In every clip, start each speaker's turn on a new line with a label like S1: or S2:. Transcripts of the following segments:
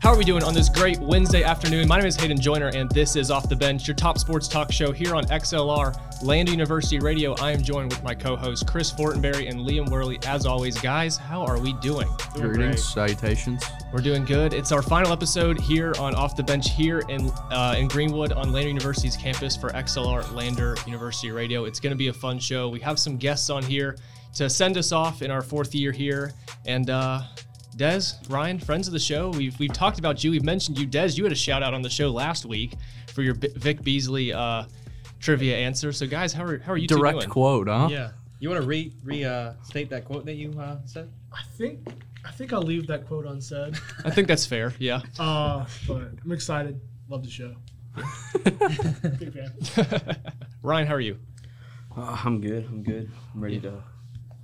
S1: How are we doing on this great Wednesday afternoon? My name is Hayden Joyner, and this is Off the Bench, your top sports talk show here on XLR Land University Radio. I am joined with my co hosts, Chris Fortenberry and Liam Worley. As always, guys, how are we doing?
S2: Greetings, salutations.
S1: We're doing good. It's our final episode here on Off the Bench here in uh, in Greenwood on Lander University's campus for XLR Lander University Radio. It's going to be a fun show. We have some guests on here to send us off in our fourth year here, and. Uh, Des, Ryan, friends of the show, we've we've talked about you. We've mentioned you, Des. You had a shout out on the show last week for your B- Vic Beasley uh, trivia answer. So, guys, how are how are you two
S2: Direct
S1: doing?
S2: quote, huh?
S3: Yeah. You want to re re uh, state that quote that you uh, said?
S4: I think I think I'll leave that quote unsaid.
S1: I think that's fair. Yeah.
S4: Uh, but I'm excited. Love the show. Big fan.
S1: Ryan, how are you?
S5: Uh, I'm good. I'm good. I'm ready to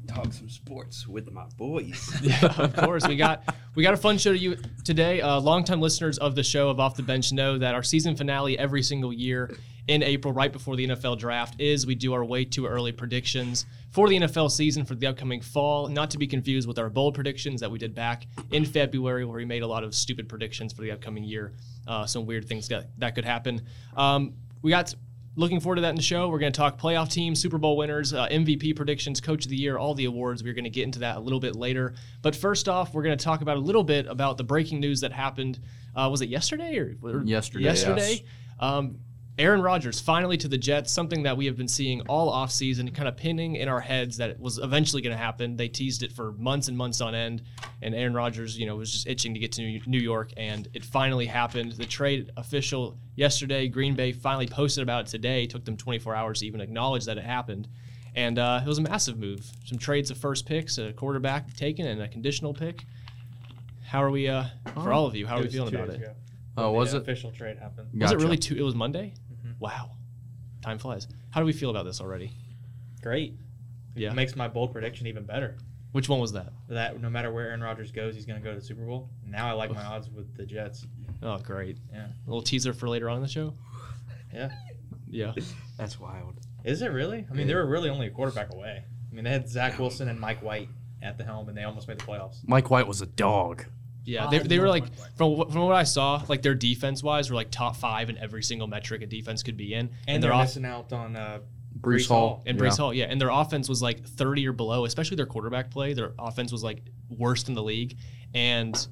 S5: talk some sports with my boys.
S1: yeah, of course. We got we got a fun show to you today. Uh, longtime listeners of the show of Off the Bench know that our season finale every single year in April, right before the NFL draft, is we do our way too early predictions for the NFL season for the upcoming fall. Not to be confused with our bold predictions that we did back in February, where we made a lot of stupid predictions for the upcoming year. Uh, some weird things that that could happen. Um, we got looking forward to that in the show. We're going to talk playoff teams, Super Bowl winners, uh, MVP predictions, Coach of the Year, all the awards. We're going to get into that a little bit later. But first off, we're going to talk about a little bit about the breaking news that happened. Uh, was it yesterday or, or
S2: Yesterday,
S1: Yesterday, um, Aaron Rodgers finally to the Jets. Something that we have been seeing all offseason, kind of pinning in our heads that it was eventually going to happen. They teased it for months and months on end, and Aaron Rodgers, you know, was just itching to get to New- New York, and it finally happened. The trade official yesterday, Green Bay finally posted about it today. It took them 24 hours to even acknowledge that it happened. And uh, it was a massive move. Some trades of first picks, a quarterback taken, and a conditional pick. How are we, uh, for all of you, how are we feeling about it?
S2: Oh, was it?
S3: Official trade happened.
S1: Was it
S2: Gotcha.
S1: really two? It was Monday.
S3: Mm-hmm.
S1: Wow, time flies. How do we feel about this already?
S3: Great.
S1: Yeah.
S3: It makes my bold prediction even better.
S1: Which one was that?
S3: That no matter where Aaron Rodgers goes, he's going to go to the Super Bowl. Now I like my odds with the Jets.
S1: Oh, great.
S3: Yeah.
S1: A little teaser for later on in the show.
S3: Yeah.
S1: Yeah.
S5: That's wild.
S3: Is it really? I mean, they were really only a quarterback away. I mean, they had Zach Wilson and Mike White at the helm, and they almost made the playoffs.
S2: Mike White was a dog.
S1: Yeah.
S4: Oh,
S1: They, they were
S4: no,
S1: like
S4: Mike White.
S1: from what- from what I saw, like their defense wise were like top five in every single metric a defense could be in, and,
S3: And
S1: their
S3: they're
S1: off
S3: missing out on uh,
S2: Brees,
S3: Brees
S2: Hall.
S3: Hall.
S1: and
S2: yeah.
S1: Brees Hall, yeah, and their offense was like thirty or below, especially their quarterback play. Their offense was like worst in the league, and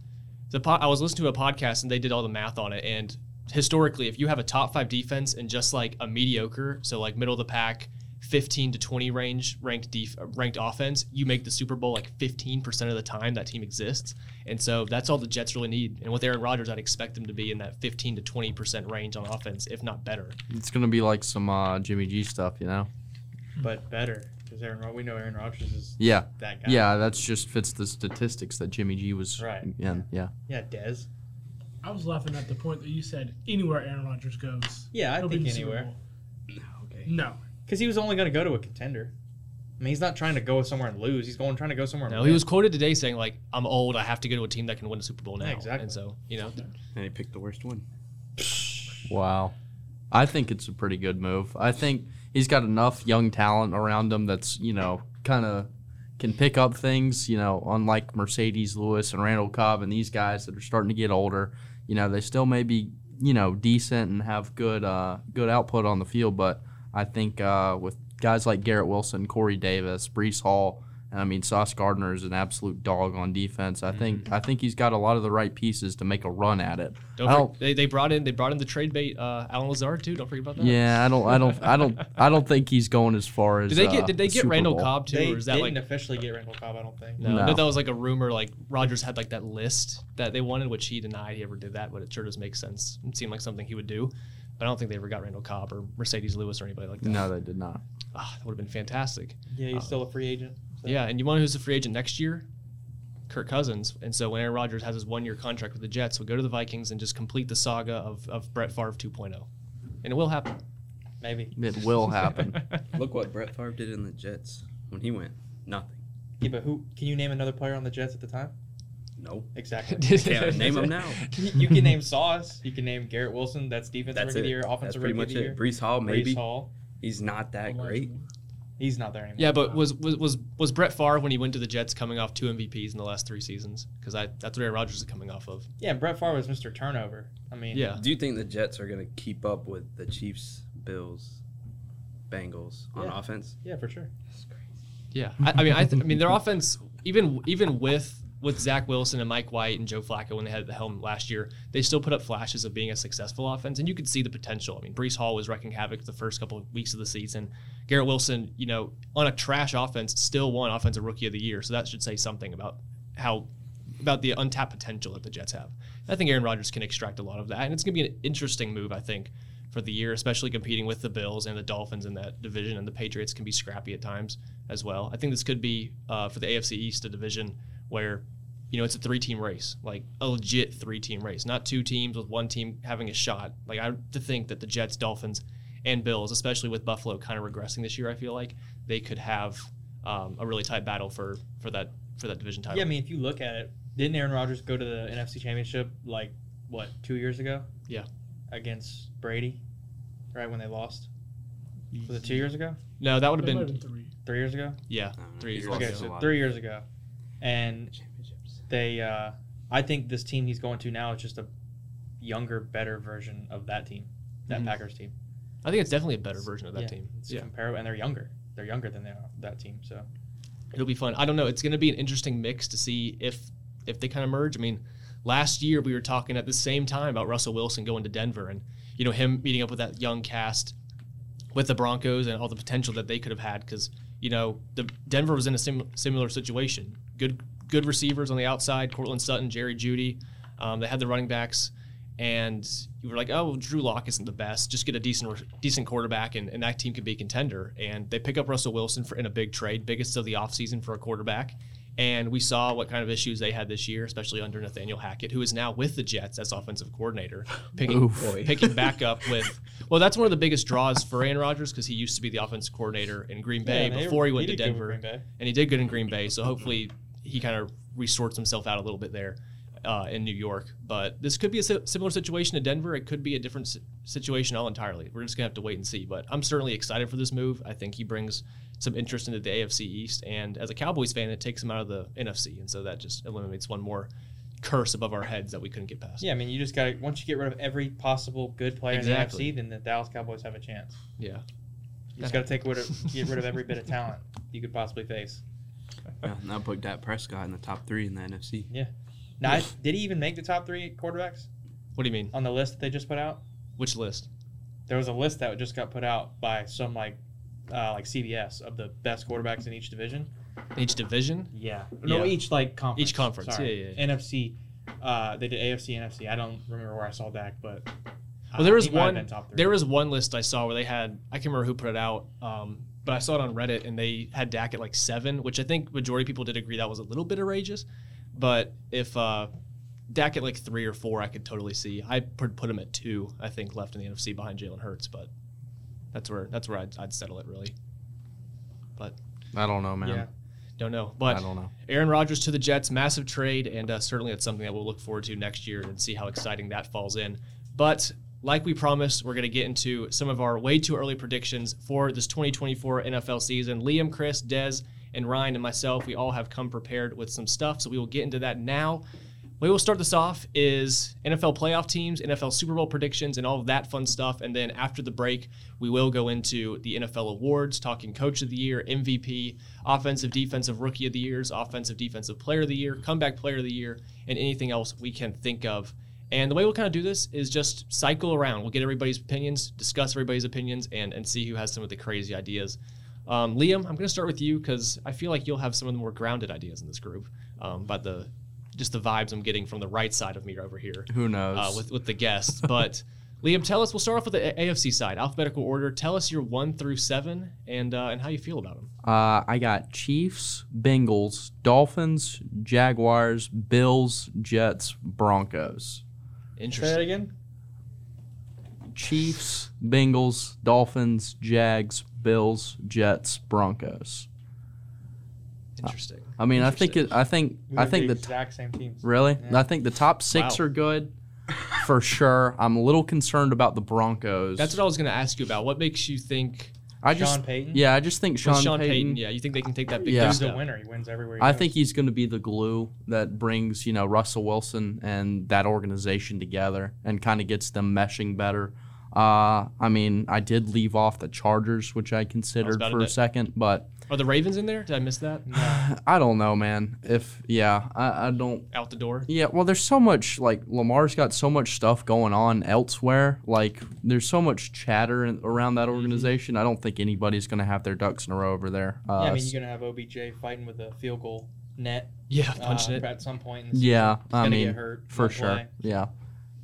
S1: the po- I was listening to a podcast and they did all the math on it. And historically, if you have a top five defense and just like a mediocre, so like middle of the pack, fifteen to twenty range ranked def- ranked offense, you make the Super Bowl like fifteen percent of the time that team exists. And so that's all the Jets really need. And with Aaron Rodgers, I'd expect them to be in that fifteen to twenty percent range on offense, if not better.
S2: It's gonna be like some uh, Jimmy G stuff, you know?
S3: but better because Aaron. Rod- We know Aaron Rodgers is
S2: Yeah,
S3: that guy.
S2: yeah. That's just fits the statistics that Jimmy G was
S3: Right.
S2: in. Yeah,
S3: Yeah, Dez.
S4: I was laughing at the point that you said anywhere Aaron Rodgers goes.
S3: Yeah, I
S4: he'll be in
S3: think
S4: the Super
S3: anywhere.
S4: Bowl.
S5: Okay.
S4: No.
S3: Because he was only going to go to a contender. I mean, he's not trying to go somewhere and lose. He's going trying to go somewhere. and
S1: No, he
S3: win.
S1: was quoted today saying like, "I'm old. I have to go to a team that can win a Super Bowl now."
S3: Yeah, exactly.
S1: And so, you know,
S5: And he picked the worst one.
S2: Wow. I think it's a pretty good move. I think he's got enough young talent around him that's, you know, kind of can pick up things, you know, unlike Mercedes Lewis and Randall Cobb and these guys that are starting to get older. You know, they still may be, you know, decent and have good uh, good output on the field, but I think uh, with guys like Garrett Wilson, Corey Davis, Brees Hall, and I mean Sauce Gardner is an absolute dog on defense. I think I think he's got a lot of the right pieces to make a run at it.
S1: don't
S2: I
S1: for-
S2: don't-
S1: they, they brought in they brought in the trade bait uh, Alan Lazard too. Don't forget about that.
S2: Yeah, I don't, I don't, I don't, I don't think he's going as far as.
S1: Did they
S2: uh,
S1: get Did they
S2: the
S1: get
S2: Super
S1: Randall
S2: Bowl.
S1: Cobb too,
S3: They
S1: or is that
S3: didn't
S1: like
S3: officially get Randall Cobb. I don't think.
S1: no,
S2: No.
S1: no? That was like a rumor. Like Rogers had like that list that they wanted, which he denied he ever did that, but it sure does make sense. It seemed like something he would do. But I don't think they ever got Randall Cobb or Mercedes Lewis or anybody like that.
S2: No, they did not.
S1: Ah, that would have been fantastic.
S3: Yeah, he's still a free agent. so-
S1: Yeah, and you want who's a free agent next year? Kirk Cousins. And so when Aaron Rodgers has his one-year contract with the Jets, we'll go to the Vikings and just complete the saga of, of Brett Favre 2.0. And it will happen.
S3: maybe.
S2: It will happen.
S5: Look what Brett Favre did in the Jets when he went. Nothing.
S3: Yeah, but who can you name another player on the Jets at the time?
S5: No.
S3: Exactly.
S5: Yeah, name him now.
S3: you can name Sauce. You can name Garrett Wilson. That's defense
S5: That's
S3: rookie of
S5: it.
S3: the year, offensive
S5: That's
S3: rookie
S5: pretty
S3: of
S5: much
S3: the year.
S5: it. Brees Hall, maybe.
S3: Brees Hall.
S5: He's not that great.
S3: He's not there anymore.
S1: Yeah, but was was was, was Brett Favre when he went to the Jets coming off two MVPs in the last three seasons? Because I that's what Aaron Rodgers is coming off of.
S3: yeah, Brett Favre was Mr. Turnover. I mean,
S1: Yeah,
S5: Do you think the Jets are going to keep up with the Chiefs, Bills, Bengals on
S3: Yeah.
S5: offense?
S3: yeah, for sure.
S1: yeah. I, I mean, I, th- I mean, their offense even even with with Zach Wilson and Mike White and Joe Flacco when they had the helm last year, they still put up flashes of being a successful offense, and you could see the potential. I mean, Brees Hall was wrecking havoc the first couple of weeks of the season. Garrett Wilson, you know, on a trash offense, still won Offensive Rookie of the Year, so that should say something about how about the untapped potential that the Jets have. I think Aaron Rodgers can extract a lot of that, and it's going to be an interesting move, I think, for the year, especially competing with the Bills and the Dolphins in that division, and the Patriots can be scrappy at times as well. I think this could be uh, for the AFC East a division where you know it's a three-team race, like a legit three-team race, not two teams with one team having a shot. Like I to think that the Jets, Dolphins, and Bills, especially with Buffalo kind of regressing this year, I feel like they could have um, a really tight battle for for that for that division title.
S3: Yeah, I mean, if you look at it, didn't Aaron Rodgers go to the NFC Championship like what two years ago?
S1: Yeah.
S3: against Brady, right when they lost. Was it two years ago?
S1: No, that would
S4: It
S1: have
S4: might have
S1: been
S4: been three.
S3: Three years ago?
S1: yeah,
S5: I don't know.
S1: Three
S5: He's
S1: years
S5: lost
S3: Okay,
S5: a
S3: so
S5: lot.
S3: three years ago, and
S5: Championships.
S3: they. Uh, I think this team he's going to now is just a younger, better version of that team, that
S1: Mhm.
S3: Packers team.
S1: I think it's definitely a better version of that team.
S3: It's
S1: Yeah.
S3: comparable, and they're younger. They're younger than they are, that team. So
S1: it'll be fun. I don't know. It's going to be an interesting mix to see if if they kind of merge. I mean, last year we were talking at the same time about Russell Wilson going to Denver and you know him meeting up with that young cast with the Broncos and all the potential that they could have had because you know the Denver was in a sim- similar situation. Good good receivers on the outside, Cortland Sutton, Jerry Judy. Um, they had the running backs. And you were like, oh, well, Drew Lock isn't the best. Just get a decent, re- decent quarterback, and, and that team could be a contender. And they pick up Russell Wilson for, in a big trade, biggest of the offseason for a quarterback. And we saw what kind of issues they had this year, especially under Nathaniel Hackett, who is now with the Jets as offensive coordinator, picking,
S2: Oof.
S1: picking back up with. Well, that's one of the biggest draws for Aaron Rodgers because he used to be the offensive coordinator in Green Bay
S3: Yeah, they-
S1: before he went to
S3: did good with
S1: Denver,
S3: Green Bay.
S1: and he did good in Green Bay. So hopefully he kind of resorts himself out a little bit there uh, in New York. But this could be a si- similar situation to Denver. It could be a different si- situation all entirely. We're just gonna have to wait and see. But I'm certainly excited for this move. I think he brings some interest into the AFC East, and as a Cowboys fan, it takes him out of the NFC, and so that just eliminates one more curse above our heads that we couldn't get past.
S3: Yeah, I mean, you just got to once you get rid of every possible good player
S1: Exactly.
S3: in the NFC, then the Dallas Cowboys have a chance.
S1: Yeah.
S3: You just got to take rid of, get rid of every bit of talent you could possibly face.
S5: Yeah, and I put Dak Prescott in the top three in the NFC.
S3: Now, I- did he even make the top three quarterbacks
S1: What do you mean?
S3: on the list that they just put out?
S1: Which list?
S3: There was a list that just got put out by some like uh, like CBS of the best quarterbacks in each division.
S1: Each division?
S3: Yeah, no,
S1: Yeah.
S3: each like conference.
S1: Each conference,
S3: Sorry.
S1: yeah, yeah,
S3: NFC. Uh, they did AFC, NFC. I don't remember where I saw Dak, but uh,
S1: Well, there was
S3: he might have
S1: one.
S3: been top three.
S1: There was one list I saw where they had. I can't remember who put it out, um, but I saw it on Reddit, and they had Dak at like seven, which I think majority of people did agree that was a little bit outrageous. But if uh, Dak at like three or four, I could totally see. I put put him at two. I think left in the NFC behind Jalen Hurts, but that's where that's where I'd, I'd settle it really.
S2: I don't know, man.
S3: Yeah.
S1: Don't know, but
S2: I don't know.
S1: Aaron Rodgers to the Jets, massive trade, and uh, certainly it's something that we'll look forward to next year and see how exciting that falls in. But like we promised, we're going to get into some of our way too early predictions for this 2024 NFL season. Liam, Chris, Dez, and Ryan and myself, we all have come prepared with some stuff, so we will get into that now. We will start this off is NFL playoff teams, NFL Super Bowl predictions, and all of that fun stuff. And then after the break, we will go into the NFL awards, talking Coach of the Year, MVP, Offensive Defensive Rookie of the Years, Offensive Defensive Player of the Year, Comeback Player of the Year, and anything else we can think of. And the way we'll kind of do this is just cycle around. We'll get everybody's opinions, discuss everybody's opinions, and and see who has some of the crazy ideas. Um, Liam, I'm going to start with you because I feel like you'll have some of the more grounded ideas in this group. Um, but the just the vibes I'm getting from the right side of me over here
S2: Who knows?
S1: uh, with with the guests. But Liam, tell us. We'll start off with the A- AFC side, alphabetical order. Tell us your one through seven and uh, and how you feel about them.
S2: Uh, I got Chiefs, Bengals, Dolphins, Jaguars, Bills, Jets, Broncos.
S3: Say that
S1: Interesting.
S3: again.
S2: Chiefs, Bengals, Dolphins, Jags, Bills, Jets, Broncos.
S1: Interesting.
S2: I mean, I think it. I think.
S3: We
S2: I
S3: have
S2: think
S3: the
S2: the t-
S3: exact same teams.
S2: really.
S3: Yeah.
S2: I think the top six
S1: Wow.
S2: are good, for sure. I'm a little concerned about the Broncos.
S1: That's what I was going to ask you about. What makes you think?
S2: I, I just
S6: Sean Payton?
S2: Yeah, I just think
S1: Sean,
S2: Sean,
S1: Sean Payton.
S2: Payton.
S1: Yeah, you think they can take that big
S2: Yeah.
S6: He's
S1: step?
S6: a winner. He wins everywhere. He
S2: I
S6: goes.
S2: think he's going to be the glue that brings, you know, Russell Wilson and that organization together and kind of gets them meshing better. Uh, I mean, I did leave off the Chargers, which I considered
S1: about to
S2: for a
S1: bet.
S2: second, but
S1: Are the Ravens in there? Did I miss that?
S2: I don't know, man. If, yeah, I, I don't.
S1: Out the door.
S2: Yeah, well, there's so much, like, Lamar's got so much stuff going on elsewhere. Like, there's so much chatter in, around that organization. I don't think anybody's going to have their ducks in a row over there. Uh,
S6: Yeah, I mean, you're gonna have OBJ fighting with a field goal net
S1: Yeah,
S6: uh,
S1: punching it.
S6: at some point. in the season.
S2: Yeah, I
S6: gonna
S2: mean,
S6: get hurt
S2: for
S6: won't
S2: sure.
S6: play.
S2: Yeah,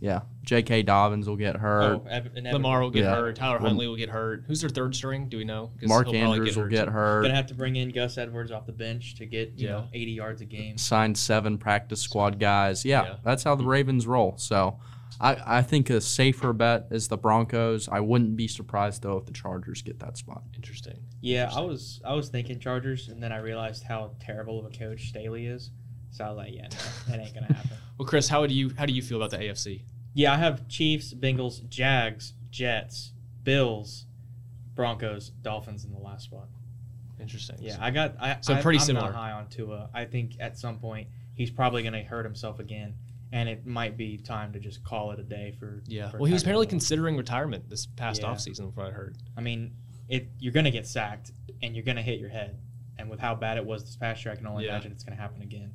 S2: yeah. J.K. Dobbins will get hurt.
S6: Oh, ev- inevitable.
S1: Lamar will get
S2: Yeah.
S1: hurt. Tyler
S2: Well-
S1: Huntley will get hurt. Who's their third string? Do we know? 'Cause
S2: Mark
S1: he'll probably
S2: Andrews will get
S1: too.
S2: hurt.
S6: Gonna have to bring in Gus Edwards off the bench to get you
S1: Yeah.
S6: know 80 yards a game.
S2: Signed seven practice squad guys. Yeah,
S1: Yeah.
S2: that's how the Ravens roll. So, I I think a safer bet is the Broncos. I wouldn't be surprised though if the Chargers get that spot.
S1: Interesting.
S6: Yeah, I was I was thinking Chargers, and then I realized how terrible of a coach Staley is. So I was like, yeah, no, that ain't gonna happen.
S1: Well, Chris, how do you how do you feel about the AFC?
S6: Yeah, I have Chiefs, Bengals, Jags, Jets, Bills, Broncos, Dolphins in the last spot.
S1: Interesting.
S6: Yeah, I got. I,
S1: So
S6: I,
S1: pretty
S6: I'm
S1: similar.
S6: Not high on Tua. I think at some point he's probably going to hurt himself again, and it might be time to just call it a day for.
S1: Yeah.
S6: for
S1: Well, he was
S6: Tagovailoa.
S1: apparently considering retirement this past
S6: Yeah.
S1: off offseason, from what I heard.
S6: I mean, it you're going to get sacked and you're going to hit your head, and with how bad it was this past year, I can only
S1: Yeah.
S6: imagine it's going to happen again.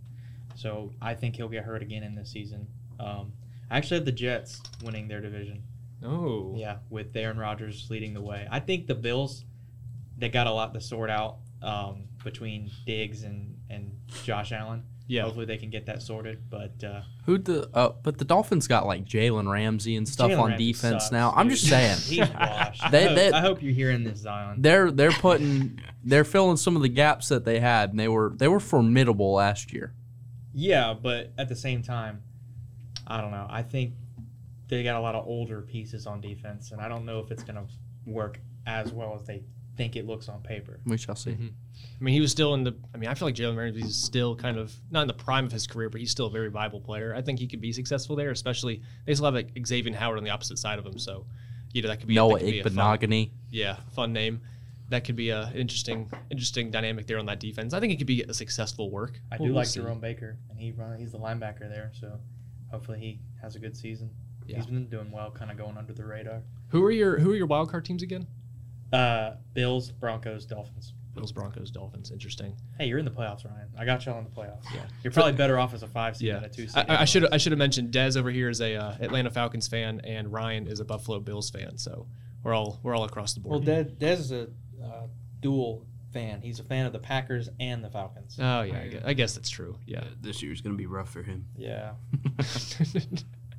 S6: So I think he'll get hurt again in this season. Um, I actually have the Jets winning their division.
S1: Oh.
S6: Yeah, with Aaron Rodgers leading the way. I think the Bills, they got a lot to sort out um, between Diggs and, and Josh Allen.
S1: Yeah.
S6: Hopefully they can get that sorted. But uh,
S2: Who the uh, but the Dolphins got like Jalen Ramsey and stuff
S6: Jalen
S2: on
S6: Ramsey
S2: defense
S6: sucks,
S2: now. I'm
S6: dude.
S2: just saying.
S6: He's washed.
S2: They-
S6: I, hope,
S2: they-
S6: I hope you're hearing this, Zion.
S2: They're they're putting they're filling some of the gaps that they had and they were they were formidable last year.
S6: Yeah, but at the same time, I don't know. I think they got a lot of older pieces on defense, and I don't know if it's going to work as well as they think it looks on paper.
S2: We shall see.
S1: I mean, he was still in the. I mean, I feel like Jalen Ramsey's still kind of not in the prime of his career, but he's still a very viable player. I think he could be successful there, especially they still have like Xavier Howard on the opposite side of him. So, you know, that could be
S2: Noah
S1: that could be a fun-
S2: Igbenogany.
S1: yeah, fun name. That could be a interesting, interesting dynamic there on that defense. I think it could be a successful work.
S6: I do
S1: We'll- we'll
S6: like
S1: see.
S6: Jerome Baker, and he run, he's the linebacker there, so hopefully he has a good season.
S1: Yeah.
S6: He's been doing well, kind of going under the radar.
S1: Who are your Who are your wild card teams again?
S6: Uh, Bills, Broncos, Dolphins.
S1: Bills, Broncos, Dolphins. Interesting.
S6: Hey, you're in the playoffs, Ryan. I got y'all in the playoffs.
S1: Yeah.
S6: You're probably better off as a five seed than a two seed.
S1: I- I should I should have mentioned Dez over here is a uh, Atlanta Falcons fan and Ryan is a Buffalo Bills fan. So we're all we're all across the
S6: Well,
S1: board.
S6: Dez, Dez is a uh, dual fan. He's a fan of the Packers and the Falcons.
S1: oh yeah, I guess, I guess that's true. Yeah.
S5: This year's gonna be rough for him.
S6: Yeah.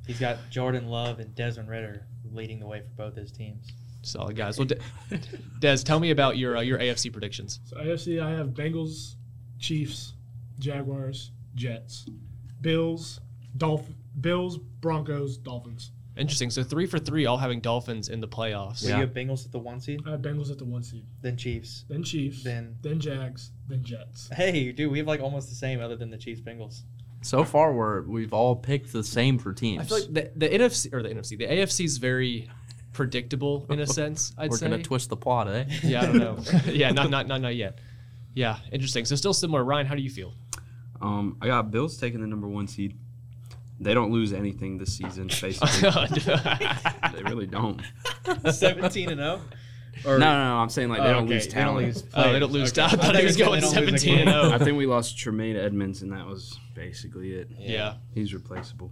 S6: He's got Jordan Love and Desmond Ritter leading the way for both his teams.
S1: Solid guys. Well, De- Dez, tell me about your uh, your AFC predictions.
S4: So AFC, I have Bengals, Chiefs, Jaguars, Jets, Bills, Dolph- Bills, Broncos, Dolphins.
S1: Interesting. So three for three, all having Dolphins in the playoffs.
S6: So
S2: Yeah.
S6: you have Bengals at the one seed,
S4: I have Bengals at the one seed,
S6: then Chiefs,
S4: then Chiefs,
S6: then.
S4: then Jags, then Jets.
S6: Hey, dude, we have like almost the same other than the Chiefs Bengals.
S2: So far, we're we've all picked the same for teams.
S1: I feel like the, the NFC or the NFC, the AFC is very predictable in a sense. I'd
S2: we're
S1: say.
S2: gonna twist the plot, eh?
S1: yeah, I don't know. yeah, not not not not yet. Yeah, interesting. So still similar. Ryan, how do you feel?
S5: Um, I got Bills taking the number one seed. They don't lose anything this season, basically. they really don't.
S6: 17 and oh? 0.
S5: no, no, no. I'm saying like Oh, they don't lose talent.
S1: Oh, they don't lose. I thought he was going 17 and oh. 0.
S5: I think we lost Tremaine Edmonds, and that was basically it.
S1: Yeah.
S5: He's replaceable.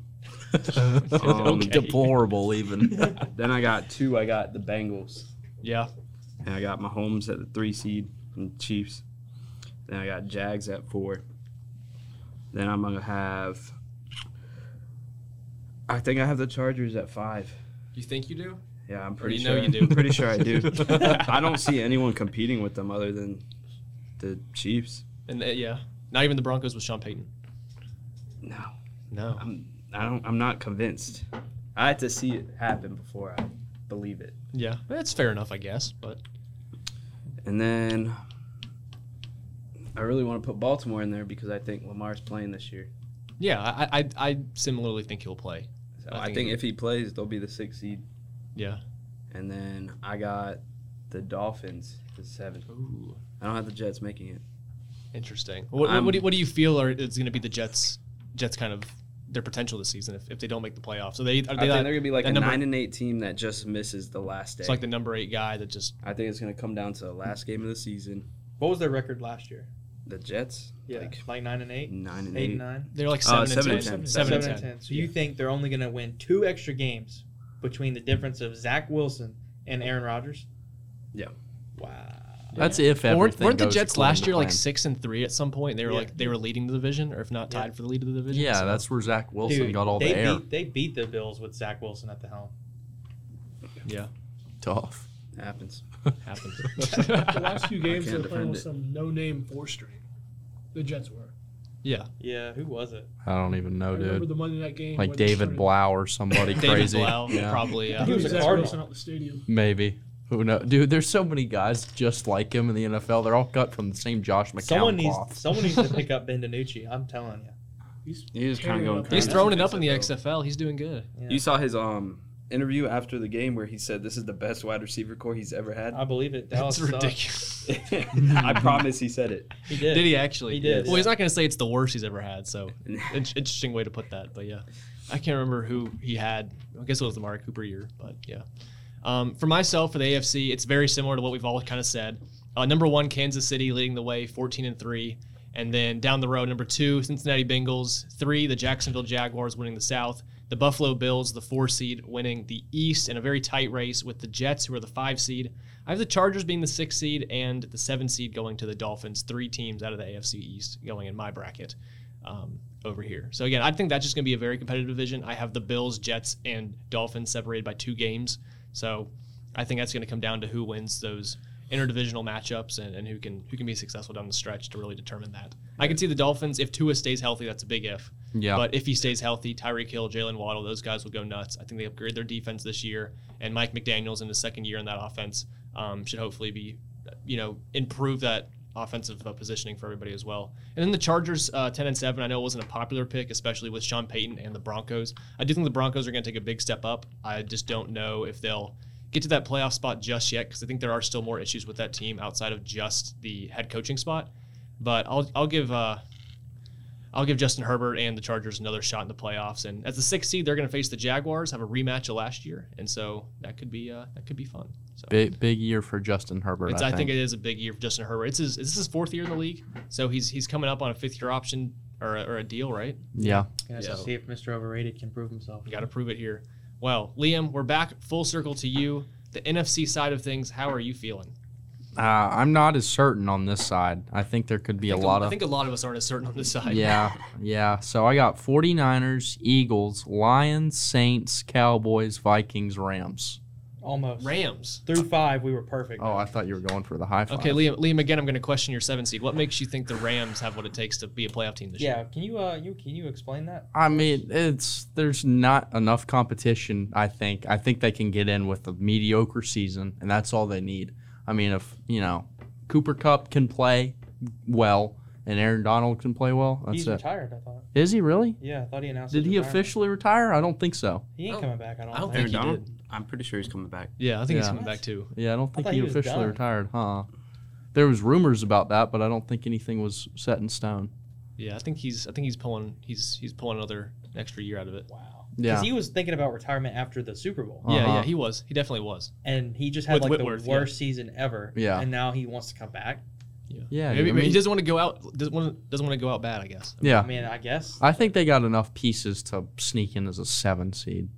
S2: Um,
S5: Okay.
S2: Deplorable, even.
S5: Then I got two. I got the Bengals,
S1: Yeah.
S5: and I got Mahomes at the three seed and Chiefs. Then I got Jags at four. Then I'm gonna have. I think I have the Chargers at five.
S1: You think you do?
S5: Yeah, I'm pretty
S1: Oh, you know
S5: sure.
S1: you do.
S5: I'm pretty sure I do. I don't see anyone competing with them other than the Chiefs.
S1: And uh, yeah, not even the Broncos with Sean Payton.
S5: No,
S1: No.
S5: I'm. I don't. I'm not convinced. I have to see it happen before I believe it.
S1: Yeah, that's fair enough, I guess. But
S5: And then I really want to put Baltimore in there because I think Lamar's playing this year.
S1: yeah, I I, I similarly think he'll play.
S5: So
S1: I
S5: I,
S1: think-
S5: think, if he plays, they'll be the sixth seed.
S1: Yeah.
S5: And then I got the Dolphins to seven.
S1: Ooh,
S5: I don't have the Jets making it.
S1: interesting. What, what,
S5: I'm-
S1: what, do you, what do you feel are is going to be the Jets? Jets kind of their potential this season if, if they don't make the playoffs. So they are they
S5: I think
S1: like-
S5: they're gonna be like
S1: that
S5: a
S1: number-
S5: nine and eight team that just misses the last day.
S1: it's like the number eight guy that just
S5: I think it's gonna come down to the last game of the season.
S3: What was their record last year?
S5: The Jets,
S3: Yeah,
S5: like
S3: like, nine and eight,
S5: nine and
S3: eight
S5: eight.
S3: and nine,
S1: they're like seven,
S5: Uh, seven
S1: and,
S5: and
S1: 10.
S5: ten.
S1: Seven, and ten.
S3: So you think they're only going to win two extra games between the difference of Zach Wilson and Aaron Rodgers?
S5: Yeah.
S3: Wow.
S2: That's if
S1: Well,
S2: everything
S1: weren't, weren't the
S2: goes
S1: Jets
S2: according
S1: last
S2: to
S1: year like
S2: plan.
S1: six and three at some point? They were
S3: Yeah.
S1: like they were leading the division, or if not
S3: Yeah.
S1: tied for the lead of the division.
S2: Yeah,
S1: So-
S2: that's where Zach Wilson
S3: Dude,
S2: got all
S3: they
S2: the air.
S3: Beat, they beat the Bills with Zach Wilson at the helm.
S1: yeah,
S2: Tough.
S5: Happens.
S1: happened.
S4: The last few games they
S5: can't
S4: were playing
S5: defend
S4: with
S5: it.
S4: some no-name four-string. The Jets were.
S1: yeah,
S3: Yeah, who was it?
S2: I don't even
S4: I
S2: know,
S4: remember
S2: Oh, dude.
S4: the Monday night game.
S2: Like
S4: where they
S2: David
S4: started-
S2: Blau or somebody
S1: David
S2: crazy.
S1: Blau
S2: Yeah.
S1: probably. uh, Yeah,
S4: I think it was
S3: Who's
S4: Zach
S3: the Cardinal?
S4: Wilson out the stadium.
S2: Maybe. Who knows? Dude, there's so many guys just like him in the NFL. They're all cut from the same Josh McCown
S3: Someone needs
S2: cloth.
S3: someone needs to pick up Ben DiNucci. I'm telling you.
S4: He's
S5: He was kind
S4: tearing
S5: of going.
S4: up.
S1: he's
S5: crazy.
S1: throwing it up in the XFL. He's doing good.
S3: Yeah.
S5: You saw his um interview after the game where he said this is the best wide receiver core he's ever had.
S6: Oh.
S3: I believe it. Dallas
S1: That's
S3: sucked.
S1: ridiculous.
S5: I promise he said it.
S3: He did.
S1: Did he actually?
S3: He did,
S1: Well, he's
S3: yeah.
S1: not going to say it's the worst he's ever had. So, in- interesting way to put that. But yeah, I can't remember who he had. I guess it was the Mark Cooper year. But yeah, um, for myself for the AFC, it's very similar to what we've all kind of said. Uh, number one, Kansas City leading the way, fourteen and three, and then down the road, number two, Cincinnati Bengals, three, the Jacksonville Jaguars winning the South, the Buffalo Bills, the four seed, winning the East in a very tight race with the Jets, who are the five seed. I have the Chargers being the six seed and the seven seed going to the Dolphins. Three teams out of the AFC East going in my bracket um, over here. So again, I think that's just going to be a very competitive division. I have the Bills, Jets, and Dolphins separated by two games. So I think that's going to come down to who wins those interdivisional matchups and, and who can who can be successful down the stretch to really determine that. I can see the Dolphins if Tua stays healthy. That's a big if.
S2: Yeah.
S1: But if he stays healthy, Tyreek Hill, Jalen Waddle, those guys will go nuts. I think they upgrade their defense this year, and Mike McDaniel's in his second year in that offense um, should hopefully be, you know, improve that offensive uh, positioning for everybody as well. And then the Chargers, uh, ten and seven. I know it wasn't a popular pick, especially with Sean Payton and the Broncos. I do think the Broncos are going to take a big step up. I just don't know if they'll get to that playoff spot just yet because I think there are still more issues with that team outside of just the head coaching spot. But I'll I'll give. Uh, I'll give Justin Herbert and the Chargers another shot in the playoffs. And as the sixth seed, they're going to face the Jaguars, have a rematch of last year, and so that could be uh, that could be fun. So
S2: Big, big year for Justin Herbert.
S1: it's,
S2: I,
S1: I think
S2: think.
S1: it is a big year for Justin Herbert. It's his this is his fourth year in the league, so he's he's coming up on a fifth year option or a, or a deal, right?
S2: yeah.
S3: Yeah,
S1: Yeah.
S3: so see if Mr. Overrated can prove himself.
S1: You got to prove it here. Well, Liam, we're back full circle to you. The NFC side of things, how are you feeling?
S2: Uh, I'm not as certain on this side. I think there could be a
S1: I think
S2: lot
S1: I
S2: of.
S1: think a lot of us aren't as certain on this side.
S2: Yeah. Yeah. So I got 49ers, Eagles, Lions, Saints, Cowboys, Vikings, Rams.
S3: Almost.
S1: Rams.
S3: Through five, we were perfect.
S2: Oh, I thought you were going for the high five.
S1: Okay, Liam. Liam, again, I'm going to question your seven seed. What makes you think the Rams have what it takes to be a playoff team this year?
S3: yeah. Can you uh you can you explain that?
S2: I mean, it's there's not enough competition. I think. I think they can get in with a mediocre season, and that's all they need. I mean, if you know, Cooper Cup can play well, and Aaron Donald can play well. That's
S3: He's
S2: it.
S3: retired. I thought.
S2: Is he really?
S3: Yeah, I thought he announced.
S2: Did
S3: his
S2: he
S3: retirement.
S2: officially retire? I don't think so.
S3: He ain't
S1: Oh.
S3: coming back. I don't.
S1: I don't
S3: think.
S1: think
S5: Aaron
S1: he
S5: Donald. I'm pretty sure he's coming back.
S1: Yeah, I think he's
S2: Yeah.
S1: coming back too.
S2: Yeah, I don't think
S3: thought
S2: he
S3: he was
S2: officially
S3: done.
S2: retired, huh? There was rumors about that, but I don't think anything was set in stone.
S1: Yeah, I think he's I think he's pulling he's he's pulling another extra year out of it.
S3: Wow.
S2: Yeah.
S3: Because he was thinking about retirement after the Super Bowl,
S2: Uh-huh.
S1: Yeah, yeah, he was. He definitely was.
S3: and he just had
S1: With
S3: like
S1: Whitworth,
S3: the worst season ever.
S2: Yeah.
S3: And now he wants to come back.
S1: Yeah.
S2: Yeah,
S1: Maybe,
S2: I
S1: maybe he
S2: mean-
S1: doesn't want to go out doesn't want to, doesn't want to go out bad, I guess.
S2: yeah.
S3: I mean, I guess.
S2: I think they got enough pieces to sneak in as a seven seed.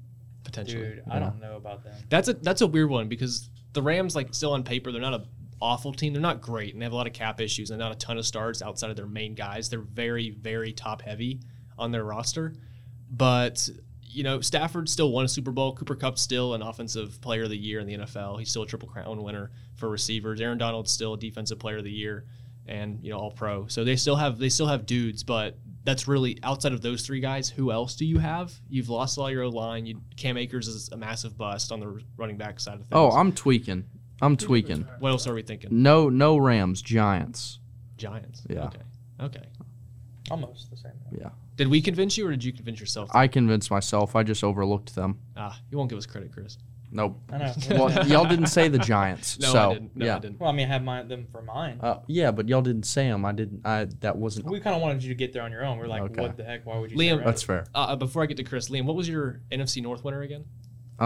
S1: Potentially.
S3: Dude, I don't know about them.
S1: That's a that's a weird one because the Rams like still on paper they're not a awful team. They're not great and they have a lot of cap issues and not a ton of stars outside of their main guys. They're very very top heavy on their roster, but you know Stafford still won a Super Bowl. Cooper Cup's still an offensive player of the year in the NFL. He's still a triple crown winner for receivers. Aaron Donald's still a defensive player of the year and you know all pro. So they still have they still have dudes, but that's really outside of those three guys. Who else do you have? You've lost all your O line. You, Cam Akers is a massive bust on the running back side of things.
S2: Oh, I'm tweaking. I'm tweaking.
S1: what else are we thinking?
S2: No, no Rams, Giants.
S1: Giants.
S2: Yeah.
S1: Okay. Okay.
S3: Almost the same.
S1: Did we convince you, or did you convince yourself?
S2: I convinced myself. I just overlooked them.
S1: ah, you won't give us credit, Chris.
S2: Nope.
S6: I know.
S2: Well, y'all didn't say the Giants.
S1: No,
S2: so,
S1: I didn't. No,
S2: yeah.
S1: I didn't.
S6: Well, I mean, I have my, them for mine.
S2: Uh, yeah, but y'all didn't say them. I didn't. I that wasn't.
S6: we kind of wanted you to get there on your own. We're like,
S2: Okay.
S6: what the heck? Why would you?
S1: Liam-
S6: say
S2: That's fair.
S1: Uh, uh, before I get to Chris, Liam, what was your NFC North winner again?
S2: Uh,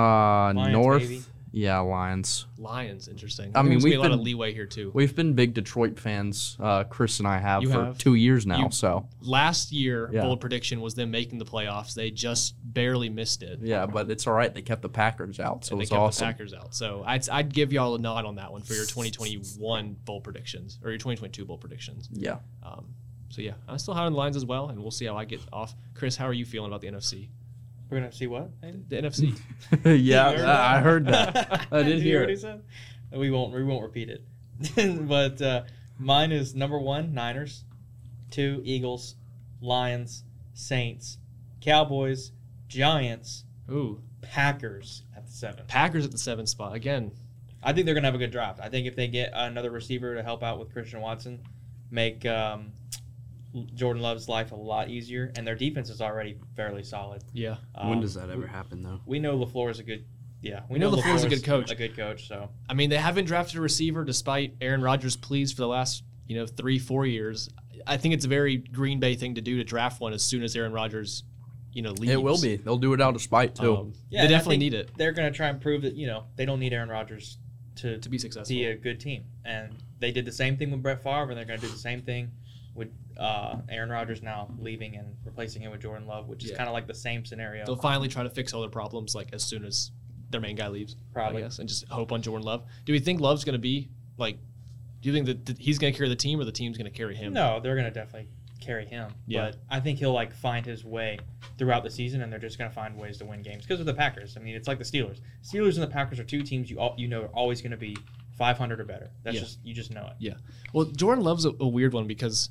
S6: Lions,
S2: North.
S6: baby.
S2: Yeah, Lions.
S1: Lions. Interesting.
S2: I mean,
S1: there's gonna be
S2: we've
S1: a lot of
S2: been-
S1: leeway here too.
S2: We've been big Detroit fans. Uh, Chris and I have
S1: You
S2: for
S1: have?
S2: two years now.
S1: You-
S2: so
S1: Last year,
S2: Yeah.
S1: bold prediction was them making the playoffs. They just barely missed it.
S2: yeah, but it's all right. They kept the Packers out, so
S1: and they
S2: it was
S1: kept the
S2: awesome.
S1: Packers out. So I'd, I'd give y'all a nod on that one for your 2021 bowl predictions or your 2022 bowl predictions.
S2: Yeah.
S1: Um, so yeah, I'm still high on the lines as well, and we'll see how I get off. Chris, how are you feeling about the NFC?
S6: We're gonna see what?
S1: The NFC.
S2: yeah,
S6: You heard
S2: I I heard that. I did
S6: Did you
S2: hear
S6: what
S2: it.
S6: he said? We won't. We won't repeat it. but uh, mine is number one: Niners, two Eagles, Lions, Saints, Cowboys, Giants,
S1: Ooh,
S6: Packers at the seven.
S1: Packers at the seventh spot again.
S6: I think they're gonna have a good draft. I think if they get another receiver to help out with Christian Watson, make um, Jordan Love's life a lot easier, and their defense is already fairly solid.
S1: Yeah,
S6: Um,
S5: when does that ever happen, though?
S6: We know Lafleur is a good. Yeah, we
S1: We know LaFleur's a
S6: LaFleur's
S1: good coach.
S6: A good coach. So
S1: I mean they haven't drafted a receiver despite Aaron Rodgers' pleas for the last you know three four years. I think it's a very Green Bay thing to do to draft one as soon as Aaron Rodgers, you know, leaves.
S2: It will be. They'll do it out of spite too.
S1: Um,
S6: Yeah,
S1: they
S6: and I
S1: definitely
S6: think
S1: need it
S6: they're gonna try and prove that you know they don't need Aaron Rodgers to
S1: to be successful.
S6: be a good team, and they did the same thing with Brett Favre, and they're gonna do the same thing with uh, Aaron Rodgers now leaving and replacing him with Jordan Love, which is
S1: Yeah.
S6: kind of like the same scenario.
S1: They'll finally try to fix all their problems like as soon as their main guy leaves.
S6: Probably.
S1: I guess, and just hope on Jordan Love. Do we think Love's going to be like? Do you think that that he's going to carry the team, or the team's going to carry him?
S6: No, they're gonna definitely carry him.
S1: Yeah.
S6: But I think he'll like find his way throughout the season, and they're just gonna find ways to win games because of the Packers. I mean, it's like the Steelers. Steelers and the Packers are two teams you all, you know are always gonna be 500 or better. That's
S1: Yeah.
S6: just you just know it.
S1: Well, Jordan Love's a, a weird one because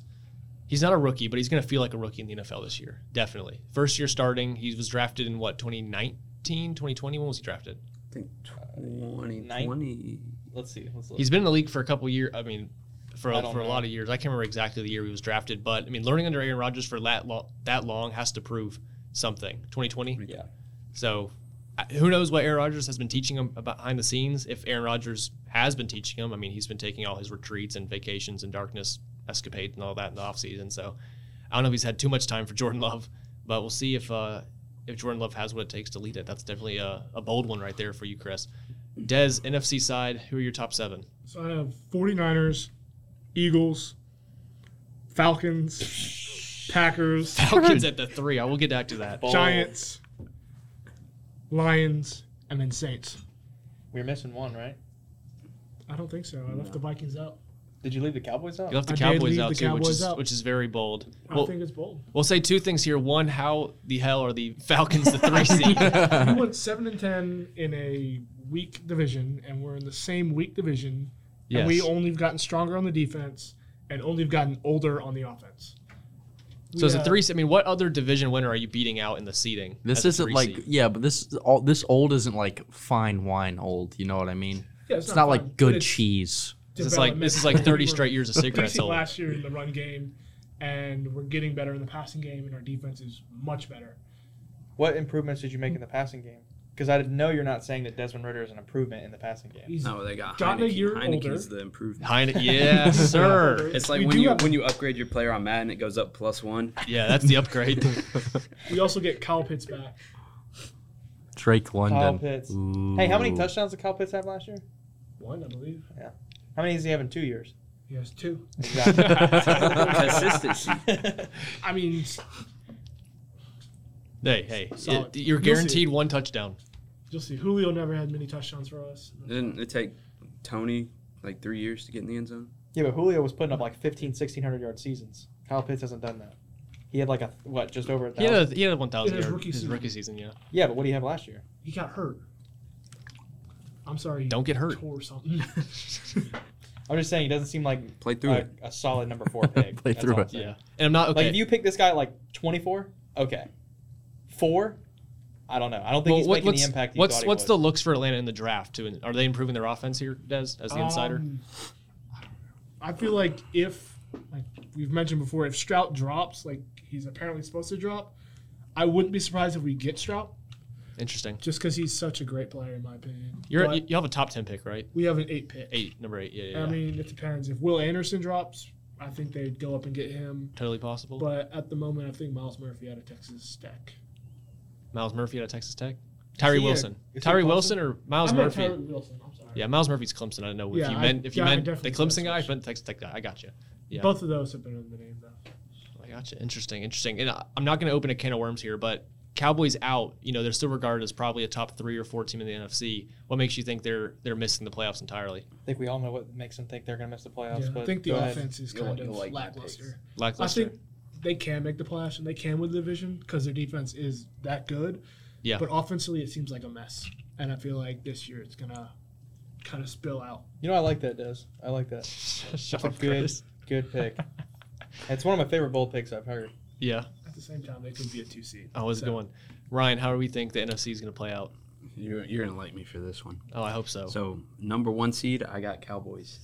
S1: he's not a rookie, but he's going to feel like a rookie in the NFL this year. Definitely, first year starting. He was drafted in what 2019, 2020. When was he drafted?
S5: I think 2020.
S6: Let's see. Let's look.
S1: He's been in the league for a couple years. I mean, for
S6: I
S1: a,
S6: don't
S1: for a
S6: know.
S1: lot of years. I can't remember exactly the year he was drafted, but I mean, learning under Aaron Rodgers for that long, that long has to prove something. 2020.
S6: Yeah.
S1: So, I- who knows what Aaron Rodgers has been teaching him about behind the scenes? If Aaron Rodgers has been teaching him, I mean, he's been taking all his retreats and vacations and darkness escapades and all that in the offseason. So, I don't know if he's had too much time for Jordan Love, but we'll see if uh, if Jordan Love has what it takes to lead it. That's definitely a, a bold one right there for you, Chris. Des, NFC side, who are your top seven?
S4: So I have 49ers, Eagles, Falcons, Packers,
S1: Falcons at the three. I will get back to that.
S6: Bold.
S4: Giants, Lions, and then Saints.
S6: We're missing one, right?
S4: I don't think so. I left the Vikings out.
S6: Did you leave the Cowboys out?
S1: You left the
S4: I did
S1: Cowboys
S4: leave
S1: out
S4: the
S1: too, which
S4: Cowboys
S1: is
S4: out.
S1: which is very bold.
S4: I
S1: Well,
S4: think it's bold.
S1: we'll say two things here. One, how the hell are the Falcons the three seed?
S4: we went seven and ten in a weak division, and we're in the same weak division, and we
S1: Yes.
S4: only have gotten stronger on the defense, and only have gotten older on the offense.
S1: So it's
S4: Yeah.
S1: a three. I mean, what other division winner are you beating out in the seeding?
S2: This
S1: as a
S2: isn't
S1: three
S2: like
S1: seed?
S2: yeah, but this is all this old isn't like fine wine old. You know what I mean?
S4: Yeah,
S2: It's, not,
S4: fun,
S2: like
S4: but
S2: good
S4: it's
S2: cheese.
S1: This is like this is like thirty
S4: developmental.
S1: straight years of
S4: We
S1: cigarettes
S4: see
S1: old.
S4: last year in the run game, and we're getting better in the passing game, and our defense is much better.
S6: What improvements did you make in the passing game? Because I know you're not saying that Desmond Ritter is an improvement in the passing game.
S4: He's
S5: No, they got
S4: Gotten a
S5: Heineke.
S4: year
S5: Heineke's
S4: older.
S5: the improvement.
S1: Heine- yes, sir.
S5: It's like
S4: We
S5: when
S4: do
S5: you
S4: have-
S5: when you upgrade your player on Madden, it goes up plus one.
S1: Yeah, that's the upgrade.
S4: We also get Kyle Pitts back.
S2: Drake London.
S6: Kyle Pitts. Hey, how many touchdowns did Kyle Pitts have last year?
S4: One, I believe.
S6: How many does he have in two years?
S4: He has two.
S6: Exactly.
S5: Consistency.
S4: I mean, s-
S1: hey, hey,
S4: Solid.
S1: it- you're
S4: You'll see
S1: guaranteed one touchdown.
S4: you'll see. Julio never had many touchdowns for us.
S5: Didn't it take Tony like three years to get in the end zone?
S6: yeah, but Julio was putting up like 15, 1600 yard seasons. Kyle Pitts hasn't done that. He had like a, what, just over a
S1: He
S6: thousand?
S1: had a, he had one thousand
S4: In his
S1: yard
S4: rookie
S1: his
S4: season.
S1: rookie season. Yeah,
S6: Yeah, but what do you have last year?
S4: He got hurt. I'm sorry. he
S1: don't get hurt.
S4: Tore something.
S6: I'm just saying he doesn't seem like
S5: Play through
S6: a,
S5: it.
S6: a solid number four pick.
S2: Play
S6: That's
S2: through
S6: all I'm
S2: it.
S6: saying.
S1: Yeah, and I'm not okay.
S6: Like if you pick this guy at like 24, okay. Four? I don't know. I don't think
S1: Well,
S6: he's
S1: what-
S6: making
S1: what's
S6: the impact he
S1: what's
S6: thought he
S1: what's
S6: was.
S1: the looks for Atlanta in the draft? Too, are they improving their offense here, Des, as the insider?
S4: Um, I feel like if, like we've mentioned before, if Strout drops, like he's apparently supposed to drop, I wouldn't be surprised if we get Strout.
S1: Interesting.
S4: just because he's such a great player, in my opinion.
S1: You're
S4: But
S1: you you have a top ten pick, right?
S4: we have an eight pick.
S1: Eight, number eight. Yeah, yeah.
S4: I
S1: yeah.
S4: mean, it depends. If Will Anderson drops, I think they'd go up and get him.
S1: totally possible.
S4: But at the moment, I think Miles Murphy out of Texas Tech.
S1: Miles Murphy out of Texas Tech. Tyree
S6: he a-
S1: Wilson.
S6: is he
S1: Tyree
S6: Clemson?
S1: Wilson or Miles
S4: I meant
S1: Murphy?
S4: Tyler Wilson. I'm sorry.
S1: Yeah, Miles Murphy's Clemson. I don't know if
S4: Yeah,
S1: you
S4: I-
S1: meant if you
S4: yeah, I
S1: meant the
S4: definitely
S1: Clemson
S4: said
S1: guy, I
S4: Texas.
S1: meant Texas Tech guy. I got you. Yeah.
S4: Both of those have been in the name though.
S1: I gotcha. Interesting, interesting. And I- I'm not going to open a can of worms here, but Cowboys out. You know, they're still regarded as probably a top three or four team in the NFC. What makes you think they're they're missing the playoffs entirely?
S6: I think we all know what makes them think they're going to miss the playoffs.
S4: Yeah,
S6: but
S4: I think the
S6: go ahead.
S4: offense is
S5: You'll-
S4: kind
S5: you'll
S4: of
S5: like my picks.
S4: lackluster. I
S1: Lackluster.
S4: think they can make the playoffs and they can win the division because their defense is that good.
S1: Yeah.
S4: But offensively, it seems like a mess, and I feel like this year it's gonna kind of spill out.
S6: You know, I like that, Des. I like that.
S1: Shut
S6: That's a
S1: up,
S6: good,
S1: Chris.
S6: good pick. It's one of my favorite bold picks I've heard.
S1: Yeah.
S4: At the same time, they could be a two seed.
S1: Oh, it's a good
S4: So-
S1: one. Ryan, how do we think the NFC is going to play out?
S5: You're, you're gonna like me for this one.
S1: Oh, I hope so.
S5: So number one seed, I got Cowboys.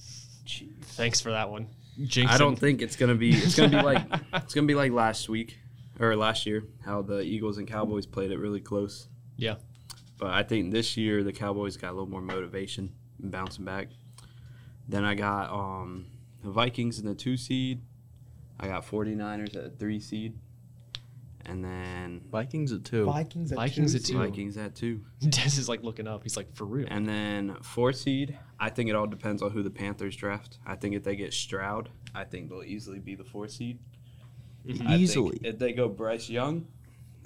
S1: Thanks for that one. Jinx.
S5: I don't think it's gonna be. It's gonna be like it's gonna be like last week or last year how the Eagles and Cowboys played it really close.
S1: Yeah.
S5: But I think this year the Cowboys got a little more motivation and bouncing back. Then I got um, the Vikings in the two seed. I got 49ers at the three seed. And then
S2: Vikings at two.
S6: Vikings at
S1: Vikings
S6: two
S1: at
S6: seed.
S1: two.
S5: Vikings at two.
S1: Des is like looking up. He's like, for real.
S5: And then four seed, I think it all depends on who the Panthers draft. I think if they get Stroud, I think they'll easily be the four seed.
S1: Mhm.
S5: I think
S2: Easily.
S5: if they go Bryce Young,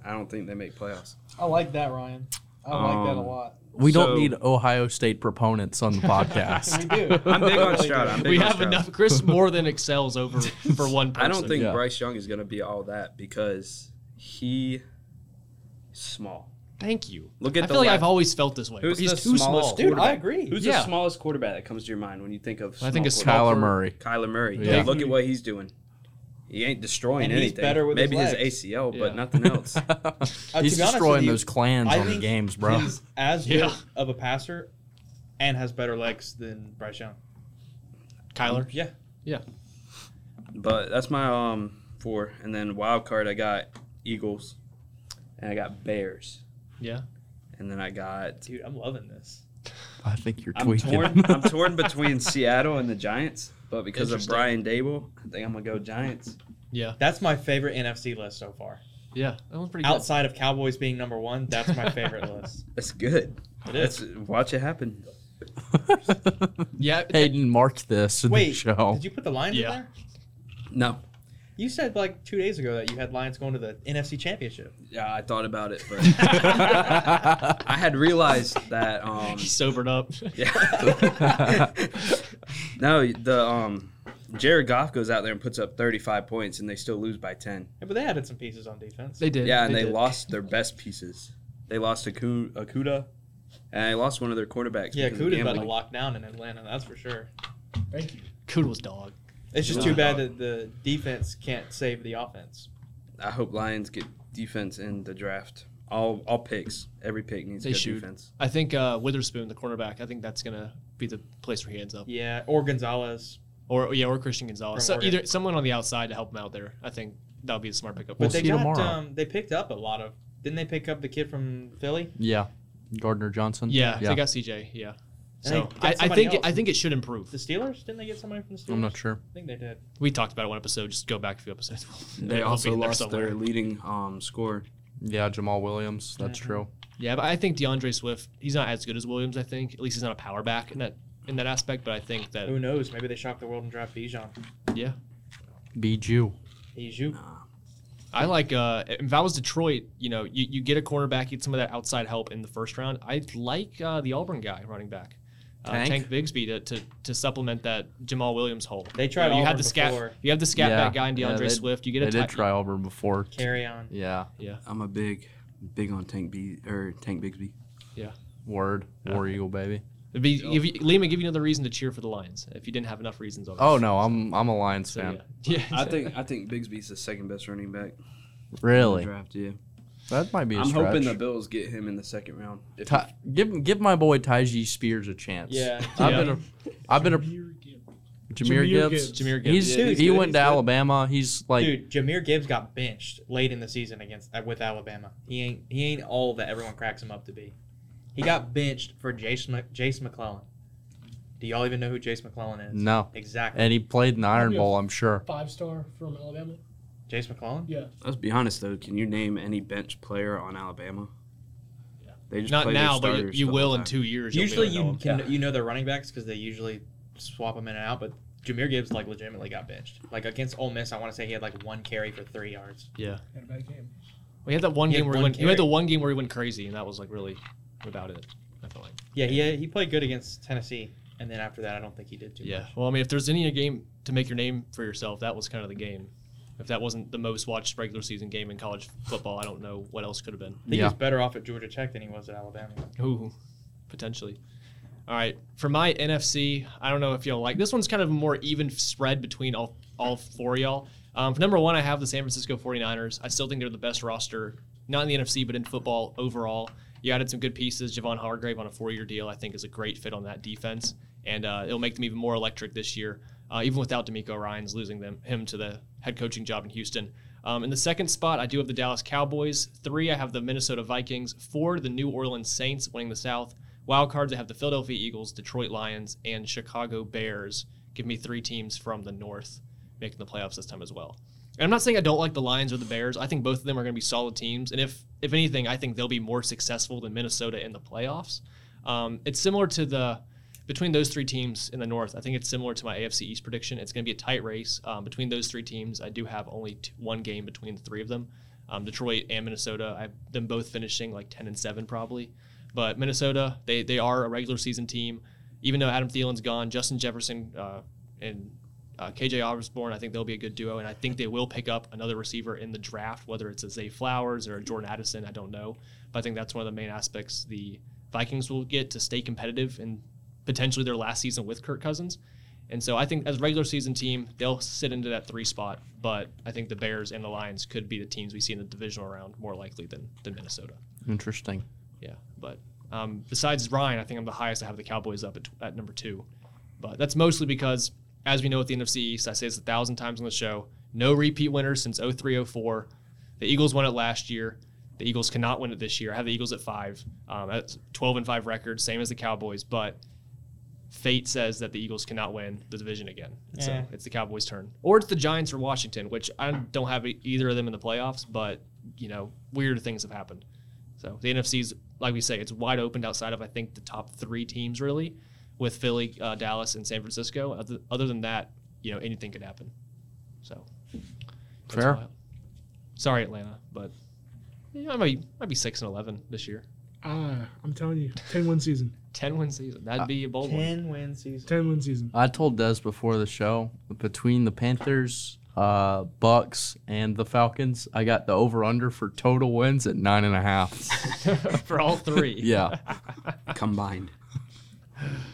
S5: I don't think they make playoffs.
S6: I like that, Ryan. I like that a
S5: Um,
S6: lot.
S2: We
S5: So-
S2: don't need Ohio State proponents on the podcast.
S6: We do.
S5: I'm big on
S6: Really
S5: Stroud. I'm big
S1: we
S5: on
S1: have
S5: Stroud.
S1: enough. Chris more than excels over for one person.
S5: I don't think
S2: Yeah.
S5: Bryce Young is going to be all that because he small.
S1: Thank you.
S5: Look
S1: I
S5: at
S1: feel
S5: the
S1: like
S5: left.
S1: I've always felt this way.
S5: Who's
S1: He's
S5: the
S1: too small.
S5: smallest
S6: Dude, I
S5: quarterback?
S6: agree.
S5: Who's
S1: Yeah.
S5: the smallest quarterback that comes to your mind when you think of?
S1: I think
S5: small
S1: it's
S5: quarterback?
S1: small
S2: Kyler
S1: for-
S2: Murray.
S5: Kyler Murray.
S2: Yeah.
S5: Look at what he's doing. He ain't destroying
S6: And he's
S5: anything.
S6: better with his
S5: Maybe
S6: legs.
S5: ACL,
S1: Yeah.
S5: but nothing else.
S6: be honest
S2: He's
S6: with
S2: destroying
S6: you,
S2: those clans
S6: I
S2: on the
S6: think
S2: games, bro.
S6: He's as
S1: Yeah.
S6: good of a passer and has better legs than Bryce Young.
S1: Kyler.
S6: Yeah.
S5: but that's my um four. And then wild card, I got Eagles, and I got Bears,
S1: Yeah.
S5: and then I got.
S6: Dude, I'm loving this.
S2: I think you're
S5: I'm
S2: tweaking.
S5: torn. I'm torn between Seattle and the Giants, but because of
S1: Interesting.
S5: Brian Dable, I think I'm gonna go Giants.
S1: Yeah.
S6: That's my favorite NFC list so far.
S1: Yeah. That one's pretty good.
S6: Outside of Cowboys being number one, that's my favorite list.
S5: That's good.
S6: It
S5: That's
S6: is.
S5: watch it happen.
S1: Yeah.
S2: Hayden, mark this in the
S6: Wait,
S2: show.
S6: did you put the Lions
S1: Yeah.
S6: in there?
S5: No,
S6: You said like two days ago that you had Lions going to the NFC Championship.
S5: yeah, I thought about it, but I had realized that. Um,
S1: He sobered up.
S5: yeah. no, the um, Jared Goff goes out there and puts up 35 points, and they still lose by 10.
S6: Yeah, but they added some pieces on defense.
S1: They did.
S5: Yeah, and they
S1: did.
S5: lost their best pieces. They lost Aku- Akuda, and they lost one of their quarterbacks.
S6: yeah,
S5: because of
S6: Kuda's about to
S5: gambling.
S6: lock down in Atlanta, that's for sure.
S4: Thank you.
S1: Kudos, dog.
S6: It's just
S5: Yeah.
S6: too bad that the defense can't save the offense.
S5: I hope Lions get defense in the draft. All all picks, every pick needs
S1: They
S5: good
S1: should.
S5: defense.
S1: I think uh, Witherspoon, the cornerback, I think that's gonna be the place where he ends up.
S6: Yeah, or Gonzalez.
S1: Or yeah, or Christian Gonzalez.
S6: From
S1: So
S6: Oregon.
S1: either someone on the outside to help him out there. I think that would be the smart pickup.
S6: But
S2: We'll
S6: they
S2: see
S6: got
S2: tomorrow.
S6: um they picked up a lot of didn't they pick up the kid from Philly?
S2: yeah, Gardner Johnson.
S1: yeah,
S2: yeah.
S1: they got CJ. Yeah.
S6: they
S1: So
S6: got
S1: I, I
S6: somebody
S1: think it,
S6: else.
S1: I think it should improve.
S6: The Steelers? Didn't they get somebody from the Steelers?
S2: I'm not sure.
S6: I think they did.
S1: We talked about it one episode. Just go back a few episodes.
S5: They
S1: It'll
S5: also
S1: be in there
S5: lost
S1: somewhere.
S5: their leading um, scorer.
S2: Yeah, Jamal Williams. That's
S6: Mhm.
S2: true.
S1: Yeah, but I think DeAndre Swift, he's not as good as Williams. I think at least he's not a power back in that in that aspect. But I think that
S6: Who knows? Maybe they shocked the world and draft Bijan.
S1: yeah,
S2: Be Jew.
S6: He's you.
S1: I like. Uh, if I was Detroit, you know, you, you get a cornerback, you get some of that outside help in the first round. I like uh, the Auburn guy running back, uh, Tank
S2: Tank?
S1: Bigsby, to, to to supplement that Jamal Williams hole.
S6: They tried
S1: You, know, you
S6: Auburn
S1: have the scat.
S6: before.
S1: You have the scat
S2: Yeah,
S1: back guy in
S2: yeah,
S1: DeAndre
S2: they-
S1: Swift. You get
S2: They
S1: a
S2: did
S1: ti-
S2: try Auburn before.
S6: Carry on.
S2: Yeah.
S1: Yeah,
S5: I'm a big, big on Tank B or Tank Bigsby.
S2: Word. War Eagle, baby.
S1: It'd be, if you, Lima, give you another reason to cheer for the Lions if you didn't have enough reasons already.
S2: Oh no, I'm I'm a Lions
S1: So,
S2: fan.
S1: yeah. yeah.
S5: I think I think Bigsby's the second best running back in the
S2: Really?
S5: draft. Yeah,
S2: That might be. A
S5: I'm
S2: stretch.
S5: hoping the Bills get him in the second round. If
S2: Ty, give give my boy Tajee Spears a chance.
S6: Yeah.
S2: I've
S1: Yeah.
S2: been a I've been a
S4: Here again.
S2: Jameer,
S4: Jahmyr
S2: Gibbs.
S4: Gibbs.
S1: Jameer Gibbs.
S2: He's,
S3: Yeah, he's
S2: he
S3: good,
S2: went
S3: he's
S2: to
S3: good.
S2: Alabama. He's like
S3: Dude, Jameer Gibbs got benched late in the season against uh, with Alabama. He ain't he ain't all that everyone cracks him up to be. He got benched for Jace Mc, Jace McClellan. Do y'all even know who Jace McClellan is?
S2: no,
S3: Exactly.
S2: and he played in the Iron
S4: Yeah.
S2: Bowl. I'm sure.
S4: Five star from Alabama.
S3: Jace McClellan?
S4: Yeah.
S5: Let's be honest though. Can you name any bench player on Alabama? They just
S1: Not
S5: play their
S1: now, but you,
S5: starters
S1: you
S5: the
S1: will
S5: whole
S1: in
S5: time.
S1: two years. you'll be
S3: Usually
S1: able to
S3: you
S1: know him.
S3: can you know their running backs because they usually swap them in and out, but Jameer Gibbs like legitimately got benched. Like against Ole Miss, I want to say he had like one carry for three yards.
S1: Yeah.
S4: Had a bad game.
S1: We had that one
S3: He had
S1: game where
S3: one
S1: he went. You had the
S3: carry.
S1: one game where he went crazy, and that was like really without it. I feel like.
S3: Yeah, he he played good against Tennessee, and then after that, I don't think he did too
S1: Yeah.
S3: much.
S1: Well, I mean, if there's any game to make your name for yourself, that was kind of the game. If that wasn't the most watched regular season game in college football, I don't know what else could have been.
S3: I think he
S2: Yeah.
S3: was better off at Georgia Tech than he was at Alabama.
S1: Ooh, potentially. All right. For my NFC, I don't know if y'all like this one's kind of a more even spread between all, all four of y'all. Um, for number one, I have the San Francisco 49ers. I still think they're the best roster, not in the NFC, but in football overall. You added some good pieces. Javon Hargrave on a four year deal, I think, is a great fit on that defense. And uh, it'll make them even more electric this year, uh, even without D'Amico Ryans losing them him to the head coaching job in Houston. Um, in the second spot, I do have the Dallas Cowboys. Three, I have the Minnesota Vikings. Four, the New Orleans Saints winning the South. Wild cards, I have the Philadelphia Eagles, Detroit Lions, and Chicago Bears. Give me three teams from the North making the playoffs this time as well. And I'm not saying I don't like the Lions or the Bears. I think both of them are going to be solid teams. And if if anything, I think they'll be more successful than Minnesota in the playoffs. Um, it's similar to the between those three teams in the North. I think it's similar to my AFC East prediction. It's going to be a tight race um, between those three teams. I do have only t- one game between the three of them. Um, Detroit and Minnesota, I have them both finishing like 10 and 7 probably. But Minnesota, they they are a regular season team. Even though Adam Thielen's gone, Justin Jefferson uh, and uh, KJ Osborne, I think they'll be a good duo, and I think they will pick up another receiver in the draft, whether it's a Zay Flowers or a Jordan Addison. I don't know, but I think that's one of the main aspects the Vikings will get to stay competitive in potentially their last season with Kirk Cousins. And so I think as a regular season team, they'll sit into that three spot, but I think the Bears and the Lions could be the teams we see in the divisional round more likely than than Minnesota.
S2: Interesting.
S1: Yeah, but um, besides Ryan, I think I'm the highest. I have the Cowboys up at, at number two, but that's mostly because, as we know at the NFC East, I say this a thousand times on the show: no repeat winners since 0304. The Eagles won it last year. The Eagles cannot win it this year. I have the Eagles at five. Um, that's 12 and five record, same as the Cowboys, but fate says that the Eagles cannot win the division again. And
S3: Yeah.
S1: So it's the Cowboys' turn, or it's the Giants or Washington, which I don't have e- either of them in the playoffs. But you know, weird things have happened. So the NFC's like we say, it's wide open outside of I think the top three teams really, with Philly, uh, Dallas, and San Francisco. Other, other than that, you know, anything could happen. So that's
S2: Fair.
S1: wild. Sorry, Atlanta, but yeah, I might might be six and eleven this year.
S4: Ah, I'm telling you, ten win season.
S1: Ten win season.
S2: Uh,
S1: That'd be a bold one.
S3: Ten win season.
S4: Ten win season.
S2: I told Des before the show between the Panthers, uh, Bucks, and the Falcons, I got the over under for total wins at nine and a half.
S1: for all three.
S2: yeah,
S5: combined.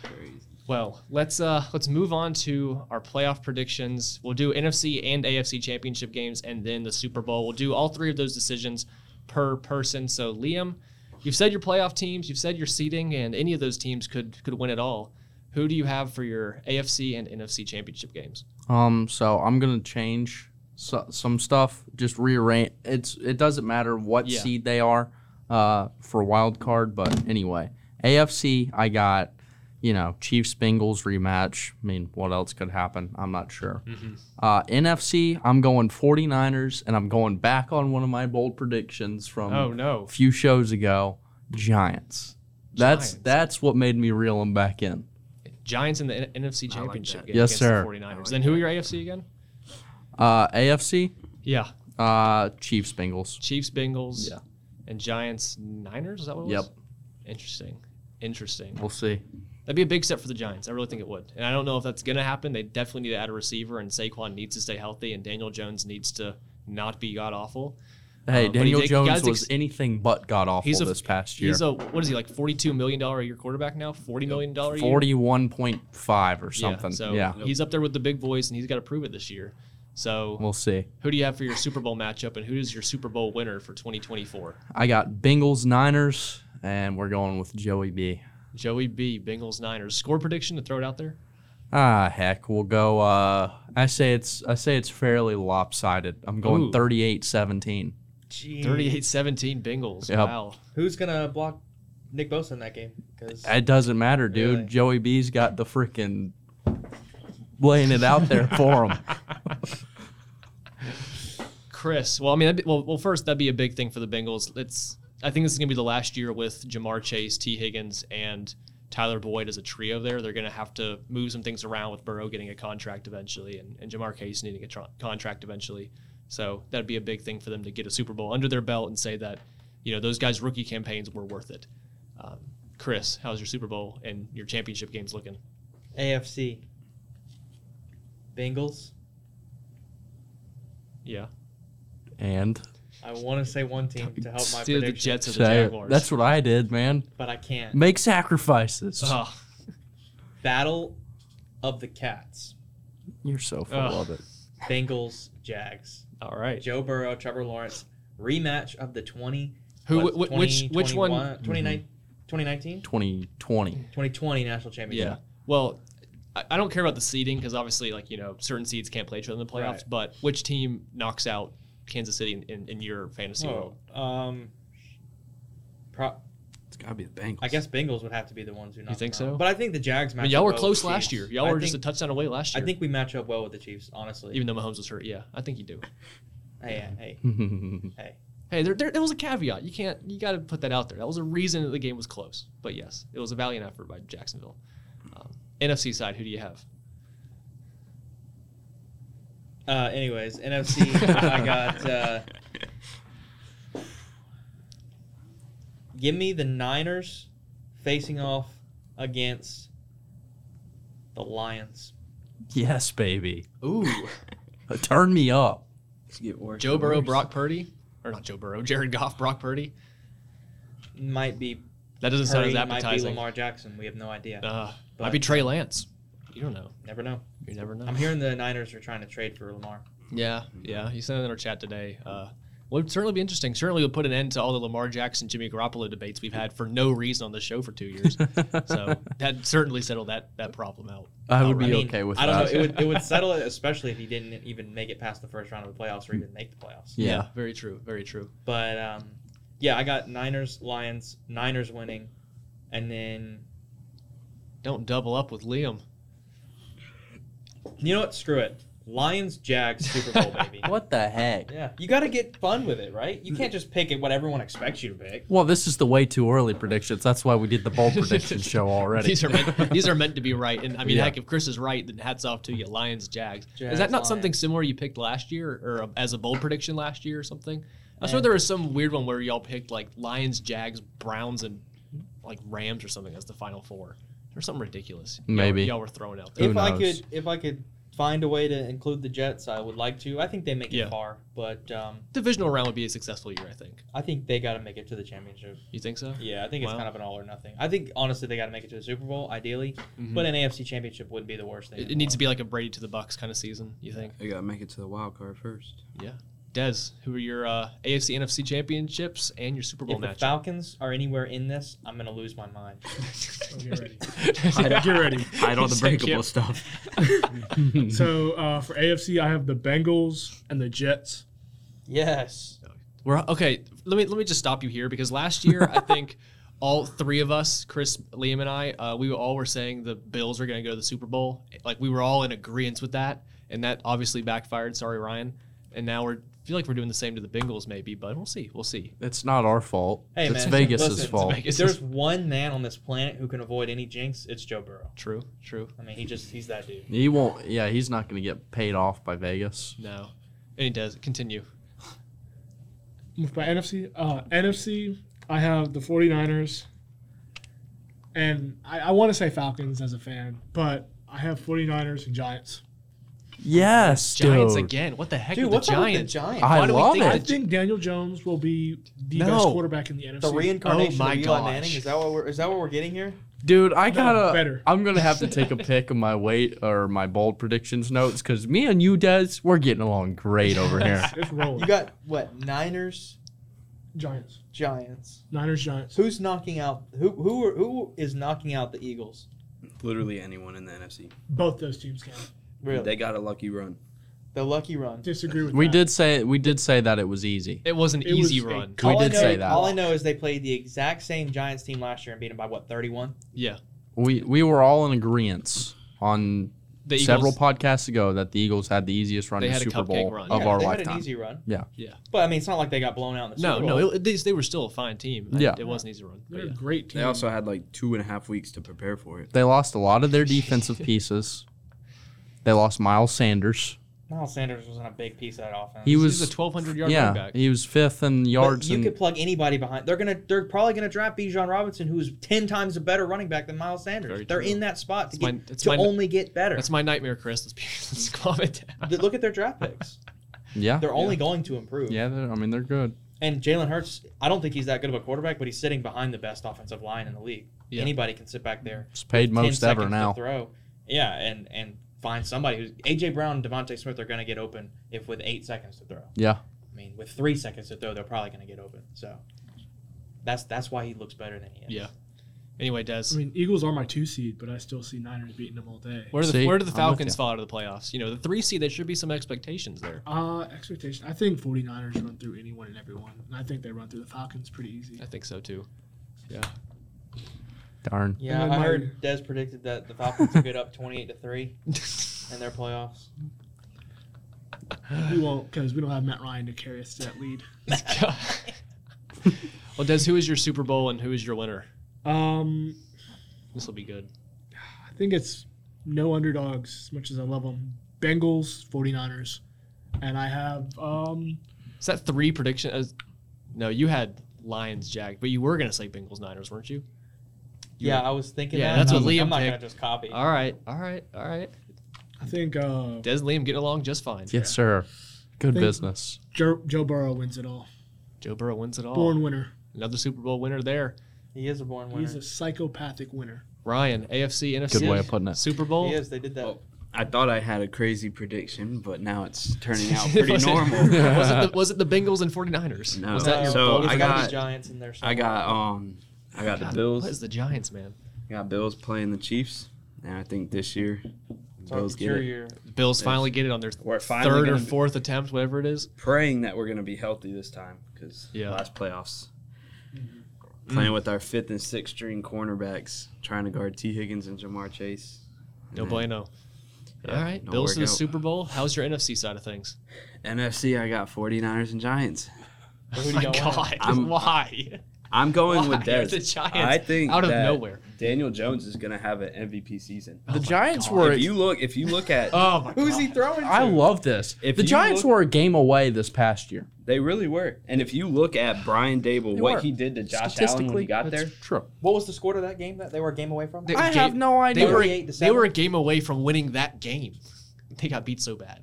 S5: Crazy.
S1: Well, let's uh let's move on to our playoff predictions. We'll do NFC and AFC championship games and then the Super Bowl. We'll do all three of those decisions per person. So Liam, you've said your playoff teams, you've said your seeding, and any of those teams could could win it all. Who do you have for your AFC and NFC championship games?
S2: Um, so I'm gonna change so, some stuff. Just rearrange. It's it doesn't matter what
S1: Yeah.
S2: seed they are, uh, for wild card. But anyway, AFC I got, you know, Chiefs Bengals rematch. I mean, what else could happen? I'm not sure.
S5: Mm-hmm.
S2: Uh, NFC I'm going 49ers, and I'm going back on one of my bold predictions from
S1: Oh no.
S2: a few shows ago. Giants. That's
S1: Giants.
S2: that's what made me reel them back in.
S1: Giants in the N- NFC championship
S5: that.
S1: game
S2: Yes,
S1: against
S2: sir.
S1: the 49ers.
S5: I like
S1: then who are your AFC again?
S2: Uh, AFC
S1: Yeah.
S2: uh, Chiefs Bengals.
S1: Chiefs, Bengals,
S2: Yeah.
S1: and Giants, Niners. Is that what it was?
S2: Yep.
S1: Interesting. Interesting.
S2: We'll see.
S1: That'd be a big step for the Giants. I really think it would. And I don't know if that's going to happen. They definitely need to add a receiver, and Saquon needs to stay healthy, and Daniel Jones needs to not be god awful.
S2: Hey,
S1: Um, but he
S2: Daniel
S1: did- he
S2: Jones
S1: got his
S2: was
S1: ex-
S2: anything but god awful
S1: He's a-
S2: this past year.
S1: He's a what is he like forty two million dollar a year quarterback now? Forty million dollar a year.
S2: Forty-one point five or something.
S1: Yeah,
S2: Yeah,
S1: so he's up there with the big boys, and he's got to prove it this year. So
S2: we'll see.
S1: who do you have for your Super Bowl matchup, and who is your Super Bowl winner for twenty twenty four?
S2: I got Bengals Niners, and we're going with Joey B.
S1: Joey B. Bengals Niners score prediction to throw it out there.
S2: Ah, heck, we'll go. Uh, I say it's I say it's fairly lopsided. I'm
S1: Ooh.
S2: going 38-17.
S6: Jeez.
S1: 38-17 Bengals.
S2: Mm. Yep.
S1: Wow.
S6: Who's gonna block Nick Bosa in that game? Because
S2: It doesn't matter, dude.
S6: Really?
S2: Joey B's got the freaking laying it out there for him.
S1: Chris. Well, I mean, that'd be, well, well, first that'd be a big thing for the Bengals. It's I think this is gonna be the last year with Jamar Chase, T. Higgins, and Tyler Boyd as a trio. There, they're gonna have to move some things around with Burrow getting a contract eventually, and, and Jamar Chase needing a tr- contract eventually. So that'd be a big thing for them to get a Super Bowl under their belt and say that, you know, those guys' rookie campaigns were worth it. Um, Chris, how's your Super Bowl and your championship games looking?
S6: AFC Bengals.
S1: Yeah,
S2: And
S6: I want to say one team to help my
S1: Still the
S6: prediction,
S1: Jets are the
S2: say-
S1: Jaguars.
S2: that's what I did, man.
S6: but I can't.
S2: Make sacrifices.
S1: Ugh.
S6: Battle of the Cats.
S2: You're so full
S1: Ugh.
S2: of it.
S6: Bengals Jags.
S1: all right.
S6: Joe Burrow, Trevor Lawrence rematch of the 20
S1: Who?
S6: what,
S1: wh- wh- which?
S6: 20,
S1: Which one? Mm-hmm.
S6: 21 29 2019
S2: 2020.
S6: 2020 national championship.
S2: Yeah.
S1: Well, I, I don't care about the seeding because obviously, like you know, certain seeds can't play each other in the playoffs.
S6: Right.
S1: But which team knocks out Kansas City in, in, in your fantasy
S6: Oh,
S1: world?
S6: um, pro-
S5: It's got to be the Bengals.
S6: I guess Bengals would have to be the ones who. knock
S1: think
S6: them out.
S1: so?
S6: But I think the Jags.
S1: I
S6: Match
S1: mean, y'all
S6: up
S1: were
S6: well with
S1: close
S6: the
S1: last year.
S6: Chiefs.
S1: Y'all
S6: I
S1: were
S6: think,
S1: just a touchdown away last year.
S6: I think we match up well with the Chiefs. Honestly,
S1: even though Mahomes was hurt. Yeah, I think you do.
S6: hey, hey,
S1: Hey, there, there, there was a caveat. You can't. You got to put that out there. That was a reason that the game was close. But yes, it was a valiant effort by Jacksonville. Um, NFC side, who do you have?
S6: hey. Uh, anyways, NFC. I got. Uh, give me the Niners facing off against the Lions.
S2: yes, baby.
S1: Ooh,
S2: Turn me up.
S5: Let's get worse
S1: Joe
S5: and
S1: Burrow,
S5: worse.
S1: Brock Purdy, or not Joe Burrow, Jared Goff, Brock Purdy.
S6: Might be.
S1: That doesn't sound as
S6: Purdy, might be
S1: appetizing.
S6: Lamar Jackson. We have no idea.
S1: Uh, might
S6: But-
S1: be Trey Lance. You don't know.
S6: Never know.
S1: You never know.
S6: I'm hearing the Niners are trying to trade for Lamar.
S1: Yeah, yeah. He sent it in our chat today. Uh, well, it'd certainly be interesting. Certainly, would put an end to all the Lamar Jackson, Jimmy Garoppolo debates we've had for no reason on the show for two years. so that certainly settled that that problem out.
S2: I would be
S6: I mean,
S2: okay with
S6: I
S2: that.
S6: don't know. It would, it would settle it, especially if he didn't even make it past the first round of the playoffs or even make the playoffs.
S2: Yeah.
S1: very true. Very true.
S6: But um, yeah, I got Niners, Lions, Niners winning, and then
S1: Don't double up with Liam.
S6: you know what? Screw it. Lions, Jags, Super Bowl baby.
S2: What the heck?
S6: Yeah, you got to get fun with it, right? You can't just pick it what everyone expects you to pick.
S2: Well, this is the way too early predictions. That's why we did the bold prediction show already.
S1: These are meant, these are meant to be right. And I mean,
S2: Yeah.
S1: heck, if Chris is right, then hats off to you. Lions, Jags. is
S6: Jags,
S1: that not something
S6: Lions.
S1: similar you picked last year, or a, as a bold prediction last year, or something? I
S6: Eh.
S1: swear there was some weird one where y'all picked like Lions, Jags, Browns, and like Rams or something as the final four, or something ridiculous. Y'all-
S2: Maybe.
S1: y'all were throwing out there.
S2: Who
S6: if I
S2: knows?
S6: could, if I could find a way to include the Jets, I would like to. I think they make it
S1: Yeah.
S6: far, but um,
S1: divisional round would be a successful year, I think.
S6: I think they got to make it to the championship.
S1: You think so?
S6: Yeah, I think it's
S1: Wow.
S6: kind of an all or nothing. I think honestly they got to make it to the Super Bowl, ideally, but an AFC Championship wouldn't be the worst thing.
S1: Mm-hmm. It, it needs to be like a Brady to the Bucks kind of season. You think?
S5: I got to make it to the wild card first.
S1: Des, who are your uh, AFC NFC championships and your Super Bowl
S6: If the
S1: match?
S6: Falcons are anywhere in this, I'm gonna lose my mind.
S4: So get ready.
S5: Hide-
S4: Get ready.
S5: Hide all the
S1: He's like,
S5: breakable
S1: yep.
S5: stuff.
S4: So uh, for AFC, I have the Bengals and the Jets.
S6: Yes.
S1: We're okay. Let me let me just stop you here because last year I think all three of us, Chris, Liam, and I, uh, we all were saying the Bills were going to go to the Super Bowl. Like we were all in agreement with that, and that obviously backfired. Sorry, Ryan. And now we're feel like we're doing the same to the Bengals, maybe, but we'll see. We'll see.
S2: It's not our fault.
S6: Hey,
S2: it's
S6: man,
S2: Vegas'
S6: listen, it's
S2: fault.
S1: Vegas.
S6: If there's one man on this planet who can avoid any jinx, it's Joe Burrow.
S1: True. True.
S6: I mean, he just he's that dude.
S2: He won't. Yeah, he's not going to get paid off by Vegas.
S1: No. And he does continue.
S4: With my NFC, uh, NFC, I have the 49ers. And I, I want to say Falcons as a fan, but I have 49ers and Giants.
S2: Yes,
S1: Giants
S2: dude.
S1: again. What the heck?
S6: Dude,
S1: with
S6: what's
S1: the
S6: up with the
S1: Giants?
S6: Giants?
S2: I
S1: Why do we
S2: love
S1: think
S4: I
S2: it.
S4: think Daniel Jones will be the
S2: No.
S4: best quarterback in the NFC.
S6: the reincarnation
S1: Oh my
S6: of Eli
S1: gosh.
S6: Manning is that what we're is that what we're getting here?
S2: Dude, I gotta.
S4: better.
S2: I'm gonna have to take a pick of my weight or my bold predictions notes because me and you, Des, we're getting along great over here.
S4: it's rolling.
S6: You got what Niners,
S4: Uh, Giants.
S6: Giants.
S4: Niners, Giants.
S6: Who's knocking out who who are, who is knocking out the Eagles?
S5: Literally anyone in the NFC.
S4: Both those teams can.
S6: Really,
S5: They got a lucky run.
S6: the lucky run.
S4: Disagree with
S2: We
S4: that.
S2: did say we did say that it was easy.
S1: It was an
S4: It
S1: easy
S4: was a
S1: run.
S2: We
S6: all
S2: did
S6: I know,
S2: say that.
S6: All I know is they played the exact same Giants team last year and beat them by what thirty-one.
S1: yeah.
S2: We we were all in agreement on
S1: The Eagles,
S2: several podcasts ago that the Eagles had the easiest run
S1: They
S2: to
S1: had a
S2: Super
S1: cupcake
S2: Bowl
S1: run.
S2: of
S6: yeah,
S2: our
S6: they had
S2: lifetime.
S6: an easy run.
S2: Yeah.
S1: Yeah.
S6: But I mean, it's not like they got blown out in the
S1: No,
S6: Super
S1: no,
S6: Bowl.
S1: it, they, they were still a fine team. I-
S2: Yeah.
S1: It was an easy run.
S4: They're
S1: but
S4: a
S1: yeah.
S4: great team.
S5: They also had like two and a half weeks to prepare for it.
S2: They lost a lot of their defensive pieces. They lost Miles Sanders.
S6: Miles Sanders wasn't a big piece of that offense.
S2: He
S1: He
S2: was
S1: was a 1,200 yard running
S2: yeah,
S1: back.
S2: he was fifth in
S6: But
S2: yards
S6: you
S2: and
S6: could plug anybody behind. They're gonna. They're probably gonna draft Bijan Robinson, who's ten times a better running back than Miles Sanders.
S1: Very
S6: they're
S1: true.
S6: in that spot to
S1: That's my-
S6: get
S1: that's
S6: to
S1: my-
S6: only get better.
S1: That's my nightmare, Chris. Let's, be, let's calm it down.
S6: Th- Look at their draft picks.
S2: yeah.
S6: They're only going to improve.
S2: Yeah, they're- I mean they're good.
S6: And Jalen Hurts, I don't think he's that good of a quarterback, but he's sitting behind the best offensive line in the league.
S1: Yeah.
S6: Anybody can sit back there.
S2: It's paid
S6: 10
S2: most
S6: seconds
S2: ever
S6: to
S2: now.
S6: throw. Yeah, and and find somebody who's AJ Brown and Devontae Smith are going to get open if with eight seconds to throw.
S2: Yeah.
S6: I mean, with three seconds to throw, they're probably going to get open. So that's that's why he looks better than he is.
S1: Yeah. Anyway, Des,
S4: I mean, Eagles are my two seed, but I still see Niners beating them all day.
S1: where, do the,
S2: See,
S1: where do the
S2: I'm with
S1: Falcons
S2: ya.
S1: fall out of the playoffs? You know, the three seed, there should be some expectations there.
S4: Uh, expectation. I think 49ers run through anyone and everyone, and I think they run through the Falcons pretty easy.
S1: I think so, too.
S2: Darn.
S6: Yeah,
S4: And
S6: I
S4: then
S6: heard Des predicted that the Falcons will get up twenty-eight to three in their playoffs.
S4: We won't because we don't have Matt Ryan to carry us to that lead.
S1: well, Des, who is your Super Bowl and who is your winner?
S4: Um,
S1: This will be good.
S4: I think it's no underdogs as much as I love them. Bengals, 49ers, and I have um
S1: Is that three prediction? uh, no, you had Lions, Jack, but you were going to say Bengals, Niners, weren't you?
S6: Yeah, I was thinking.
S1: Yeah,
S6: that.
S1: that's
S6: I
S1: what
S6: was like,
S1: Liam
S6: I'm not going
S1: picked. Uh,
S6: to just copy.
S1: All right. All right. All right.
S4: I think uh
S1: Des and Liam getting along just fine.
S2: Yes, sir. Good
S4: Thank-
S2: business.
S4: Joe, Joe Burrow wins it all.
S1: Joe Burrow wins
S6: Oh.
S1: it all.
S4: Born winner.
S1: Another Super Bowl winner there.
S6: He is a born winner.
S4: He's a psychopathic winner.
S1: Ryan, AFC, NFC.
S2: Good way of putting it.
S1: Super Bowl.
S6: He is. They did that.
S5: Oh, I thought I had a crazy prediction, but now it's turning out
S1: Was
S5: pretty
S1: it-
S5: normal.
S1: was, it the, was it the Bengals and 49ers?
S5: No.
S1: Was
S6: uh,
S1: that your
S5: So,
S1: bold-
S5: I
S6: gotta be
S5: got-
S6: Giants in there. somewhere.
S5: I got um, I got
S1: God,
S5: the
S1: What is
S5: Bills.
S1: the Giants, man?
S5: Got Bills playing the Chiefs, and I think this year,
S6: It's our
S5: Bills get
S6: future
S5: it.
S6: year.
S1: The Bills
S5: Yes.
S1: finally get it on their
S5: We're finally
S1: third or
S5: gonna be-
S1: fourth attempt, whatever it is.
S5: Praying that we're gonna be healthy this time because
S1: Yeah. Mm-hmm.
S5: last playoffs. Playing with our fifth and sixth string cornerbacks, trying to guard T. Higgins and Jamar Chase.
S1: No
S5: And
S1: bueno.
S5: Mm-hmm. Yeah,
S1: All right,
S5: don't
S1: Bills to the
S5: work out.
S1: Super Bowl. How's your NFC side of things?
S5: NFC, I got 49ers and Giants.
S6: Who do you got winning?
S5: I'm-
S1: why?
S5: I'm going with
S1: Why are
S5: Des.
S1: the Giants
S5: I think
S1: out of
S5: that
S1: nowhere? Oh
S5: Daniel Jones is going to have an MVP season.
S2: The Giants
S1: God.
S2: were
S5: If you look, if you look at,
S1: Oh my
S6: Who's he
S1: God.
S6: throwing to?
S2: I love this.
S5: If
S2: the
S5: you
S2: Giants
S5: look-
S2: were a game away this past year.
S5: they really were. And if you look at Brian Dable,
S2: They
S5: what
S2: were.
S5: he did to Josh Allen when he got
S2: that's
S5: there,
S2: True.
S6: What was the score to that game that they were a game away from?
S1: They-
S2: I
S1: Ga-
S2: have no
S1: They
S2: idea.
S1: were,
S6: 38 to
S1: they were a
S6: seven.
S1: game away from winning that game. They got beat so bad.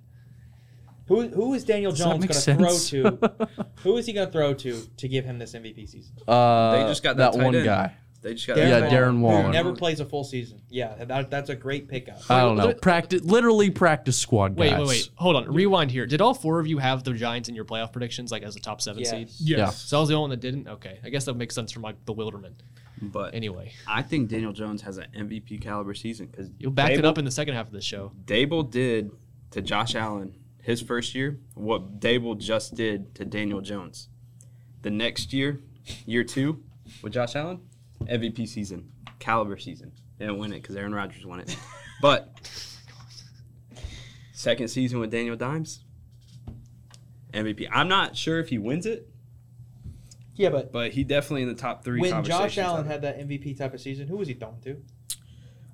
S6: Who who is Daniel
S2: Does that
S6: Jones
S2: make
S6: going to throw
S2: sense?
S6: to? Who is he going to throw to to give him this MVP season?
S2: uh,
S5: They just got that
S2: that,
S5: tight
S2: one
S5: end.
S2: guy.
S5: they just got
S2: Yeah, Darren
S6: who
S2: Waller.
S6: never plays a full season. Yeah, that, that's a great pickup.
S2: I don't know.
S1: Wait,
S2: Practice, literally practice squad
S1: Wait,
S2: guys.
S1: wait, wait. Hold on. Rewind here. Did all four of you have the Giants in your playoff predictions, like as a top seven
S6: Yes.
S1: seed?
S4: Yes.
S1: So I was the only one that didn't. Okay, I guess that makes sense for my bewilderment.
S5: But
S1: Anyway,
S5: I think Daniel Jones has an MVP caliber season because
S1: you backed
S5: Dable,
S1: it up in the second half of the show.
S5: Dable did to Josh Allen his first year what Dable just did to Daniel Jones. The next year, year two, with Josh Allen, MVP season, caliber season. They didn't win it because Aaron Rodgers won it. But second season with Daniel Dimes, MVP. I'm not sure if he wins it,
S6: Yeah, but
S5: but he definitely in the top three.
S6: when Josh
S5: conversations of
S6: Allen
S5: it.
S6: had that MVP type of season, who was he throwing to?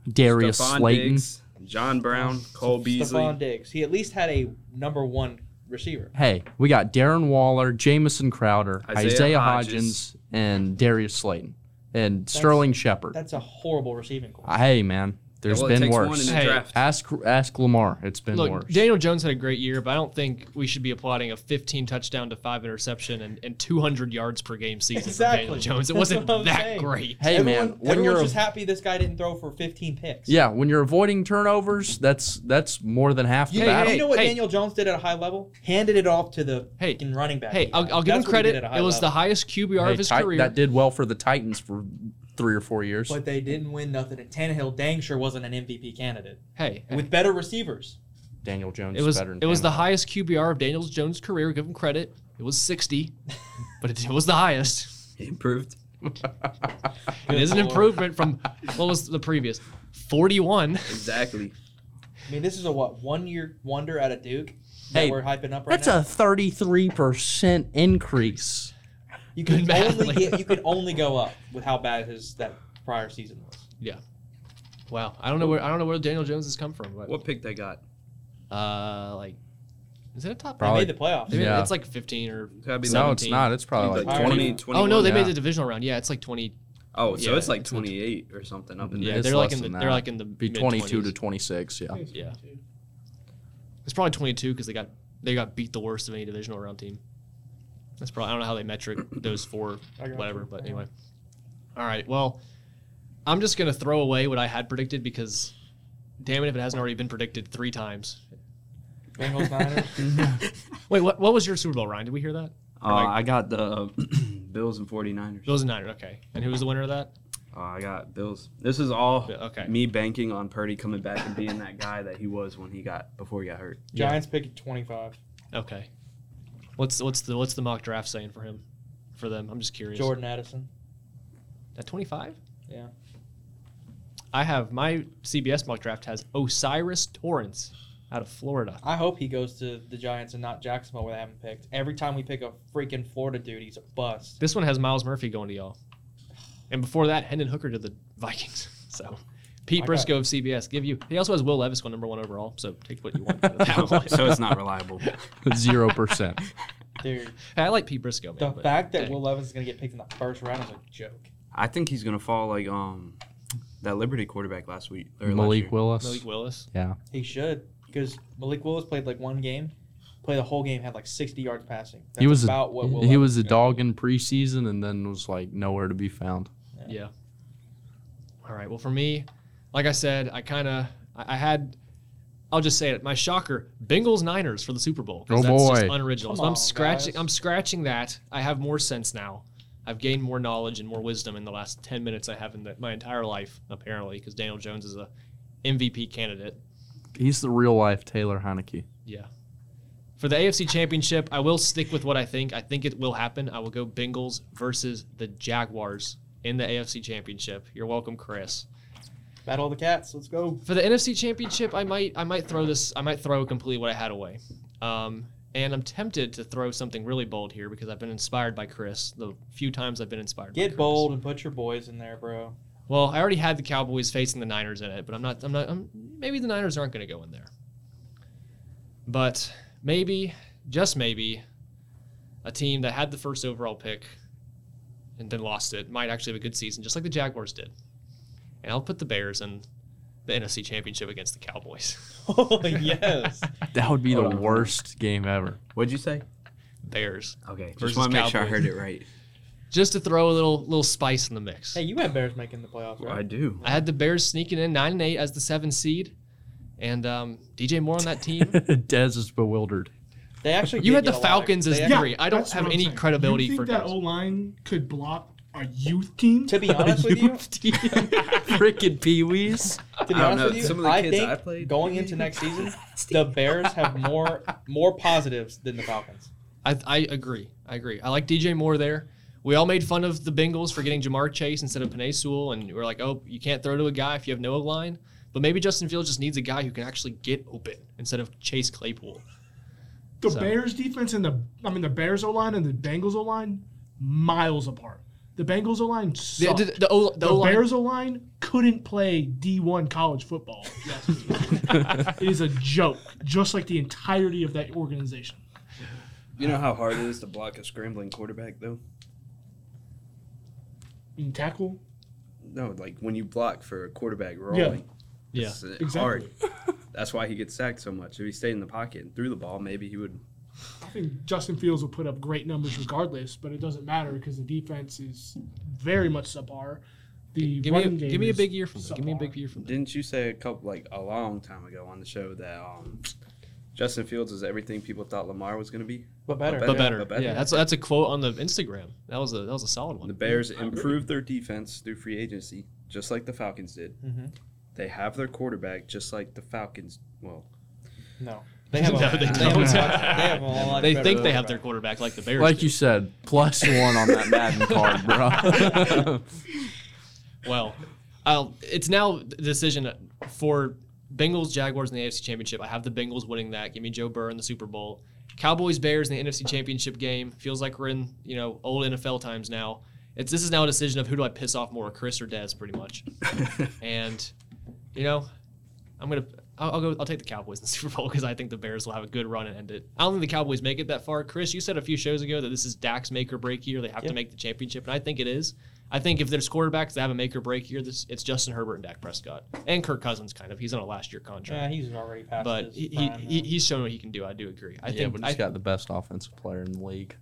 S2: Darius
S5: Stephon
S2: Slayton
S5: Diggs, John Brown, Cole Beasley.
S6: Stephon Diggs. He at least had a number one receiver.
S2: Hey, we got Darren Waller, Jamison Crowder,
S5: Isaiah
S2: Isaiah,
S5: Hodges.
S2: Hodges, and Darius Slayton, and Sterling Shepard.
S6: That's a horrible receiving core.
S2: Uh, Hey, man, there's
S5: Well, it
S2: been
S5: takes one in
S2: worse.
S5: the
S1: Hey,
S5: draft.
S2: Ask ask Lamar. It's been
S1: Look,
S2: worse.
S1: Daniel Jones had a great year, but I don't think we should be applauding a 15 touchdown to five interception and, and 200 yards per game season for Daniel
S6: Exactly.
S1: Jones. It
S6: That's
S1: wasn't
S6: what I'm
S1: that
S6: saying.
S1: great.
S2: hey,
S6: everyone,
S2: man, when
S6: everyone's
S2: you're
S6: just happy this guy didn't throw for 15 picks.
S2: yeah, when you're avoiding turnovers, that's that's more than half the
S1: Hey,
S2: battle.
S6: You know what
S1: Hey.
S6: Daniel Jones did at a high level? Handed it off to the
S1: Hey.
S6: fucking running back.
S1: Hey,
S6: he
S1: I'll,
S6: got.
S1: I'll give
S6: That's
S1: him
S6: what he
S1: credit.
S6: did at a high
S1: It was
S6: level.
S1: the highest QBR
S2: Hey,
S1: of his
S2: Ti-
S1: career.
S2: That did well for the Titans for three or four years.
S6: But they didn't win nothing. And Tannehill dang sure wasn't an MVP candidate
S1: Hey,
S6: with better receivers.
S2: Daniel Jones
S1: it was
S2: better than
S1: it was the
S2: Tannehill.
S1: highest QBR of Daniel Jones' career. Give him credit. It was 60, but it, it was the highest.
S5: Improved.
S1: It is an
S6: Good lord.
S1: improvement from what was the previous 41.
S5: Exactly.
S6: I mean, this is a what one year wonder out of Duke that
S2: Hey,
S6: we're hyping up right
S2: That's
S6: now.
S2: a thirty-three percent increase.
S6: you can
S1: good math,
S6: only
S1: like-
S6: get, you can only go up with how bad his that prior season was.
S1: Wow, I don't know where I don't know where Daniel Jones has come from, but
S5: What pick they got?
S1: uh, like is it a top?
S2: Probably-
S6: They made the playoffs.
S1: They made-
S2: Yeah.
S1: It's like 15 or
S5: It's gotta be
S1: No,
S5: like,
S1: it's 17. not.
S2: It's
S5: probably like
S6: like
S5: 20,
S6: 20.
S5: 21.
S1: oh no, they
S2: yeah.
S1: made the divisional round. Yeah, it's like 20.
S5: Oh, so
S1: Yeah,
S5: it's like
S1: it's not-
S5: 28 or something up in
S1: Yeah,
S5: there.
S2: it's
S1: they're like
S2: less
S1: in the
S2: than
S1: they're
S2: that.
S1: like in the
S2: be
S1: mid-
S2: twenty-two
S1: 20s.
S2: to twenty-six. Yeah.
S1: Yeah. It's probably 22 because they got they got beat the worst of any divisional round team. That's probably I don't know how they metric those four
S6: I got
S1: whatever,
S6: you.
S1: but
S6: I
S1: anyway. All right, well, I'm just gonna throw away what I had predicted because, damn it, if it hasn't already been predicted three times.
S6: Bengals Niners.
S1: Wait, what, what was your Super Bowl, Ryan? Did we hear that?
S5: Uh, I got the Bills and 49ers.
S1: Bills and Niners. Okay, and who was the winner of that?
S5: Uh, I got Bills. This is
S6: Oh.
S5: all
S1: Yeah, okay.
S5: me banking on Purdy coming back and being that guy that he was when he got before he got hurt.
S1: Yeah.
S6: Giants pick at 25.
S1: Okay, what's what's the what's the mock draft saying for him, for them? I'm just curious.
S6: Jordan Addison.
S1: At 25?
S6: Yeah.
S1: I have my CBS mock draft has Osiris Torrance out of Florida.
S6: I hope he goes to the Giants and not Jacksonville where they haven't picked. Every time we pick a freaking Florida dude, he's a bust.
S1: This one has Miles Murphy going to y'all. And before that, Hendon Hooker to the Vikings. So Pete
S6: I got-
S1: Briscoe of CBS, give you. He also has Will Levis going number one overall. So take what you want. out of that one.
S5: so it's not reliable.
S2: Zero percent.
S6: Dude,
S1: Hey, I like Pete Briscoe. Man,
S6: the
S1: but
S6: fact that
S1: dang.
S6: Will Levis is going to get picked in the first round is a joke.
S5: I think he's gonna fall like um that Liberty quarterback last week. Or last year.
S2: Malik Willis.
S1: Malik Willis.
S6: He should, because Malik Willis played like one game, played the whole game, had like 60 yards passing. That's
S2: he was
S6: about
S2: a,
S6: what Will
S2: he
S6: Levis
S2: was a
S6: is gonna
S2: dog in preseason and then was like nowhere to be found.
S1: Yeah. All right. Well, for me, like I said, I kind of I I had. I'll just say it. My shocker: Bengals Niners for the Super Bowl. 'cause
S2: Oh,
S1: that's just
S2: boy.
S1: unoriginal.
S6: Come
S1: So I'm
S6: on,
S1: scratching.
S6: guys.
S1: I'm scratching that. I have more sense now. I've gained more knowledge and more wisdom in the last ten minutes I have in the, my entire life, apparently, because Daniel Jones is a MVP candidate.
S2: He's the real life Taylor Heineke.
S1: Yeah. For the AFC Championship, I will stick with what I think. I think it will happen. I will go Bengals versus the Jaguars in the AFC Championship. You're welcome, Chris.
S6: Battle of the Cats. Let's go.
S1: for the NFC Championship, I might I might throw this I might throw completely what I had away, um, and I'm tempted to throw something really bold here because I've been inspired by Chris the few times I've been inspired. by
S6: Get
S1: Chris.
S6: bold and put your boys in there, bro.
S1: Well, I already had the Cowboys facing the Niners in it, but I'm not I'm not I'm, maybe the Niners aren't going to go in there. But maybe just maybe a team that had the first overall pick and then lost it might actually have a good season just like the Jaguars did. And I'll put the Bears in the NFC Championship against the Cowboys.
S6: oh, yes.
S2: That would be the
S5: Oh.
S2: worst game ever.
S5: What'd you say?
S1: Bears.
S5: Okay,
S1: Versus
S5: just want to make sure I
S1: Cowboys.
S5: heard it right.
S1: Just to throw a little little spice in the mix.
S6: Hey, you had Bears making the playoffs,
S5: Well, I
S6: right?
S5: do.
S1: I had the Bears sneaking in nine and eight as the seven seed, and um, DJ Moore on that team.
S2: Dez is bewildered.
S6: They actually
S1: You
S6: did
S1: had
S6: get
S1: the
S6: a lot of-
S1: Falcons as
S6: they
S1: three.
S6: actually-
S1: I don't
S4: that's
S1: have
S4: what I'm
S1: any
S4: saying.
S1: credibility
S4: you think
S1: for
S4: that
S1: guys.
S4: O line could block a youth team.
S6: To be honest with you,
S2: Freaking peewees.
S6: To be
S5: I don't
S6: honest
S5: know,
S6: with you,
S5: some of the
S6: I
S5: kids
S6: think
S5: I played-
S6: going into next season, the Bears have more more positives than the Falcons.
S1: I, I agree. I agree. I like DJ Moore there. We all made fun of the Bengals for getting Jamar Chase instead of Panay Sewell, and we are like, oh, you can't throw to a guy if you have no line. But maybe Justin Fields just needs a guy who can actually get open instead of Chase Claypool.
S4: the
S1: So-
S4: Bears defense and the I mean the Bears O line and the Bengals O line miles apart. The Bengals O line
S1: The,
S4: sucked.
S1: the,
S4: The,
S1: the O- the O-line-
S4: Bears O line couldn't play D one college football. it is a joke, just like the entirety of that organization.
S5: You know how hard it is to block a scrambling quarterback, though.
S4: You can tackle.
S5: No, like when you block for a quarterback
S4: rolling,
S1: Yeah.
S5: It's uh,
S4: Exactly.
S5: hard. That's why he gets sacked so much. If he stayed in the pocket and threw the ball, maybe he would.
S4: I think Justin Fields will put up great numbers regardless, but it doesn't matter because the defense is very much subpar. The
S1: Give me, a,
S4: running game
S1: give me a
S4: is
S1: big year from that. Give me a
S4: subpar.
S1: big year from that.
S5: Didn't you say a couple like a long time ago on the show that um Justin Fields is everything people thought Lamar was going to be.
S3: But better.
S5: But
S1: but better.
S5: but better.
S1: Yeah, that's that's a quote on the Instagram. That was a that was a solid
S5: The
S1: one.
S5: Bears improved their defense through free agency, just like the Falcons did.
S1: Mm-hmm.
S3: hmm
S5: They have their quarterback, just like the Falcons. Well,
S3: No. They have a,
S1: No,
S3: they
S1: they
S3: have a
S1: don't.
S3: lot- they have a lot
S1: They
S3: better
S1: think they have their
S3: quarterback.
S1: quarterback like the Bears.
S2: Like
S1: do.
S2: you said, plus one on that Madden card, bro.
S1: Well, I'll, it's now the decision for Bengals, Jaguars in the AFC Championship. I have the Bengals winning that. Give me Joe Burrow in the Super Bowl. Cowboys, Bears in the NFC Championship game. Feels like we're in you know old NFL times now. It's this is now a decision of who do I piss off more, Chris or Dez, pretty much. and you know, I'm gonna. I'll, I'll go. I'll take the Cowboys in the Super Bowl because I think the Bears will have a good run and end it. I don't think the Cowboys make it that far. Chris, you said a few shows ago that this is Dak's make or break year. They have
S3: Yeah.
S1: to make the championship, and I think it is. I think if there's quarterbacks that have a make or break year, this it's Justin Herbert and Dak Prescott and Kirk Cousins. Kind of, he's on a last year
S3: Yeah,
S1: contract,
S3: he's already past
S1: but
S3: his
S1: he, he,
S3: prime,
S1: he
S3: though.
S1: he's shown what he can do. I do agree. I
S2: yeah,
S1: think
S2: but
S1: I,
S2: he's got the best offensive player in the league,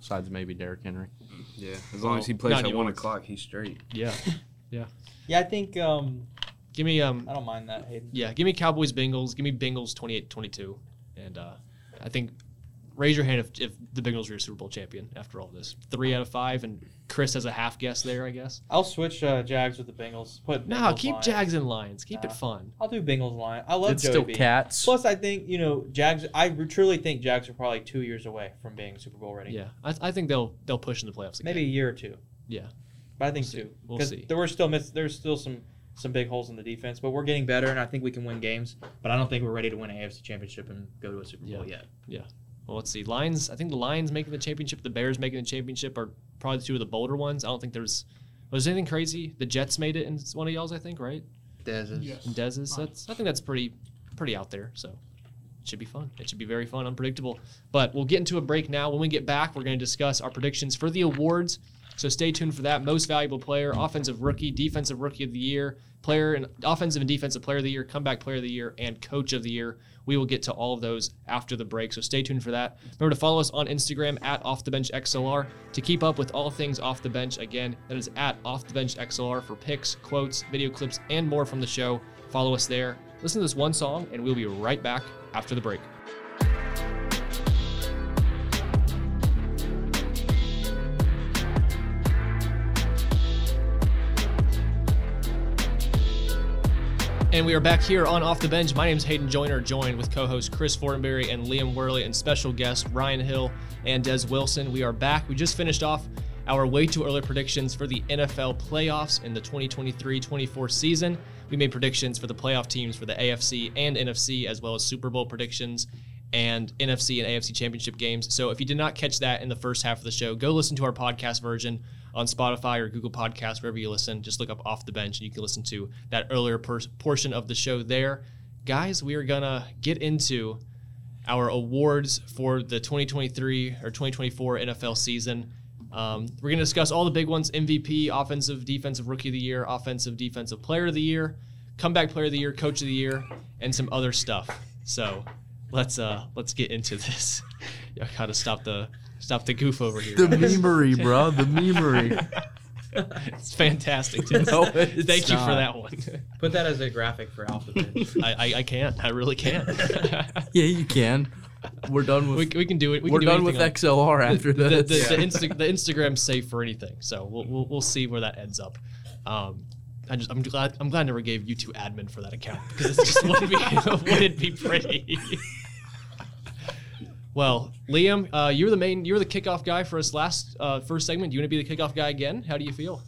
S2: besides maybe Derrick Henry.
S5: yeah, as long as he
S1: Well,
S5: plays
S1: not
S5: at one
S1: yours.
S5: o'clock, he's straight.
S1: yeah.
S3: yeah, I think um,
S1: Give me um
S3: I don't mind that Hayden.
S1: yeah, give me Cowboys Bengals. Give me Bengals 28-22. and uh, I think raise your hand if, if the Bengals are your Super Bowl champion after all this. Three out of five, and Chris has a half guess there, I guess.
S3: I'll switch uh, Jags with the Bengals. Put
S1: No,
S3: Bengals
S1: keep
S3: Lions.
S1: Jags and Lions. Keep
S3: Nah.
S1: it fun.
S3: I'll do Bengals line. I love
S2: it's
S3: Joey
S2: still
S3: B.
S2: cats.
S3: Plus, I think you know Jags. I truly think Jags are probably two years away from being Super Bowl ready.
S1: Yeah, I, I think they'll they'll push in the playoffs. Again.
S3: maybe a year or two.
S1: Yeah.
S3: but I think
S1: We'll see.
S3: two.
S1: We'll
S3: 'Cause
S1: see.
S3: There were still miss. There's still some some big holes in the defense, but we're getting better, and I think we can win games. But I don't think we're ready to win an AFC Championship and go to a Super Bowl yet.
S1: Well, let's see. Lions. I think the Lions making the championship, the Bears making the championship are probably two of the bolder ones. I don't think there's was there anything crazy. The Jets made it in one of y'all's, I think, right?
S4: Yes.
S1: And Dez's. That's I think that's pretty pretty out there. So it should be fun. It should be very fun, unpredictable. But we'll get into a break now. When we get back, we're going to discuss our predictions for the awards. So stay tuned for that. Most valuable player, offensive rookie, defensive rookie of the year, player and offensive and defensive player of the year, comeback player of the year, and coach of the year. We will get to all of those after the break. So stay tuned for that. Remember to follow us on Instagram at off the bench XLR to keep up with all things off the bench. Again, that is at off the bench XLR for picks, quotes, video clips, and more from the show. Follow us there. Listen to this one song, and we'll be right back after the break. And we are back here on Off the Bench. My name is Hayden Joyner, joined with co host Chris Fortenberry and Liam Worley, and special guest Ryan Hill and Des Wilson. We are back. We just finished off our way too early predictions for the NFL playoffs in the 2023 24 season. We made predictions for the playoff teams for the AFC and NFC, as well as Super Bowl predictions and NFC and AFC championship games. So if you did not catch that in the first half of the show, go listen to our podcast version on Spotify or Google Podcasts, wherever you listen. Just look up Off the Bench and you can listen to that earlier per- portion of the show there. Guys, we are going to get into our awards for the 2023 or 2024 NFL season. Um, we're going to discuss all the big ones MVP, offensive, defensive rookie of the year, offensive, defensive player of the year, comeback player of the year, coach of the year, and some other stuff. So let's uh let's get into this. I gotta stop the stop the goof over here.
S2: the memery, bro. The memery.
S1: it's fantastic. Tess.
S2: No, it's
S1: Thank you for
S2: not.
S1: that one.
S3: Put that as a graphic for Alphabet.
S1: I, I, I can't. I really can't.
S2: Yeah, you can. We're done with.
S1: we, we can do it. We
S2: are
S1: can do
S2: done with
S1: anything on-
S2: XLR after
S1: the, the,
S2: this.
S1: the, Insta- the Instagram's safe for anything, so we'll, we'll, we'll see where that ends up. Um, I just, I'm glad I'm glad I never gave you two admin for that account because it just wouldn't be, wouldn't be pretty. well, Liam, uh, you were the main you were the kickoff guy for us last uh, first segment. Do you want to be the kickoff guy again? How do you feel?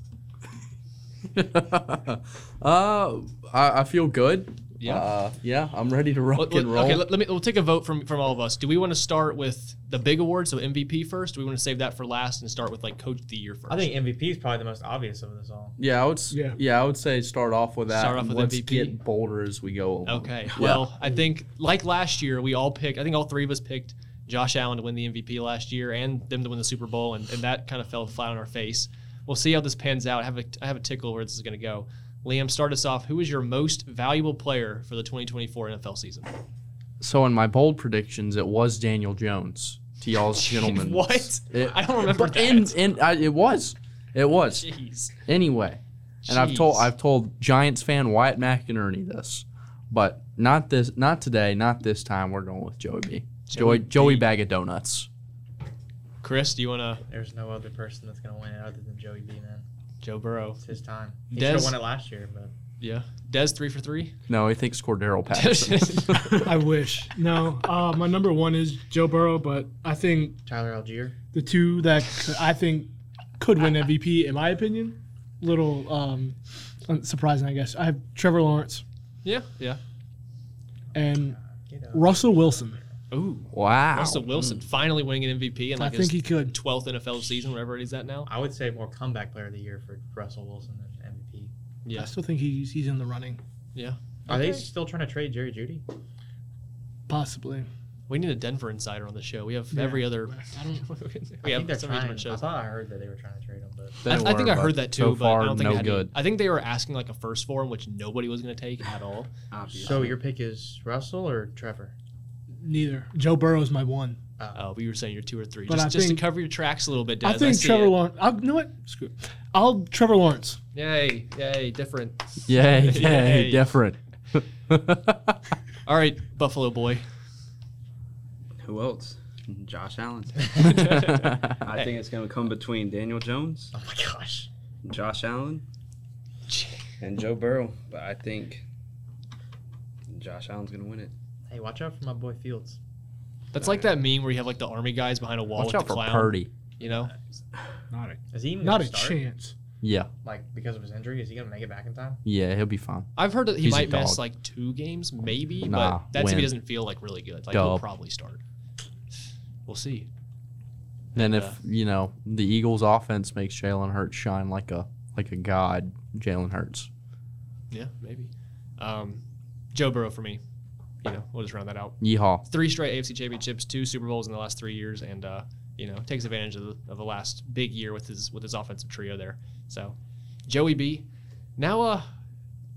S2: uh, I, I feel good.
S1: Yeah.
S2: Uh, yeah, I'm ready to rock
S1: Let- let-
S2: and roll.
S1: Okay, let, let me. We'll take a vote from from all of us. Do we want to start with the big award, so MVP first? Do we want to save that for last and start with like coach of the year first?
S6: I think MVP is probably the most obvious of this all.
S2: yeah, I would, s-
S4: Yeah.
S2: yeah. I would say start off with that.
S1: Start off
S2: and
S1: with
S2: let's
S1: MVP.
S2: get bolder as we go along.
S1: Okay.
S2: Yeah.
S1: Well, I think like last year, we all picked. I think all three of us picked Josh Allen to win the MVP last year and them to win the Super Bowl, and, and that kind of fell flat on our face. We'll see how this pans out. I have a I have a tickle where this is going to go. Liam, start us off. Who is your most valuable player for the 2024 NFL season?
S2: So in my bold predictions, it was Daniel Jones to y'all's gentlemen.
S1: What?
S2: It-
S1: I don't remember
S2: but-
S1: that.
S2: And, and I, it was, it was.
S1: Jeez.
S2: Anyway, and I've told
S1: Jeez.
S2: I've told Giants fan Wyatt McInerney this. But not this, not today, not this time. We're going with Joey B.
S1: Joey
S2: Joey,
S1: B.
S2: Joey bag of donuts.
S1: Chris, do you want to
S6: There's no other person that's gonna win it other than Joey B. Man,
S1: Joe Burrow?
S6: it's his time. He
S1: Dez-
S6: should have won it last year, but
S1: Yeah. Des three for three.
S2: No, he thinks Cordero Patterson.
S4: I wish. No, uh, my number one is Joe Burrow, but I think
S6: Tyler Algier.
S4: the two that I think could win MVP, in my opinion, little um, surprising, I guess. I have Trevor Lawrence
S1: yeah. Yeah.
S4: and
S6: You know,
S4: Russell Wilson.
S1: Ooh.
S2: wow.
S1: Russell Wilson finally winning an MVP in like
S4: Mm. I think he
S1: his
S4: could.
S1: twelfth NFL season, whatever it is at now.
S6: I would say more comeback player of the year for Russell Wilson than MVP.
S1: Yeah.
S4: I still think he's he's in the running,
S1: Yeah.
S6: Are they still trying to trade Jerry Judy?
S4: possibly.
S1: We need a Denver insider on the show. We have
S4: Yeah.
S1: every other.
S4: I don't.
S1: We
S6: I
S1: have
S6: think they're
S1: some regional
S6: trying. I
S1: shows.
S6: thought I heard that they were trying to trade him, but
S2: They
S1: I, I
S2: were,
S1: think I
S2: but
S1: heard that too,
S2: So
S1: but
S2: far,
S1: I don't think
S2: no
S1: I had any-
S2: good.
S1: I think they were asking like a first form, which nobody was going to take at all.
S5: Obviously.
S6: so your pick is Russell or Trevor?
S4: Neither. Joe Burrow is my one.
S1: Uh, we were saying you're two or three,
S4: But
S1: just,
S4: I
S1: just
S4: think-
S1: to cover your tracks a little bit. Des.
S4: I think
S1: see
S4: Trevor
S1: it.
S4: Lawrence. I'll, you know what? Screw. it. I'll Trevor Lawrence.
S1: Yay! Yay! Different.
S2: Yay, yay,
S1: Yay.
S2: different.
S1: All right, Buffalo boy.
S5: Who else? Josh Allen.
S2: Josh
S5: I think it's going to come between Daniel Jones,
S6: Oh my gosh!
S5: Josh Allen, and Joe Burrow. But I think Josh Allen's going to win it.
S6: Hey, watch out for my boy Fields.
S1: That's like that meme where you have like the army guys behind a wall
S2: Watch
S1: with
S2: out
S1: the
S2: for
S1: clown.
S2: Purdy.
S1: You know,
S4: Not a
S6: Is he even
S4: not
S6: gonna
S4: a
S6: start?
S4: chance.
S2: Yeah,
S6: Like because of his injury, is he gonna make it back in time?
S2: yeah, he'll be fine.
S1: I've heard that he
S2: He's a
S1: might miss
S2: dog.
S1: like two games, maybe,
S2: Nah,
S1: but that's if
S2: win.
S1: he doesn't feel like really good. Like he'll
S2: Dub.
S1: probably start. We'll see.
S2: Then
S1: And,
S2: if you know the Eagles' offense makes Jalen Hurts shine like a like a god, Jalen Hurts.
S1: Yeah, maybe. Um, Joe Burrow for me. You know, we'll just round that out.
S2: Yeehaw!
S1: Three straight AFC championships, two Super Bowls in the last three years, and uh, you know takes advantage of the, of the last big year with his with his offensive trio there. So, Joey B. Now, uh,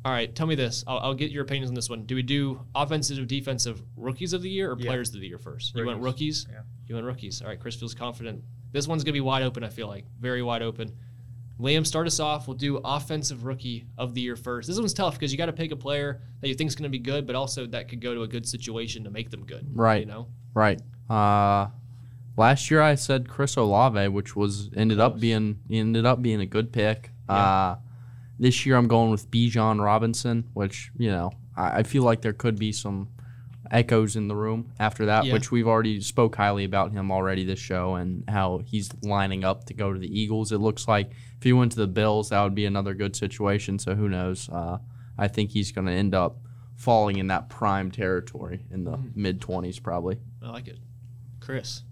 S1: all right, tell me this. I'll, I'll get your opinions on this one. Do we do offensive or defensive rookies of the year or
S6: Yeah.
S1: players of the year first? You went
S6: Rookies.
S1: rookies.
S6: Yeah.
S1: You went rookies. All right, Chris feels confident. This one's gonna be wide open. I feel like very wide open. Liam, start us off. We'll do offensive rookie of the year first. This one's tough because you got to pick a player that you think is going to be good, but also that could go to a good situation to make them good.
S2: Right.
S1: You know.
S2: Right. Uh, last year I said Chris Olave, which was ended up being ended up being a good pick. Uh, this year I'm going with Bijan Robinson, which you know I, I feel like there could be some echoes in the room after that,
S1: Yeah.
S2: which we've already spoke highly about him already this show and how he's lining up to go to the Eagles. It looks like if he went to the Bills, that would be another good situation. So who knows? Uh, I think he's going to end up falling in that prime territory in the mid 20s probably.
S1: I like it. Chris.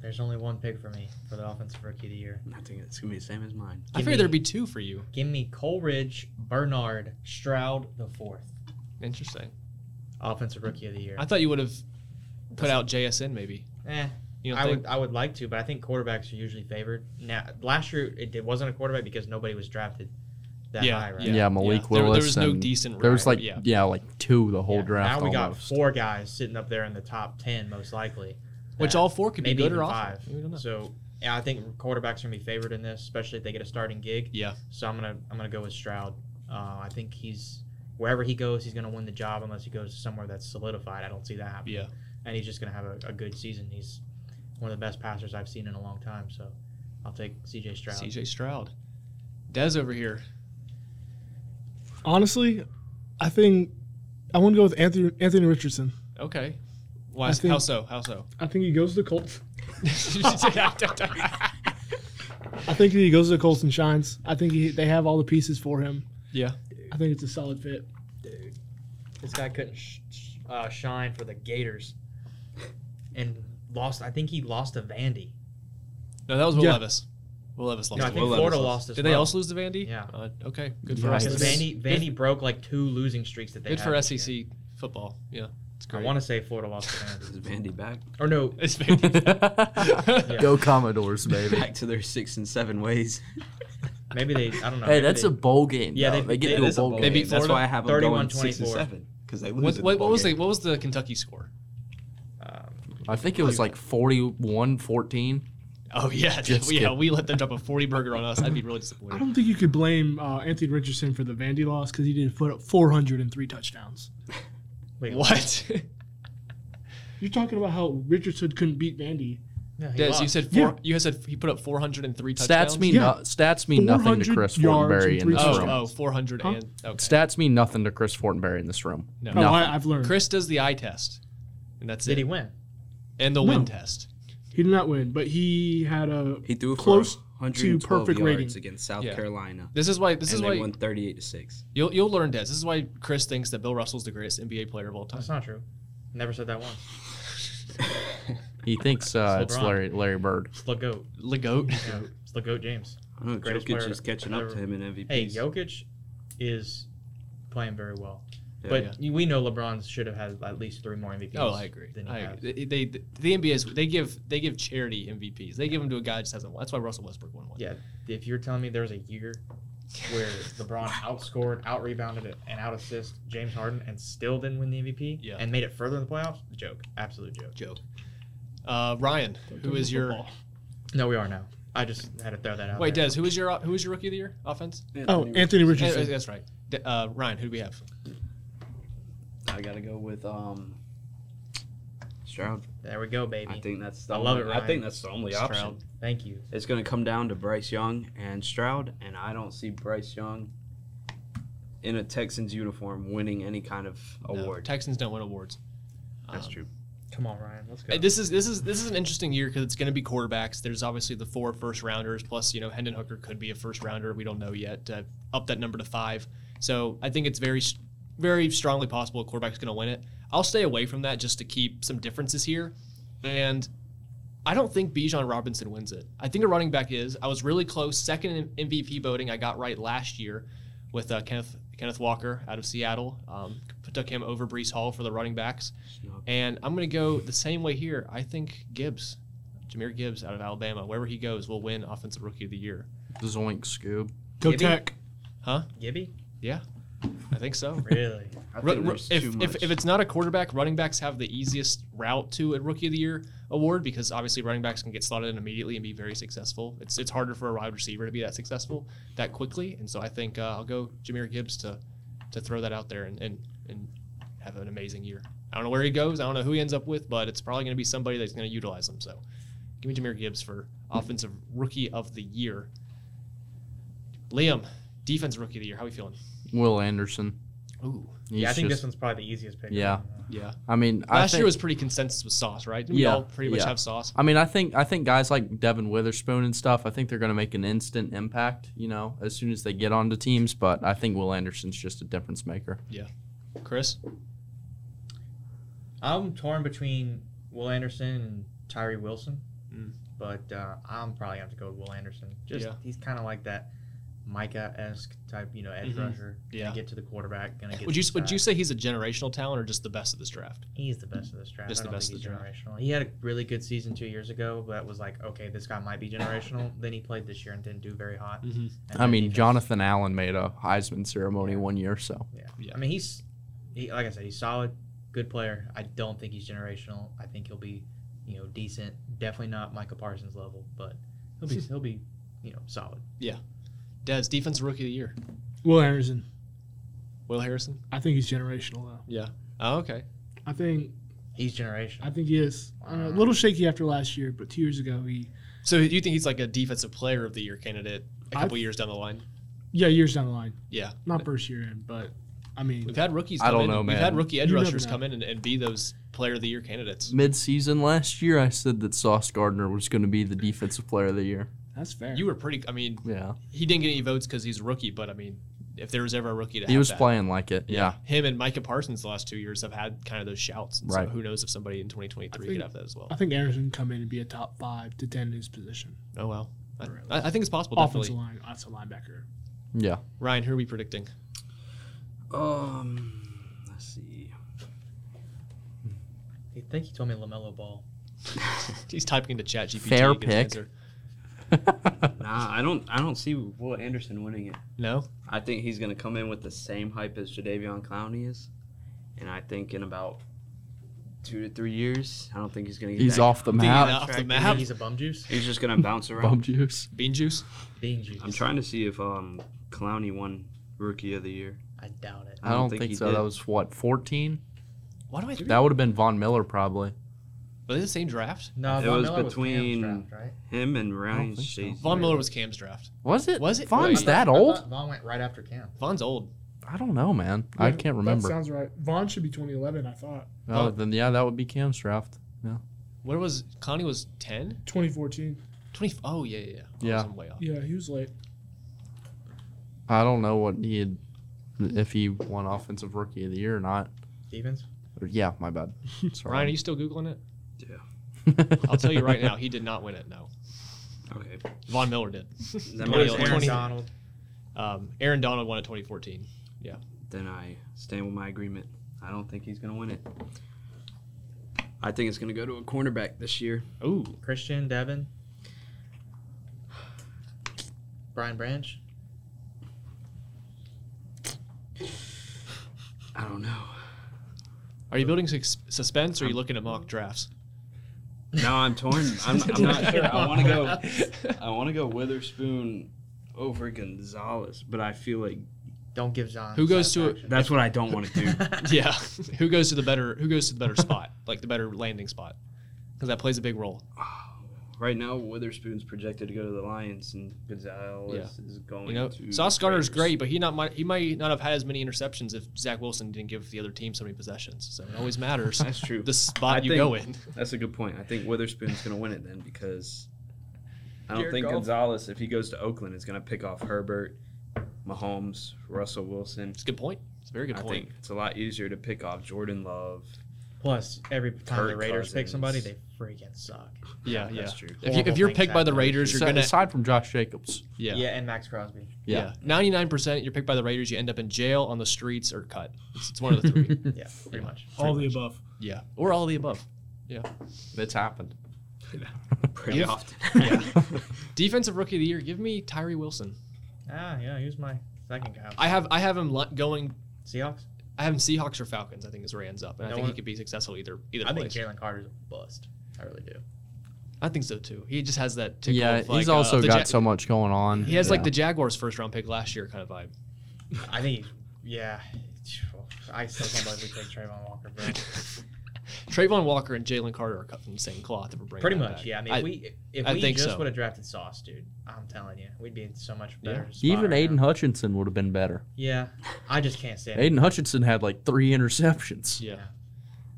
S6: There's only one pick for me for the offensive rookie of the year.
S5: I think it's going to be the same as mine.
S1: I
S6: Give
S1: figured
S6: me-
S1: there'd be two for you.
S6: Give me Coleridge, Bernard, Stroud the fourth.
S1: Interesting.
S6: Offensive rookie of the year.
S1: I thought you would have put out JSN maybe.
S6: eh,
S1: You know,
S6: I
S1: think?
S6: would I would like to, but I think quarterbacks are usually favored. Now last year it, it wasn't a quarterback because nobody was drafted that
S1: Yeah,
S6: high, right?
S2: Yeah, Malik
S1: There-
S2: Willis.
S1: There, was no
S2: and
S1: decent.
S2: There was
S1: route,
S2: like yeah.
S1: yeah.
S2: like two the whole
S6: Yeah,
S2: draft.
S6: Now we got
S2: almost.
S6: four guys sitting up there in the top ten, most likely.
S1: which
S6: that-
S1: all four could be
S6: maybe
S1: good
S6: even
S1: or
S6: five.
S1: awful. We don't know.
S6: So yeah, I think quarterbacks are gonna be favored in this, especially if they get a starting gig.
S1: Yeah.
S6: So I'm gonna I'm gonna go with Stroud. Uh, I think he's wherever he goes, he's gonna win the job unless he goes somewhere that's solidified. I don't see that happening.
S1: Yeah.
S6: And he's just gonna have a, a good season. He's one of the best passers I've seen in a long time. So I'll take C.J. Stroud.
S1: CJ Stroud. Dez over here.
S4: Honestly, I think I want to go with Anthony Anthony Richardson.
S1: Okay. Why,
S4: I think-
S1: how so? How so?
S4: I think he goes to the Colts. I think he goes to the Colts and shines. I think he, they have all the pieces for him.
S1: yeah.
S4: I think it's a solid fit.
S6: This guy couldn't sh- sh- uh, shine for the Gators, and lost. I think he lost to Vandy.
S1: No, that was Will
S4: Yeah.
S1: Levis. Will Levis lost.
S6: No, I
S1: to
S6: think
S5: Will Levis
S6: Florida
S5: lost.
S6: lost. as
S1: Did they
S6: well.
S1: also lose to Vandy?
S6: Yeah.
S1: Uh, okay. Good for
S4: Yeah,
S1: us.
S6: Because Vandy, Vandy broke like two losing streaks that they
S1: Good
S6: had.
S1: for
S6: this
S1: SEC
S6: year.
S1: football. Yeah. It's
S6: I
S1: great.
S6: want to say Florida lost to Vandy.
S5: Is Vandy back?
S6: Or no,
S1: It's Vandy.
S2: Go Commodores, baby.
S5: Back to their six and seven ways.
S6: maybe they. I don't know.
S2: hey,
S6: maybe
S2: that's
S6: they,
S2: a bowl game.
S6: Yeah,
S2: though.
S6: they-
S2: they, get
S6: they-
S2: to
S6: it
S2: a
S6: is a
S2: bowl
S6: bowl
S1: They
S2: game.
S1: beat
S5: That's
S1: Florida?
S5: why I have them going
S6: 31-24.
S5: six and seven because they lose.
S1: What,
S5: in the
S1: what, what
S5: bowl
S1: was the
S5: game.
S1: what was the Kentucky score?
S6: um,
S2: I think it was like 41-14.
S1: Oh yeah,
S2: Just
S1: yeah.
S2: kidding.
S1: We let them drop a forty burger on us. I'd be really disappointed.
S4: I don't think you could blame uh, Anthony Richardson for the Vandy loss because he did put up 403 touchdowns.
S6: Wait,
S1: What?
S4: You're talking about how Richardson couldn't beat Vandy.
S6: Yeah, he
S1: Des, you
S6: lost.
S1: said four.
S4: Yeah.
S1: You said he put up 403 touchdowns.
S2: Stats mean
S4: Yeah.
S2: no, stats mean nothing to
S4: 400
S2: Chris
S4: yards
S2: Fortenberry
S4: and
S2: in
S4: three
S2: this
S1: Oh,
S2: room.
S1: oh, 400
S4: Huh?
S1: and okay.
S2: Stats mean nothing to Chris Fortenberry in this room.
S1: No.
S4: Oh,
S2: Nothing.
S4: I, I've learned.
S1: Chris does the eye test, and that's
S6: Did
S1: it.
S6: he win?
S1: and the
S4: No.
S1: win test.
S4: He did not win, but he had a
S5: He threw
S4: Close
S5: for 112
S4: to perfect
S5: yards
S4: rating.
S5: against South
S1: Yeah.
S5: Carolina.
S1: This is why. This
S5: and
S1: is
S5: they
S1: why
S5: won 38 to six.
S1: you'll you'll learn Des. This is why Chris thinks that Bill Russell's the greatest NBA player of all time.
S6: That's not true. Never said that once.
S2: He thinks uh,
S6: Still
S2: it's
S6: wrong.
S2: Larry Larry Bird.
S6: It's the goat.
S1: Le goat.
S6: It's the goat James.
S5: I know
S6: Greatest
S5: Jokic
S6: player
S5: is catching up
S6: ever.
S5: to him in MVP.
S6: Hey, Jokic is playing very well,
S5: Yeah.
S6: but you- we know LeBron should have had at least three more MVPs.
S1: Oh, I agree.
S6: Than he
S1: I
S6: has.
S1: agree. They, they, the NBA is they give they give charity MVPs. They give them to a guy that just hasn't. won. That's why Russell Westbrook won one.
S6: Yeah, if you're telling me there was a year where LeBron outscored, out rebounded, and out assist James Harden and still didn't win the MVP
S1: Yeah.
S6: and made it further in the playoffs, joke, absolute joke.
S1: Joke. Uh, Ryan, who is your
S6: No, we are now. I just had to throw that out.
S1: wait?
S6: there.
S1: Des, who is your who is your rookie of the year offense?
S4: Oh, Anthony
S1: Eh, eh,
S4: Richardson.
S1: That's right. D- Uh, Ryan, who do we have?
S5: I gotta go with um, Stroud.
S6: there we go, baby.
S5: I think that's the
S6: I love
S5: only-
S6: it,
S5: I
S6: Ryan.
S5: think that's the only option.
S1: Stroud.
S6: Thank you.
S5: It's gonna come down to Bryce Young and Stroud, and I don't see Bryce Young in a Texans uniform winning any kind of
S1: No,
S5: award.
S1: Texans don't win awards.
S5: that's
S1: Um,
S5: true.
S6: Come on, Ryan. Let's go.
S1: Uh, This is this is this is an interesting year because it's going to be quarterbacks. There's obviously the four first rounders, plus you know Hendon Hooker could be a first rounder. We don't know yet. Uh, up that number to five. So I think it's very s- very strongly possible a quarterback's going to win it. I'll stay away from that just to keep some differences here, and. I don't think Bijan Robinson wins it. I think a running back is. I was really close. Second in MVP voting, I got right last year with uh, Kenneth Kenneth Walker out of Seattle. Um, took him over Brees Hall for the running backs.
S5: Snub.
S1: And I'm going to go the same way here. I think Gibbs, Jameer Gibbs out of Alabama, wherever he goes, will win Offensive Rookie of the Year.
S2: Zoink Scoob.
S4: Go
S6: Gibby?
S4: Tech.
S6: Gibby?
S1: I think so.
S6: Really?
S5: I
S1: Ru-
S5: think
S1: ru-
S5: there's too
S1: if,
S5: much.
S1: if, if it's not a quarterback, running backs have the easiest route to a Rookie of the Year award because obviously running backs can get slotted in immediately and be very successful. It's it's harder for a wide receiver to be that successful that quickly. And so I think uh, I'll go Jameer Gibbs to to throw that out there and, and, and have an amazing year. I don't know where he goes. I don't know who he ends up with, but it's probably going to be somebody that's going to utilize him. So give me Jameer Gibbs for Offensive Rookie of the Year. Liam, Defense Rookie of the Year. How are we feeling?
S2: Will Anderson.
S1: Ooh.
S2: He's
S6: yeah, I think
S2: just-
S6: this one's probably the easiest pick.
S2: Yeah.
S1: Yeah.
S2: I mean, I
S1: Last
S2: think,
S1: year was pretty consensus with sauce, right? Didn't We
S2: Yeah,
S1: all pretty much
S2: yeah.
S1: have sauce.
S2: I mean, I think I think guys like Devin Witherspoon and stuff. I think they're going to make an instant impact, you know, as soon as they get onto teams. But I think Will Anderson's just a difference maker.
S1: Chris,
S6: I'm torn between Will Anderson and Tyree Wilson,
S1: Mm.
S6: but uh, I'm probably going to have to go with Will Anderson. Just
S1: Yeah.
S6: he's kind of like that Micah esque type, you know, edge
S1: Mhm.
S6: rusher.
S1: Yeah.
S6: Gonna get to the quarterback. Gonna get.
S1: would you
S6: to the
S1: would you
S6: sack.
S1: say he's a generational talent or just the best of this draft?
S6: He's the best of this draft.
S1: Just
S6: I
S1: the
S6: don't
S1: best of
S6: think
S1: the
S6: he's generational. He had a really good season two years ago, but it was like, okay, this guy might be generational. Then he played this year and didn't do very hot.
S1: Mm-hmm.
S6: And
S2: I
S6: that
S2: mean,
S6: defense-
S2: Jonathan Allen made a Heisman ceremony one year, so
S6: Yeah.
S1: Yeah.
S6: I mean, he's he, like I said, he's solid, good player. I don't think he's generational. I think he'll be, you know, decent. Definitely not Michael Parsons level, but he'll be he'll be, you know, solid.
S1: Des, defensive rookie of the year,
S4: Will Anderson.
S1: Will Harrison.
S4: I think he's generational though.
S1: Oh, okay.
S4: I think
S6: He's generational.
S4: I think he is. I don't know, a little shaky after last year, but two years ago he
S1: So you think he's like a defensive player of the year candidate a
S4: I-
S1: couple years down the line?
S4: yeah, years down the line.
S1: Yeah.
S4: Not first year in, but I mean
S1: We've had rookies.
S2: I
S1: Come
S2: don't
S1: in,
S2: know,
S1: We've
S2: man.
S1: had rookie edge
S4: You never
S1: rushers
S4: know.
S1: come in and, and be those player of the year candidates.
S2: mid-season last year, I said that Sauce Gardner was going to be the defensive player of the year.
S4: that's fair.
S1: You were pretty. I mean,
S2: Yeah,
S1: he didn't get any votes because he's a rookie, but I mean, if there was ever a rookie to
S2: he
S1: have
S2: was
S1: that,
S2: playing like it. Yeah,
S1: Him and Micah Parsons the last two years have had kind of those shouts. And
S2: Right.
S1: So who knows if somebody in 2023
S4: I think-
S1: could have that as well.
S4: I think Anderson can come in and be a top five to ten in his position.
S1: Oh well. I, I I think it's possible.
S4: Offensive
S1: Definitely.
S4: line, offensive linebacker.
S2: yeah.
S1: Ryan, who are we predicting?
S5: um, let's see.
S6: I think he told me Lamelo Ball.
S1: He's typing into chat GPT.
S2: Fair
S1: to get his
S2: pick.
S1: answer.
S5: Nah, I don't. I don't see Will Anderson winning it.
S1: No?
S5: I think he's gonna come in with the same hype as Jadavion Clowney is, and I think in about two to three years. I don't think he's gonna get.
S2: He's
S5: that-
S2: off the
S1: Dude,
S2: map.
S1: off the
S6: Track, you
S1: map.
S6: think He's a bum juice.
S5: He's just gonna bounce around.
S2: Bum juice.
S1: Bean juice.
S6: Bean juice.
S5: I'm trying to see if um Clowney won Rookie of the Year.
S6: I doubt it.
S2: I don't, think,
S5: he
S2: so.
S5: did.
S2: That was what fourteen.
S1: Why do I? Think,
S2: That would have been Von Miller probably.
S1: were they the same draft?
S6: No,
S5: It
S6: Von
S5: was
S6: Miller
S5: between-
S6: was Cam's draft, right?
S5: him and Ryan
S2: think so.
S5: Shazier.
S1: Von Miller was Cam's draft.
S2: Was it?
S1: Was it?
S2: Von's
S1: Wait.
S2: that
S6: I thought
S2: old?
S6: Von went right after Cam.
S1: Von's old.
S2: I don't know, man. I
S4: Yeah,
S2: can't
S4: That
S2: remember.
S4: sounds right. Vaughn should be 2011, I thought.
S2: Oh, then yeah, that would be Cam's draft.
S1: Where was Connie? Was 10?
S4: 2014.
S1: 20, oh yeah, yeah, yeah. I
S2: Yeah.
S1: was way off.
S4: Yeah, he was late.
S2: I don't know what he had, if he won Offensive Rookie of the Year or not.
S6: Stevens.
S2: Or- yeah, my bad. Sorry.
S1: Ryan, are you still googling it?
S2: I'll
S1: I'll tell you right now, he did not win it. No,
S5: Okay.
S1: Von Miller did. What
S5: That might
S1: is Aaron
S5: have-
S6: Aaron
S1: 20.
S6: Donald.
S1: Um, Aaron Donald won it 2014.
S5: then I stand with my agreement. I don't think he's gonna win it. I think it's gonna go to a cornerback this year.
S1: Ooh,
S6: Christian Devin. Brian Branch.
S5: I don't know.
S1: are you building sus- suspense or are you looking at mock drafts?
S5: No, I'm torn. I'm, I'm not sure. I want to go. I want to go Witherspoon over Gonzalez, but I feel like
S6: Don't give John.
S1: Who goes to a-
S6: satisfaction.
S5: that's what I don't want to do.
S1: yeah, who goes to the better? Who goes to the better spot? Like the better landing spot, because that plays a big role.
S5: Right now, Witherspoon's projected to go to the Lions, and Gonzalez is going.
S1: You know,
S5: to
S1: Sauce Gardner's
S5: Raiders.
S1: great, but he not might, he might not have had as many interceptions if Zach Wilson didn't give the other team so many possessions. So it always matters
S5: That's true.
S1: the spot
S5: I
S1: you
S5: think-
S1: go in.
S5: That's a good point. I think Witherspoon's going to win it then because I don't
S6: Jared
S5: think
S6: Goff.
S5: Gonzalez, if he goes to Oakland, is going to pick off Herbert, Mahomes, Russell Wilson.
S1: It's a good point. It's a very good
S5: I
S1: point.
S5: think it's a lot easier to pick off Jordan Love.
S6: Plus, every time the
S5: Kirk
S6: Raiders pick
S5: Cousins.
S6: somebody, they freaking suck.
S1: yeah, Uh, yeah.
S5: that's true.
S1: If, you,
S6: Horrible
S1: if you're
S6: things
S1: picked by the
S6: happen.
S1: Raiders, you're
S2: Asi-
S1: gonna
S2: aside from Josh Jacobs.
S1: yeah.
S6: and Max Crosby.
S1: Yeah, ninety nine percent. You're picked by the Raiders. You end up in jail, on the streets, or cut. It's, it's one of the three.
S6: Yeah, pretty much.
S4: All the above.
S1: yeah, or all of the above.
S2: That's happened.
S5: Pretty
S1: Yeah.
S5: often.
S1: Defensive rookie of the year. Give me Tyree Wilson.
S6: Ah, yeah, he was my second guy.
S1: I have I have him li- going.
S6: Seahawks.
S1: I have him Seahawks or Falcons. I think is where he ends up, and I
S6: No
S1: think he
S6: one-
S1: could be successful either either
S6: I think
S1: place.
S6: Jalen Carter's a bust. I really do.
S1: I think so too. He just has that. Tickle
S2: Yeah,
S1: of, like,
S2: he's
S1: uh,
S2: also
S1: the
S2: got
S1: Ja-
S2: so much going on.
S1: He has like
S2: Yeah.
S1: the Jaguars first round pick last year kind of vibe.
S6: I think, he's, yeah. I still can't believe we take Trayvon Walker, bro.
S1: Trayvon Walker and Jalen Carter are cut from the same cloth. If we're bringing
S6: Pretty
S1: that
S6: much,
S1: back.
S6: yeah. I mean, if we if
S1: I
S6: we
S1: think
S6: just
S1: so.
S6: would have drafted Sauce, dude, I'm telling you, we'd be in so much
S1: Yeah.
S6: better. spot
S2: Even
S6: right
S2: Aiden
S6: now.
S2: Hutchinson would have been better.
S6: Yeah, I just can't stand it.
S2: Aiden Hutchinson had like three interceptions.
S1: yeah.
S6: Yeah.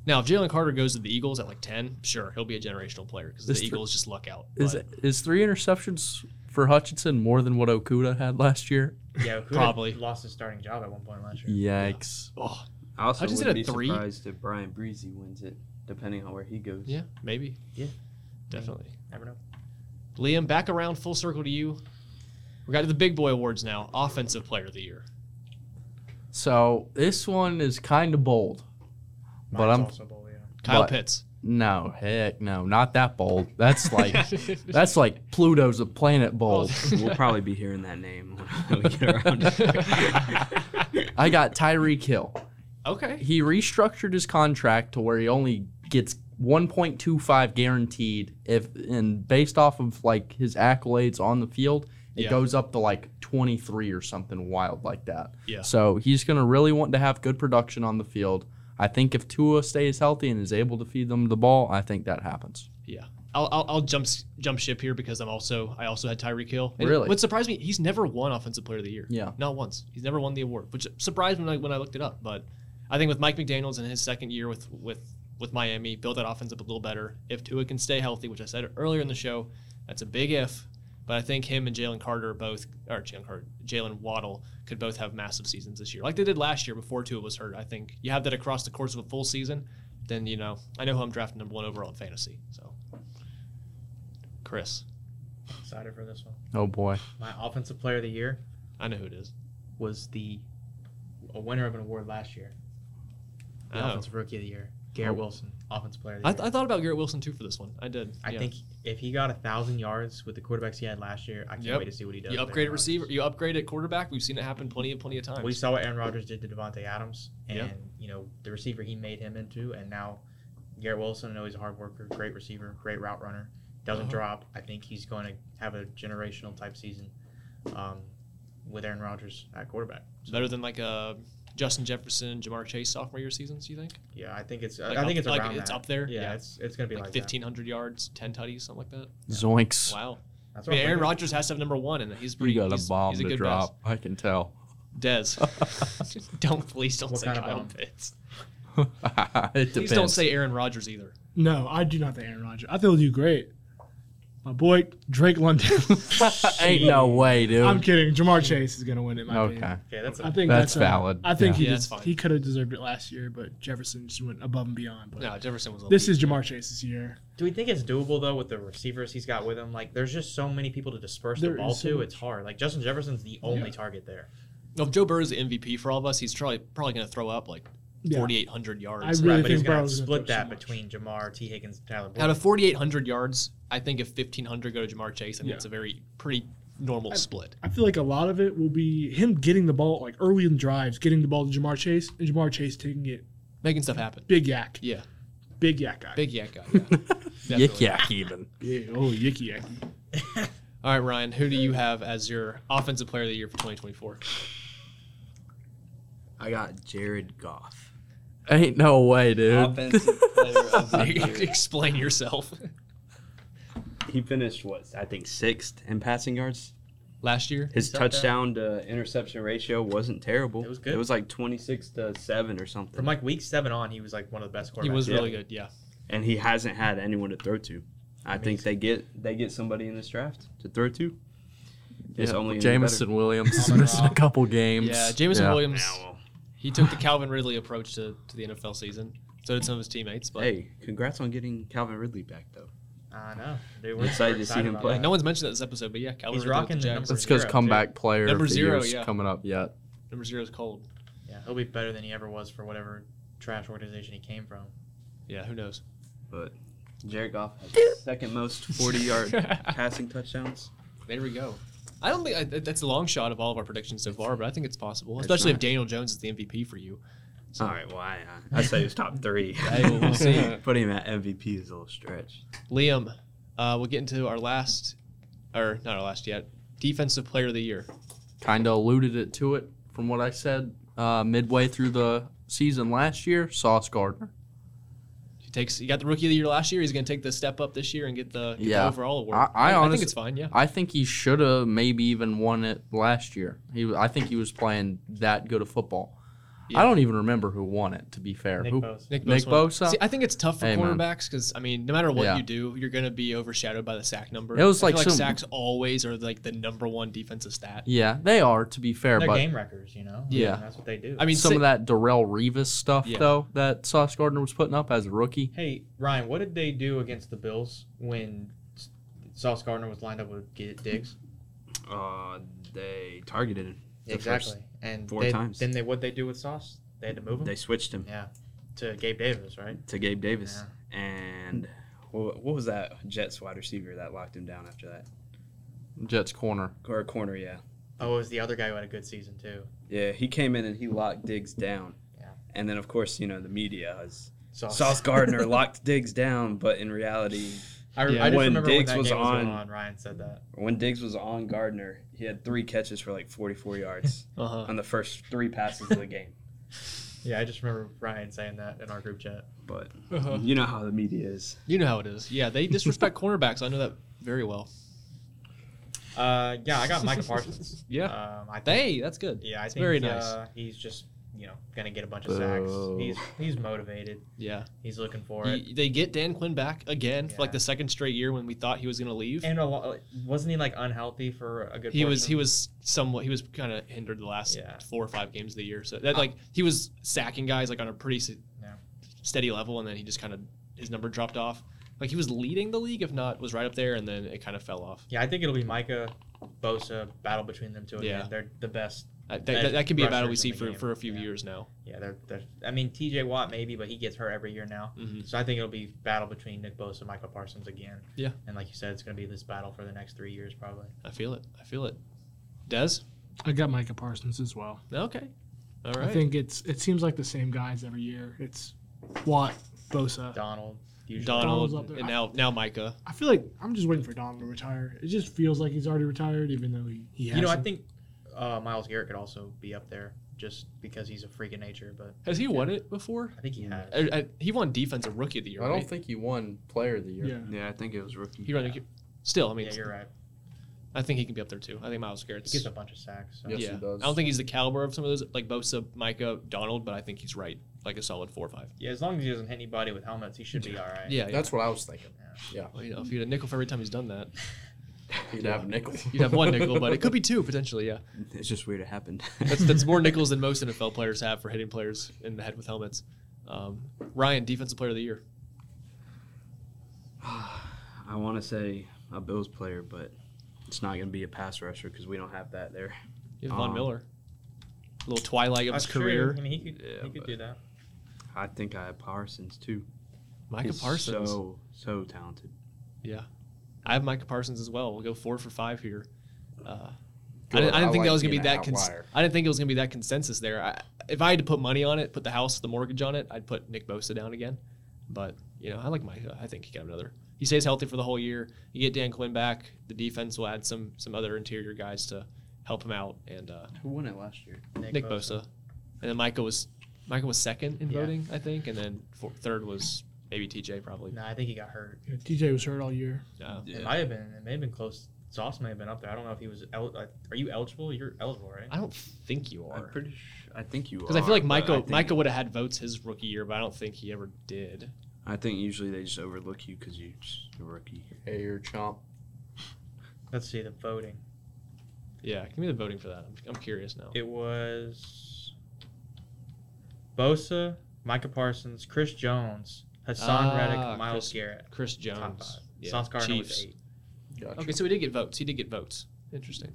S1: Now, if Jalen Carter goes to the Eagles at like ten, sure, he'll be a generational player because the
S2: Is th-
S1: Eagles just luck out.
S2: Is
S1: but
S2: is three interceptions for Hutchinson more than what Okuda had last year?
S6: Yeah, Okuda
S1: Probably.
S6: lost his starting job at one point last year.
S2: Yikes!
S1: Oh,
S5: I also
S1: I just
S5: wouldn't be
S1: did a three.
S5: surprised if Brian Breezy wins it, depending on where he goes.
S1: yeah, maybe.
S6: Yeah.
S1: definitely.
S6: Never know.
S1: Liam, back around full circle to you. We got to the big boy awards now. Offensive player of the year.
S2: So this one is kind of bold, but
S6: Mine's
S2: I'm
S6: also bold, yeah.
S1: Kyle
S2: But-
S1: Pitts.
S2: no heck no, not that bold. That's like that's like Pluto's a planet bold.
S5: We'll probably be hearing that name when we get around it.
S2: I got Tyreek Hill.
S1: okay.
S2: He restructured his contract to where he only gets 1.25 guaranteed if and based off of like his accolades on the field, it
S1: Yeah.
S2: goes up to like 23 or something wild like that.
S1: Yeah.
S2: So he's going to really want to have good production on the field. I think if Tua stays healthy and is able to feed them the ball, I think that happens.
S1: Yeah. I'll, I'll, I'll jump s- jump ship here because I'm also I also had Tyreek Hill. And
S2: Really?
S1: What surprised me, he's never won offensive player of the year.
S2: Yeah.
S1: Not once. He's never won the award, which surprised me when I, when I looked it up. But I think with Mike McDaniel's in his second year with with with Miami, build that offense up a little better. If Tua can stay healthy, which I said earlier in the show, that's a big if. But I think him and Jalen Carter both, or Jalen Carter, Jalen Waddle could both have massive seasons this year, like they did last year before Tua was hurt. I think you have that across the course of a full season, then you know I know who I'm drafting number one overall in fantasy. So, Chris,
S6: Excited for this one.
S2: Oh boy.
S6: My offensive player of the year
S1: I know who it is.
S6: was the a winner of an award last year, the
S1: Oh.
S6: offensive rookie of the year, Garrett
S2: Oh.
S6: Wilson, offensive player of the
S1: I,
S6: year.
S1: th- I thought about Garrett Wilson too for this one. I did.
S6: I
S1: yeah.
S6: think if he got a thousand yards with the quarterbacks he had last year, I can't
S1: Yep.
S6: wait to see what he does.
S1: you
S6: with
S1: upgrade at
S6: Aaron Rodgers.
S1: receiver, you upgrade at quarterback. We've seen it happen plenty of plenty of times.
S6: We saw what Aaron Rodgers did to Devontae Adams, and
S1: Yeah.
S6: you know the receiver he made him into, and now Garrett Wilson, I know he's a hard worker, great receiver, great route runner. Doesn't
S1: Uh-huh.
S6: drop. I think he's going to have a generational type season um, with Aaron Rodgers at quarterback.
S1: Better than like uh, Justin Jefferson, Jamar Chase sophomore year seasons, you think?
S6: Yeah, I think it's.
S1: Like
S6: I
S1: up-
S6: think it's
S1: like
S6: around
S1: it's
S6: that.
S1: up there?
S6: Yeah,
S1: Yeah.
S6: it's it's gonna be
S1: Like,
S6: like, that.
S1: 1,500 yards, 10 tutties, something like that.
S2: Zoinks.
S1: Wow.
S6: That's
S1: I mean,
S6: what I'm
S1: Aaron
S6: thinking.
S1: Rodgers has to have number one, and he's
S2: You
S1: pretty
S2: got a
S1: he's-
S2: bomb
S1: he's a
S2: to
S1: good
S2: drop. I can tell.
S1: best. Dez. don't, please don't
S6: What
S1: say
S6: kind of
S1: Kyle
S6: bomb?
S1: Pitts.
S2: it depends.
S1: Please don't say Aaron Rodgers either.
S4: No, I do not think Aaron Rodgers. I think he'll do great. My boy Drake London.
S2: Ain't no way, dude.
S4: I'm kidding. Jamar Chase is gonna win it. in My opinion.
S2: okay.
S6: Okay, that's
S4: I
S6: a,
S4: think
S2: That's
S4: that's, uh,
S2: valid.
S4: I think
S2: Yeah.
S4: he
S1: Yeah,
S4: des-
S1: that's fine.
S4: he could have deserved it last year, but Jefferson just went above and beyond. But
S1: No, Jefferson was. a
S4: this
S1: lead.
S4: is Jamar Chase's year.
S6: do we think it's doable though with the receivers he's got with him? Like, there's just so many people to disperse
S4: There
S6: the ball
S4: is so
S6: to.
S4: much.
S6: It's hard. Like Justin Jefferson's the only target there.
S1: No, if Joe Burrow is the MVP for all of us, he's probably probably going to throw up like
S4: Yeah.
S1: 4,800
S4: I
S1: yards.
S4: really
S6: right, but he's
S4: think
S6: gonna
S4: Burrow's gonna
S6: split
S4: throw so
S6: that
S4: much.
S6: between Jamar, T. Higgins, and Tyler.
S1: Out
S6: Boyd.
S1: of 4,800 yards, I think if 1,500 go to Jamar Chase, I think
S4: Yeah.
S1: it's a very pretty normal split.
S4: I feel like a lot of it will be him getting the ball like early in drives, getting the ball to Jamar Chase, and Jamar Chase taking it.
S1: Making stuff happen.
S4: Big yak,
S1: Yeah,
S4: big yak guy.
S1: big yak guy. Yeah.
S2: Yik
S1: Definitely.
S2: yak even.
S4: Yeah, oh yicky yak.
S1: All right, Ryan, who do you have as your offensive player of the year for 2024?
S5: I got Jared Goff.
S2: Ain't no way, dude.
S5: Offensive player of the year.
S1: Explain yourself.
S5: He finished what I think sixth in passing yards.
S1: Last year,
S5: His
S6: Something.
S5: touchdown to interception ratio wasn't terrible.
S6: It was good.
S5: It was like twenty six to seven or something.
S6: From like week seven on, he was like one of the best quarterbacks.
S1: he was
S5: Yeah.
S1: really good. Yeah,
S5: and he hasn't had anyone to throw to. I think they get they get somebody in this draft to throw to. It's
S2: Yeah,
S5: only any
S2: Jameson Williams
S6: Amon
S2: missing a
S6: Ra.
S2: couple games.
S1: Oh, yeah. Jameson
S2: Yeah.
S5: better.
S1: Williams,
S5: Yeah, well,
S1: he took the Calvin Ridley approach to, to the NFL season. So did some of his teammates, but
S5: hey, congrats on getting Calvin Ridley back though.
S6: I know. Dude,
S5: I'm excited to see him
S6: about
S5: play.
S6: that.
S1: no one's mentioned that this episode. But yeah, Calvin
S6: He's
S1: Ridley
S6: rocking
S1: with the
S6: the
S1: Jags.
S6: number-
S2: That's because
S6: Zero,
S2: comeback player
S1: Number
S2: of the
S1: zero,
S2: year's
S1: yeah.
S2: coming up yet.
S1: Number zero is cold.
S6: Yeah, he'll be better than he ever was for whatever trash organization he came from.
S1: Yeah, who knows?
S5: But Jared Goff has the second most forty yard passing touchdowns.
S1: There we go. I don't think I, that- that's a long shot of all of our predictions so far, but I think it's possible,
S5: It's
S1: especially if
S5: not.
S1: Daniel Jones is the MVP for you.
S5: All right, well I uh, I say he's top three.
S1: Hey, well, we'll see.
S5: Putting him at MVP is a little stretch.
S1: Liam, uh, we'll get into our last, or not our last yet, defensive player of the year.
S2: kind of alluded it to it from what I said uh, midway through the season last year. Sauce Gardner.
S1: He takes. He got the rookie of the year last year. He's going to take the step up this year and get the, get the
S2: Yeah.
S1: overall award.
S2: I- I honest-
S1: think it's fine. Yeah.
S2: I think he should have maybe even won it last year. He, was- I think he was playing that good of football.
S1: Yeah.
S2: I don't even remember who won it. To be fair,
S6: Nick
S2: who,
S6: Bosa.
S2: Nick
S1: won.
S2: Bosa?
S1: See, I think it's tough for
S2: Hey, man.
S1: quarterbacks because I mean, no matter what
S2: Yeah.
S1: you do, you're going to be overshadowed by the sack number.
S2: It was
S1: I
S2: like
S1: feel
S2: some-
S1: sacks always are like the number one defensive stat.
S2: yeah, they are. To be fair,
S6: They're
S2: but
S6: game wreckers, you know.
S1: Yeah.
S6: And that's what they do.
S1: I mean,
S2: some
S1: si-
S2: of that Darrell Revis stuff
S1: Yeah.
S2: though that Sauce Gardner was putting up as a rookie.
S6: hey Ryan, what did they do against the Bills when S- Sauce Gardner was lined up with G- Diggs?
S5: Uh, they targeted him. the
S6: exactly.
S5: first-
S6: and
S5: four
S6: they-
S5: times.
S6: Then they what they do with Sauce? They had to move him.
S5: They switched him
S6: yeah. To Gabe Davis, right?
S5: to Gabe Davis, and what, what was that Jets wide receiver that locked him down after that?
S2: Jets corner.
S5: Or corner, yeah.
S6: Oh, it was the other guy who had a good season too.
S5: Yeah, he came in and he locked Diggs down.
S6: Yeah.
S5: And then, of course, you know, the media is Sauce Gardner locked Diggs down, but in reality,
S6: I, re-
S1: Yeah.
S6: I just
S5: When
S6: remember
S5: Diggs
S6: when that
S5: was
S6: game was going
S5: on-
S6: on. Ryan said that.
S5: when Diggs was on Gardner, he had three catches for like 44 yards
S1: uh-huh.
S5: on the first three passes of the game.
S6: Yeah, I just remember Ryan saying that in our group chat.
S5: But
S1: Uh-huh.
S5: you know how the media is.
S1: You know how it is. Yeah, they disrespect cornerbacks. I know that very well.
S6: Uh, yeah, I got Micah Parsons.
S1: Yeah.
S6: Um, I think,
S1: Hey, that's good.
S6: yeah, I think
S1: very nice.
S6: uh, he's just you know gonna get a bunch of sacks.
S2: Boo.
S6: He's he's motivated.
S1: Yeah.
S6: He's looking for it.
S1: He- they get Dan Quinn back again for like
S6: Yeah.
S1: the second straight year when we thought he was going to leave.
S6: And a lo- wasn't he like unhealthy for a good?
S1: he was he
S6: portion?
S1: was somewhat he was kind of hindered the last
S6: Yeah.
S1: four or five games of the year. So that like he was sacking guys like on a pretty se-
S6: Yeah.
S1: steady level, and then he just kind of his number dropped off. Like he was leading the league, if not was right up there, and then it kind of fell off.
S6: Yeah, I think it'll be Micah, Bosa battle between them two. Again.
S1: Yeah.
S6: they're the best.
S1: That, that,
S6: Edge
S1: that, that can be a battle we
S6: rushers
S1: see
S6: in the
S1: for,
S6: game.
S1: for a few
S6: Yeah.
S1: years now.
S6: Yeah, they're, they're. I mean, T.J. Watt maybe, but he gets hurt every year now.
S1: Mhm.
S6: So I think it'll be battle between Nick Bosa and Micah Parsons again.
S1: Yeah.
S6: And like you said, it's going to be this battle for the next three years probably.
S1: I feel it. I feel it. Des?
S4: I got Micah Parsons as well.
S1: Okay. All right.
S4: I think it's it seems like the same guys every year. It's Watt, Bosa.
S3: Donald. Usually.
S1: Donald,
S4: Donald's up there.
S1: and now now Micah.
S4: I feel like I'm just waiting for Donald to retire. It just feels like he's already retired, even though he, he
S6: you know, I
S4: hasn't.
S6: think uh, Miles Garrett could also be up there just because he's a freak of nature. But
S1: Has he won it before?
S6: I think he has.
S1: Uh, uh, he won defensive rookie of the year.
S2: I don't
S1: right?
S2: think he won Player of the Year.
S4: yeah.
S5: Yeah, I think it was rookie.
S1: he won. Still, I mean,
S6: yeah, you're right.
S1: I think he can be up there too. I think Miles Garrett's.
S6: He gets a bunch of sacks. So.
S2: Yes,
S1: yeah,
S2: he does.
S1: I don't think he's the caliber of some of those like Bosa, Micah, Donald, but I think he's right, like a solid four or five.
S6: Yeah, as long as he doesn't hit anybody with helmets, he should be all right.
S1: Yeah, yeah.
S2: That's what I was thinking.
S1: Well, you know, if you had a nickel for every time he's done that,
S2: He'd have a nickel.
S1: you'd have one nickel, but it could be two potentially. Yeah,
S5: It's just weird it happened.
S1: that's that's more nickels than most NFL players have for hitting players in the head with helmets. Um, Ryan, defensive player of the year.
S5: I want to say a Bills player, but it's not going to be a pass rusher because we don't have that there.
S1: You have Von
S5: Um,
S1: Miller. A little twilight of his
S6: That's true.
S1: career.
S6: I mean, he could,
S5: Yeah,
S6: he could
S5: but-
S6: do that.
S5: I think I have Parsons too.
S1: Micah
S5: He's
S1: Parsons.
S5: so so talented.
S1: Yeah. I have Micah Parsons as well. We'll go four for five here. Uh, I
S2: Good.
S1: didn't, I didn't
S2: I
S1: think that
S2: like
S1: was gonna be
S2: being an
S1: that. Cons-
S2: outlier.
S1: I didn't think it was gonna be that consensus there. I, if I had to put money on it, put the house, the mortgage on it, I'd put Nick Bosa down again. But you know, I like Micah. I think he got another. He stays healthy for the whole year. You get Dan Quinn back. The defense will add some some other interior guys to help him out. And uh,
S5: Who won it last year?
S1: Nick, Bosa. and then Micah was Micah was second in
S6: Yeah.
S1: voting, I think, and then four, third was maybe TJ probably.
S6: No, I think he got hurt.
S4: Yeah, TJ was hurt all year.
S1: Uh,
S6: It might have been. It may have been close. Sauce may have been up there. I don't know if he was. El- like, are you eligible? You're eligible, right?
S1: I don't think you
S5: I'm
S1: are.
S5: pretty. Sh- I think you.
S1: Because I feel like
S5: are, but I
S1: Micah
S5: think-
S1: Micah would have had votes his rookie year, but I don't think he ever did.
S5: I think usually they just overlook you because you're just a rookie.
S2: Hey, you're a chump.
S6: Let's see the voting.
S1: Yeah, give me the voting for that. I'm, I'm curious now.
S6: It was Bosa, Micah Parsons, Chris Jones, Hassan
S1: Ah,
S6: Reddick, Miles
S1: Chris
S6: Garrett.
S1: Chris
S6: Top
S1: Jones,
S6: five.
S1: yeah,
S6: Sauce Gardner was
S1: Chiefs.
S6: eight.
S2: Gotcha.
S1: Okay, so he did get votes. He did get votes. Interesting.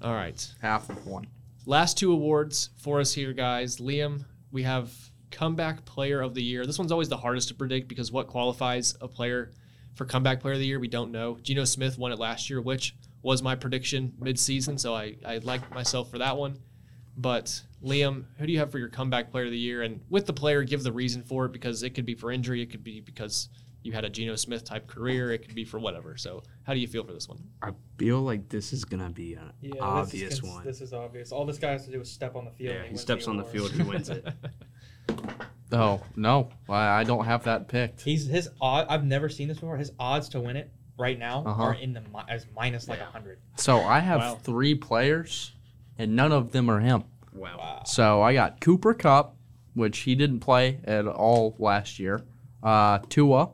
S1: All right,
S2: Half of one.
S1: last two awards for us here, guys. Liam, we have comeback player of the year. This one's always the hardest to predict because what qualifies a player for comeback player of the year, we don't know. Geno Smith won it last year, which was my prediction midseason, so I, I liked myself for that one. But Liam, who do you have for your comeback player of the year? And with the player, give the reason for it because it could be for injury, it could be because you had a Geno Smith type career, it could be for whatever. So how do you feel for this one?
S5: I feel like this is gonna be an obvious one.
S3: This is obvious. All this guy has to do is step on the field.
S5: yeah, he steps on the field, he wins it.
S2: Oh no, I, I don't have that picked.
S6: He's his odd. I've never seen this before. His odds to win it right now
S2: Uh-huh.
S6: are in the mi- as minus like a hundred.
S2: So I have
S1: Wow.
S2: three players, and none of them are him.
S5: Wow.
S2: So I got Cooper Cup, which he didn't play at all last year. Uh, Tua,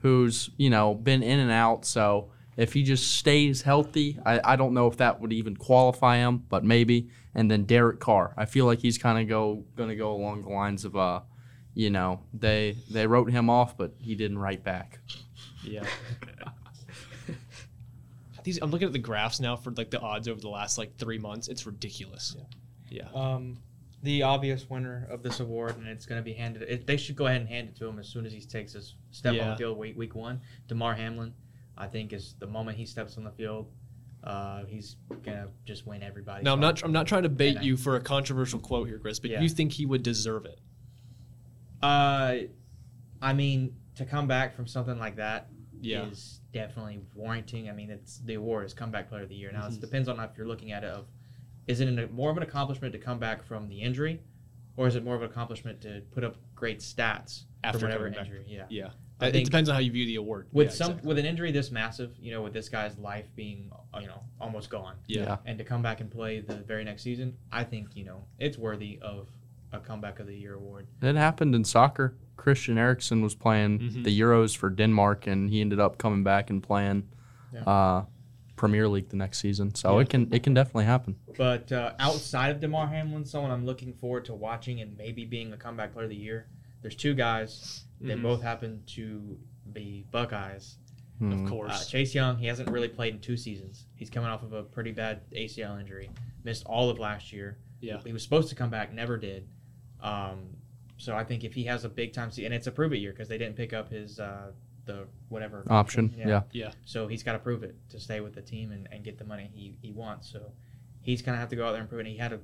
S2: who's you know been in and out. So if he just stays healthy, I, I don't know if that would even qualify him, but maybe. And then Derek Carr, I feel like he's kind of go gonna go along the lines of uh, you know they they wrote him off, but he didn't write back.
S1: Yeah. These I'm looking at the graphs now for like the odds over the last like three months. It's ridiculous. Yeah.
S6: Um, the obvious winner of this award, and it's going to be handed. It, they should go ahead and hand it to him as soon as he takes his step on
S1: Yeah.
S6: the field. Week week one, Demar Hamlin, I think is the moment he steps on the field, uh, he's gonna just win everybody.
S1: Now I'm not I'm not trying to bait
S6: Yeah.
S1: you for a controversial quote here, Chris, but
S6: Yeah.
S1: you think he would deserve it?
S6: Uh, I mean, to come back from something like that is
S1: Yeah.
S6: definitely warranting. I mean, it's the award is comeback player of the year. Now
S1: Mm-hmm.
S6: it depends on if you're looking at it of, is it an, more of an accomplishment to come back from the injury, or is it more of an accomplishment to put up great stats
S1: After
S6: from whatever
S1: coming back.
S6: injury? Yeah.
S1: Yeah.
S6: I
S1: Uh, It
S6: think-
S1: depends on how you view the award.
S6: With
S1: Yeah,
S6: some
S1: exactly.
S6: with an injury this massive, you know, with this guy's life being uh, you know almost gone,
S1: yeah.
S6: and to come back and play the very next season, I think you know it's worthy of a comeback of the year award.
S2: It happened in soccer. Christian Eriksen was playing
S1: Mhm.
S2: the Euros for Denmark, and he ended up coming back and playing
S6: Yeah.
S2: uh, Premier League the next season. So
S1: Yeah.
S2: it can it can definitely happen.
S6: But uh, outside of DeMar Hamlin, someone I'm looking forward to watching and maybe being a comeback player of the year, there's two guys that
S1: Mhm.
S6: both happen to be Buckeyes.
S2: Hmm.
S4: Mm.
S1: Of
S6: Uh,
S1: course.
S6: Chase Young, he hasn't really played in two seasons. He's coming off of a pretty bad ACL injury, missed all of last year.
S1: Yeah.
S6: He was supposed to come back, never did. Um, so I think if he has a big time season, and it's a prove it year because they didn't pick up his uh, the whatever
S2: Option, yeah.
S6: so he's got to prove it to stay with the team and, and get the money he, he wants. So he's going to have to go out there and prove it. He had a,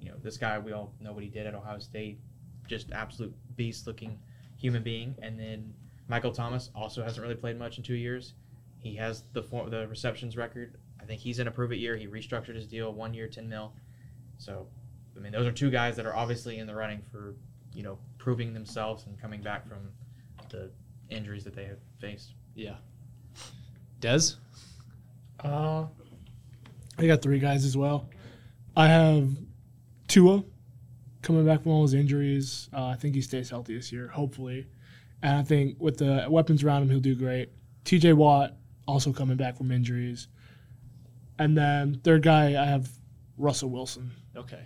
S6: you know, this guy, we all know what he did at Ohio State, just absolute beast looking human being. And then Michael Thomas also hasn't really played much in two years. He has the for, the receptions record. I think he's in a prove it year. He restructured his deal, one year, ten mil. So, I mean, those are two guys that are obviously in the running for you know proving themselves and coming back from the injuries that they have faced.
S1: Yeah. Dez?
S4: Uh, I got three guys as well. I have Tua coming back from all his injuries. Uh, I think he stays healthy this year, hopefully. And I think with the weapons around him, he'll do great. TJ Watt also coming back from injuries. And then third guy, I have Russell Wilson.
S1: Okay.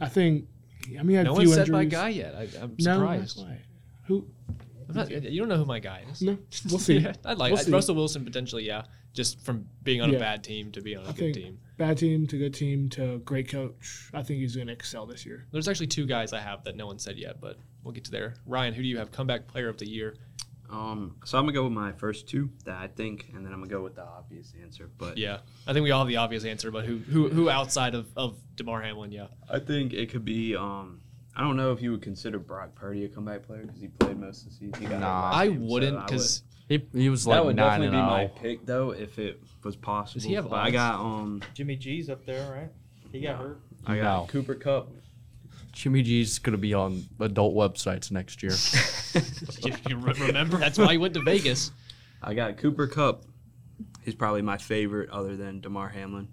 S4: I think, I mean, he had
S1: no
S4: a
S1: one
S4: few
S1: said
S4: injuries.
S1: my guy yet. I, I'm
S4: No,
S1: surprised.
S4: that's why. Who?
S1: I'm not- you don't know who my guy is.
S4: No, we'll see.
S1: Yeah, I'd like
S4: We'll
S1: I'd-
S4: see.
S1: Russell Wilson potentially. Yeah, just from being on a
S4: Yeah.
S1: bad team to be on a
S4: I
S1: good
S4: think-
S1: team.
S4: Bad team to good team to great coach. I think he's going to excel this year.
S1: There's actually two guys I have that no one said yet, but we'll get to there. Ryan, who do you have comeback player of the year?
S5: Um, so I'm gonna go with my first two that I think, and then I'm gonna go with the obvious answer. But
S1: Yeah, I think we all have the obvious answer, but who who who outside of of Demar Hamlin? Yeah,
S5: I think it could be. Um, I don't know if you would consider Brock Purdy a comeback player because he played most of the season. He got hurt
S2: Nah.
S5: last
S1: I
S5: game, so
S1: wouldn't
S5: I
S1: because
S2: He, he was
S5: would- that
S2: like
S5: would
S2: nine
S5: definitely
S2: and oh.
S5: be my
S2: zero.
S5: pick though if it was possible.
S1: oh. have
S5: But I
S1: odds?
S5: got um,
S3: Jimmy G's up there, right? He got
S5: No.
S3: hurt.
S5: I got
S2: No.
S5: Cooper Cup.
S2: Jimmy G's gonna be on adult websites next year.
S1: you re- remember that's why he went to Vegas.
S5: I got Cooper Cup. He's probably my favorite other than Damar Hamlin.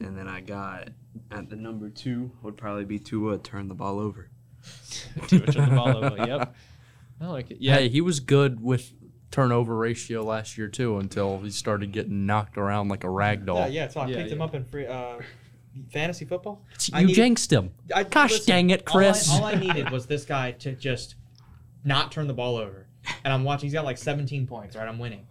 S5: And then I got at the number two would probably be Tua turn the ball over.
S1: to turn the ball over. Yep, I like it. Yeah,
S2: Hey, he was good with turnover ratio last year too until he started getting knocked around like a rag doll.
S3: Yeah, yeah. So I
S1: Yeah,
S3: picked him
S1: yeah.
S3: up in free uh, fantasy football. I
S2: You
S3: needed-
S2: jinxed him.
S3: I,
S2: Gosh
S3: listen,
S2: dang it, Chris.
S6: All I, all I needed was this guy to just not turn the ball over. And I'm watching. He's got like 17 points, right? I'm winning.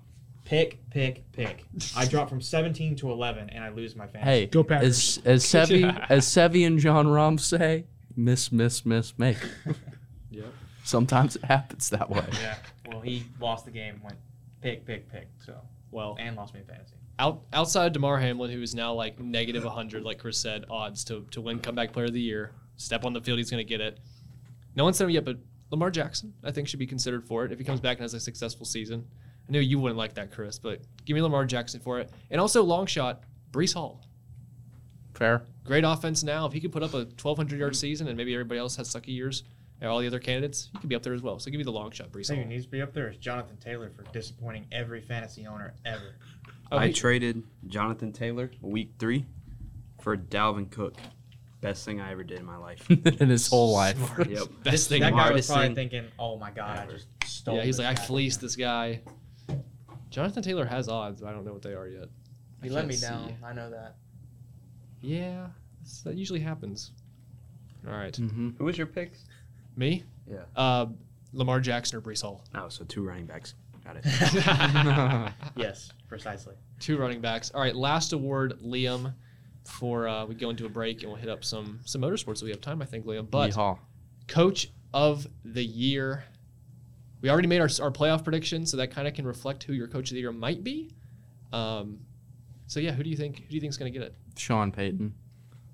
S6: Pick, pick, pick. I drop from 17 to 11, and I lose my fantasy.
S2: hey,
S4: Go Packers.
S2: as as Sevi as Sevi and John Rom say, miss, miss, miss, make.
S1: Yeah.
S2: Sometimes it happens that way.
S6: Yeah. Well, he lost the game. Went pick, pick, pick. So
S1: well,
S6: and lost me in fantasy.
S1: out, outside Demar Hamlin, who is now like negative 100, like Chris said, odds to to win comeback player of the year. Step on the field, he's going to get it. No one said him yet, but Lamar Jackson, I think, should be considered for it if he comes back and has a successful season. I know you wouldn't like that, Chris, but give me Lamar Jackson for it. And also long shot, Brees Hall.
S2: Fair.
S1: Great offense now. If he could put up a 1,200 yard season and maybe everybody else has sucky years, and all the other candidates, he could be up there as well. So give me the long shot, Brees
S6: So who
S1: Hall.
S6: needs to be up there is Jonathan Taylor for disappointing every fantasy owner ever.
S1: Oh,
S5: I
S1: he-
S5: traded Jonathan Taylor week three for Dalvin Cook. Best thing I ever did in my life.
S2: In his whole life.
S5: yep.
S1: Best thing.
S6: that guy was
S5: Hardest
S6: probably
S5: thing
S6: thinking, "Oh my god, I just stole."
S1: Yeah, he's
S6: this
S1: like, I
S6: guy."
S1: fleeced this guy. Jonathan Taylor has odds, but I don't know what they are yet. I
S7: He let
S1: can't
S7: me
S1: see.
S7: down. I know that.
S1: Yeah, that's- that usually happens. All right,
S2: Mm-hmm.
S5: Who was your picks?
S1: me.
S5: Yeah.
S1: Uh, Lamar Jackson or Brees Hall.
S5: Oh, so two running backs. Got it.
S6: Yes, precisely.
S1: Two running backs. All right, last award, Liam. Before uh, we go into a break and we'll hit up some some motorsports that we have time, I think, Liam. But coach of the year. We already made our, our playoff prediction, so that kind of can reflect who your coach of the year might be. Um, so yeah, who do you think? Who do you think's going to get it?
S2: Sean Payton.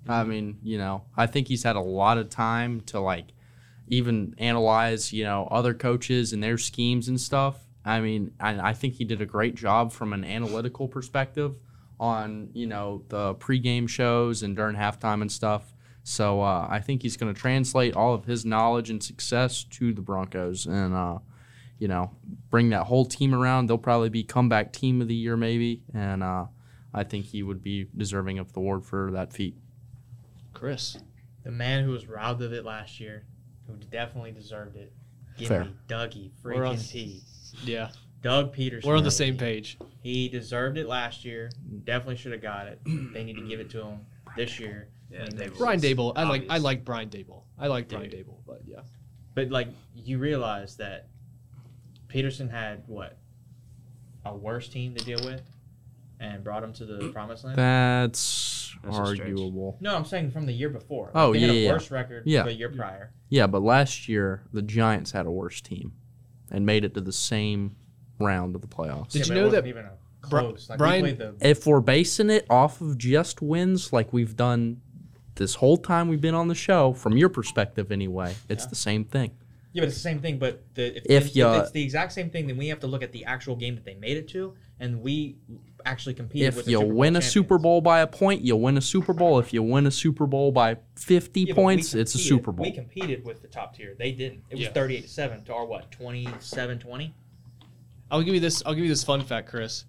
S2: I mean, you know, I think he's had a lot of time to like even analyze, you know, other coaches and their schemes and stuff. I mean, I, I think he did a great job from an analytical perspective on, you know, the pregame shows and during halftime and stuff. So uh, I think he's going to translate all of his knowledge and success to the Broncos and, uh, you know, bring that whole team around. They'll probably be comeback team of the year, maybe. And, uh, I think he would be deserving of the award for that feat.
S1: Chris.
S6: The man who was robbed of it last year, who definitely deserved it. Give
S2: Fair.
S6: me Dougie
S1: We're on-
S6: freaking P.
S1: Yeah,
S6: Doug Peterson.
S1: we're on the same page.
S6: He deserved it last year. Definitely should have got it. They need to give it to him this year.
S5: Yeah,
S1: Brian Dable. I like I
S5: obvious.
S1: like Brian Dable. I like Brian
S6: Dude.
S1: Dable, but yeah.
S6: But like you realize that Peterson had what a worse team to deal with, and brought him to the promised land.
S2: That's,
S5: That's a stretch.
S2: arguable.
S6: no, I'm saying from the year before.
S2: Oh,
S6: they
S2: yeah,
S6: had a
S2: yeah,
S6: worse record
S2: Yeah.
S6: the year prior.
S2: Yeah, but last year the Giants had a worse team and made it to the same round of the playoffs.
S1: Did
S6: Yeah,
S1: you
S6: but it
S1: know
S6: wasn't
S1: that
S6: even a
S1: Bri-
S6: close? like
S1: Brian-
S6: we played the
S2: If we're basing it off of just wins, like we've done this whole time we've been on the show, from your perspective anyway, it's the same thing.
S6: Yeah, but it's the same thing. But the, if,
S2: If
S6: if
S2: ya-
S6: it's the exact same thing, then we have to look at the actual game that they made it to, and we actually competed.
S2: If
S6: with the
S2: you
S6: Super Bowl
S2: win a
S6: champions.
S2: Super Bowl by a point, you win a Super Bowl. If you win a Super Bowl by 50
S6: Yeah, but we
S2: points, it's a
S6: competed-
S2: Super Bowl.
S6: We competed with the top tier. They didn't. It was
S1: Yeah.
S6: 38 to 7 to our what? 27 20?
S1: I'll give you this. I'll give you this fun fact, Chris.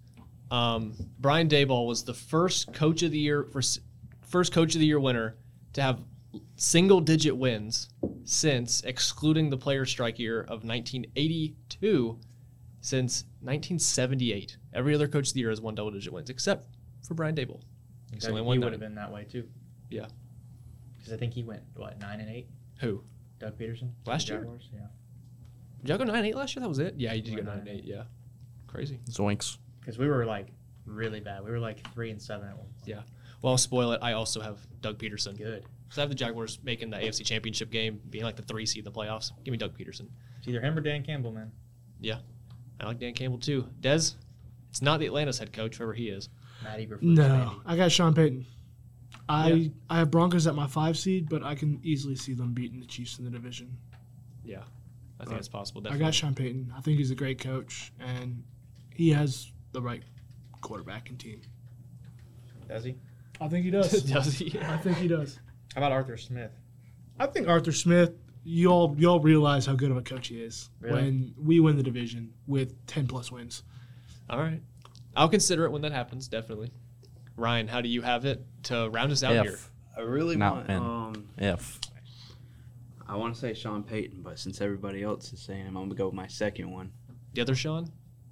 S1: Um, Brian Dayball was the first coach of the year for s- first coach of the year winner to have single digit wins since, excluding the player strike year of 1982, since 1978. Every other coach of the year has won double digit wins except for Brian Dayball. He's
S6: He
S1: only won
S6: would have
S1: nine.
S6: been that way too.
S1: Yeah.
S6: Because I think he went, what, 9 and 8?
S1: Who?
S6: Doug Peterson?
S1: Last
S6: The
S1: year?
S6: Jaguars? Yeah.
S1: Did y'all go nine eight last year? That was it. Yeah, you did
S6: We
S1: go
S6: went
S1: nine and eight. Yeah, crazy.
S2: Zoinks.
S6: Because we were like really bad. We were like 3 and 7 at one point.
S1: Yeah. Well, I'll spoil it. I also have Doug Peterson.
S6: Good.
S1: So I have the Jaguars making the AFC Championship game, being like the three seed in the playoffs. Give me Doug Peterson.
S6: It's either him or Dan Campbell, man.
S1: I like Dan Campbell too. Dez, it's not the Atlanta's head coach, whoever he is.
S6: Matt Eberflus.
S4: No,
S6: maybe.
S4: I got Sean Payton. I I have Broncos at my five seed, but I can easily see them beating the Chiefs in the division.
S1: I think it's possible.
S4: I
S1: Definitely.
S4: got Sean Payton. I think he's a great coach, and he has the right quarterback and team.
S6: Does he?
S4: I think he does.
S1: Does he?
S4: I think he does.
S6: How about Arthur Smith?
S4: I think Arthur Smith. You all you all realize how good of a coach he is
S6: Really?
S4: when we win the division with ten plus wins.
S1: All right. I'll consider it when that happens. Definitely. Ryan, how do you have it to round us out here?
S2: F.
S5: I really
S2: Not
S5: want.
S2: been.
S5: Um,
S2: F.
S5: I want to say Sean Payton, but since everybody else is saying him, I'm gonna go with my second one.
S1: The other Sean?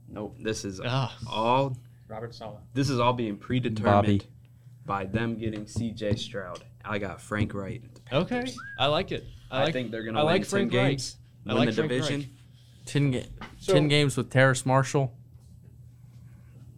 S5: Nope. This is
S1: Ah,
S5: all.
S6: Robert Sala.
S5: This is all being
S2: Bobby.
S5: predetermined by them getting C.J. Stroud. I got Frank Wright. at the
S1: okay.
S5: Panthers.
S1: I like it. I
S5: I,
S1: like.
S5: think they're gonna
S1: I
S5: win
S1: like
S5: 10
S1: Frank Reich.
S5: games,
S1: I
S5: win
S1: like
S5: the
S1: Frank Reich.
S5: division.
S2: 10, ga-
S6: So-
S2: 10 games with Terrace Marshall.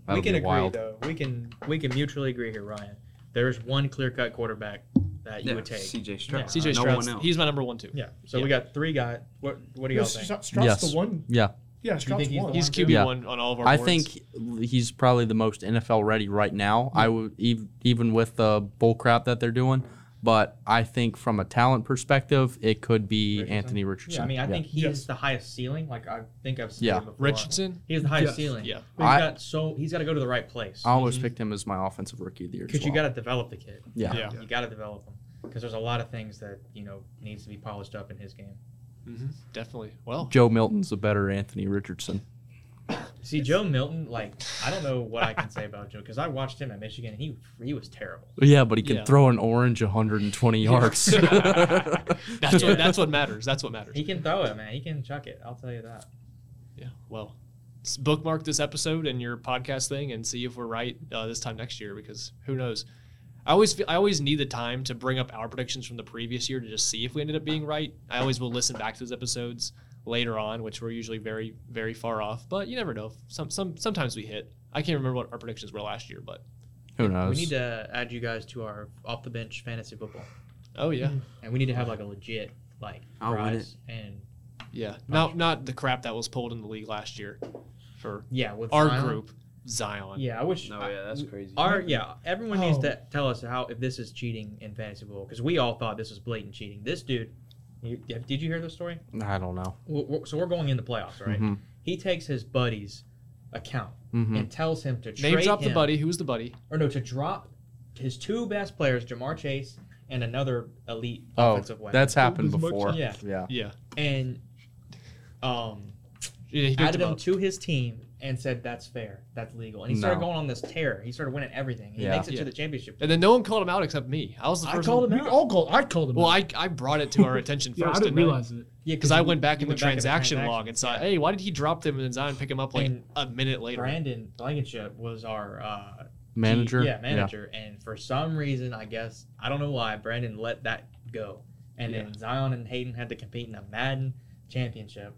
S2: That'll
S6: we can
S2: be
S6: agree
S2: wild.
S6: though. We can we can mutually agree here, Ryan. There is one clear cut quarterback that you
S5: Yeah,
S6: would take.
S5: C.J. Stroud.
S6: Yeah.
S1: CJ
S5: no
S1: Stroud.
S5: one else.
S1: he's my number one too.
S6: Yeah. So
S1: Yeah.
S6: we got three guys. What what do y'all think?
S2: Yes. the
S4: one.
S2: Yeah.
S4: Yeah,
S6: Stroud's think he's one. the
S1: He's
S6: too.
S1: QB
S2: Yeah.
S1: one on all of our.
S2: I
S1: boards.
S2: think he's probably the most NFL ready right now. I would ev- even with the bull crap that they're doing, but I think from a talent perspective, it could be
S6: Richardson?
S2: Anthony Richardson.
S6: Yeah, I mean, I think he's
S4: Yes.
S6: the highest ceiling. Like I think I've seen
S2: Yeah.
S6: it before.
S1: Richardson.
S6: He has the highest
S4: Yes.
S6: ceiling.
S1: Yeah.
S6: But he's
S2: I-
S6: got so he's got to go to the right place.
S2: I always picked him as my offensive rookie of the year. as
S6: Because you
S2: well.
S6: got to develop the kid.
S2: yeah.
S1: Yeah.
S6: You got to develop him. Because there's a lot of things that you know needs to be polished up in his game.
S1: hmm Definitely. Well.
S2: Joe Milton's a better Anthony Richardson.
S6: See, Joe Milton, like I don't know what I can say about Joe because I watched him at Michigan and he he was terrible.
S2: Yeah, but he can
S1: Yeah.
S2: throw an orange 120 yards.
S1: That's what, that's what matters. That's what matters.
S6: He can throw it, man. He can chuck it. I'll tell you that.
S1: Yeah. Well, s- bookmark this episode and your podcast thing, and see if we're right uh, this time next year because who knows. I always feel, I always need the time to bring up our predictions from the previous year to just see if we ended up being right. I always will listen back to those episodes later on, which were usually very very far off, but you never know. Some some sometimes we hit. I can't remember what our predictions were last year, but
S2: Who knows?
S6: We need to add you guys to our off the bench fantasy football,
S1: oh yeah,
S6: and we need to have like a legit like
S5: I'll win
S6: prize and
S1: yeah. Not not the crap that was pulled in the league last year for
S6: yeah with
S1: our
S6: Zion.
S1: group Zion.
S6: Yeah, I wish.
S5: No,
S6: I-
S5: yeah, that's crazy.
S6: Our yeah, everyone needs
S4: Oh.
S6: to tell us how if this is cheating in fantasy football because we all thought this was blatant cheating. This dude, you, did you hear the story?
S2: I don't know.
S6: We're- we're- So we're going in the playoffs,
S1: Mm-hmm.
S6: right?
S2: Mhm.
S6: He takes his buddy's account
S2: Mhm.
S6: and tells him to trade
S1: Name drop
S6: him,
S1: Mm-hmm. the buddy. Who was the buddy?
S6: or no to drop his two best players, Jamar Chase and another elite
S2: Oh,
S6: offensive weapon.
S2: that's happened
S4: Who's
S2: before.
S6: Yeah.
S2: Yeah.
S1: Yeah.
S6: and um,
S1: Yeah, he picked
S6: added
S1: him
S6: him
S1: up.
S6: to his team and said that's fair, that's legal, and he started
S2: No.
S6: going on this tear. He started winning everything. He
S2: Yeah.
S6: makes it
S1: Yeah.
S6: to the championship.
S1: And then no one called him out except me. I was the
S6: I
S1: first
S6: called
S1: one.
S6: him
S4: We
S6: out.
S4: all called. I called him.
S1: Well,
S4: out.
S1: I, I brought it to our attention first.
S4: yeah, I didn't
S1: didn't
S4: realize it.
S6: Yeah,
S1: Because I went back
S6: you
S1: in the
S6: went back in the
S1: transaction
S6: transaction,
S1: log and saw,
S6: yeah.
S1: hey, why did he drop them and then Zion pick him up like
S6: And
S1: a minute later?
S6: Brandon Blankenship was our uh,
S2: Manager.
S6: G- yeah, manager. And for some reason, I guess I don't know why Brandon let that go. And then Zion and Hayden had to compete in a Madden championship.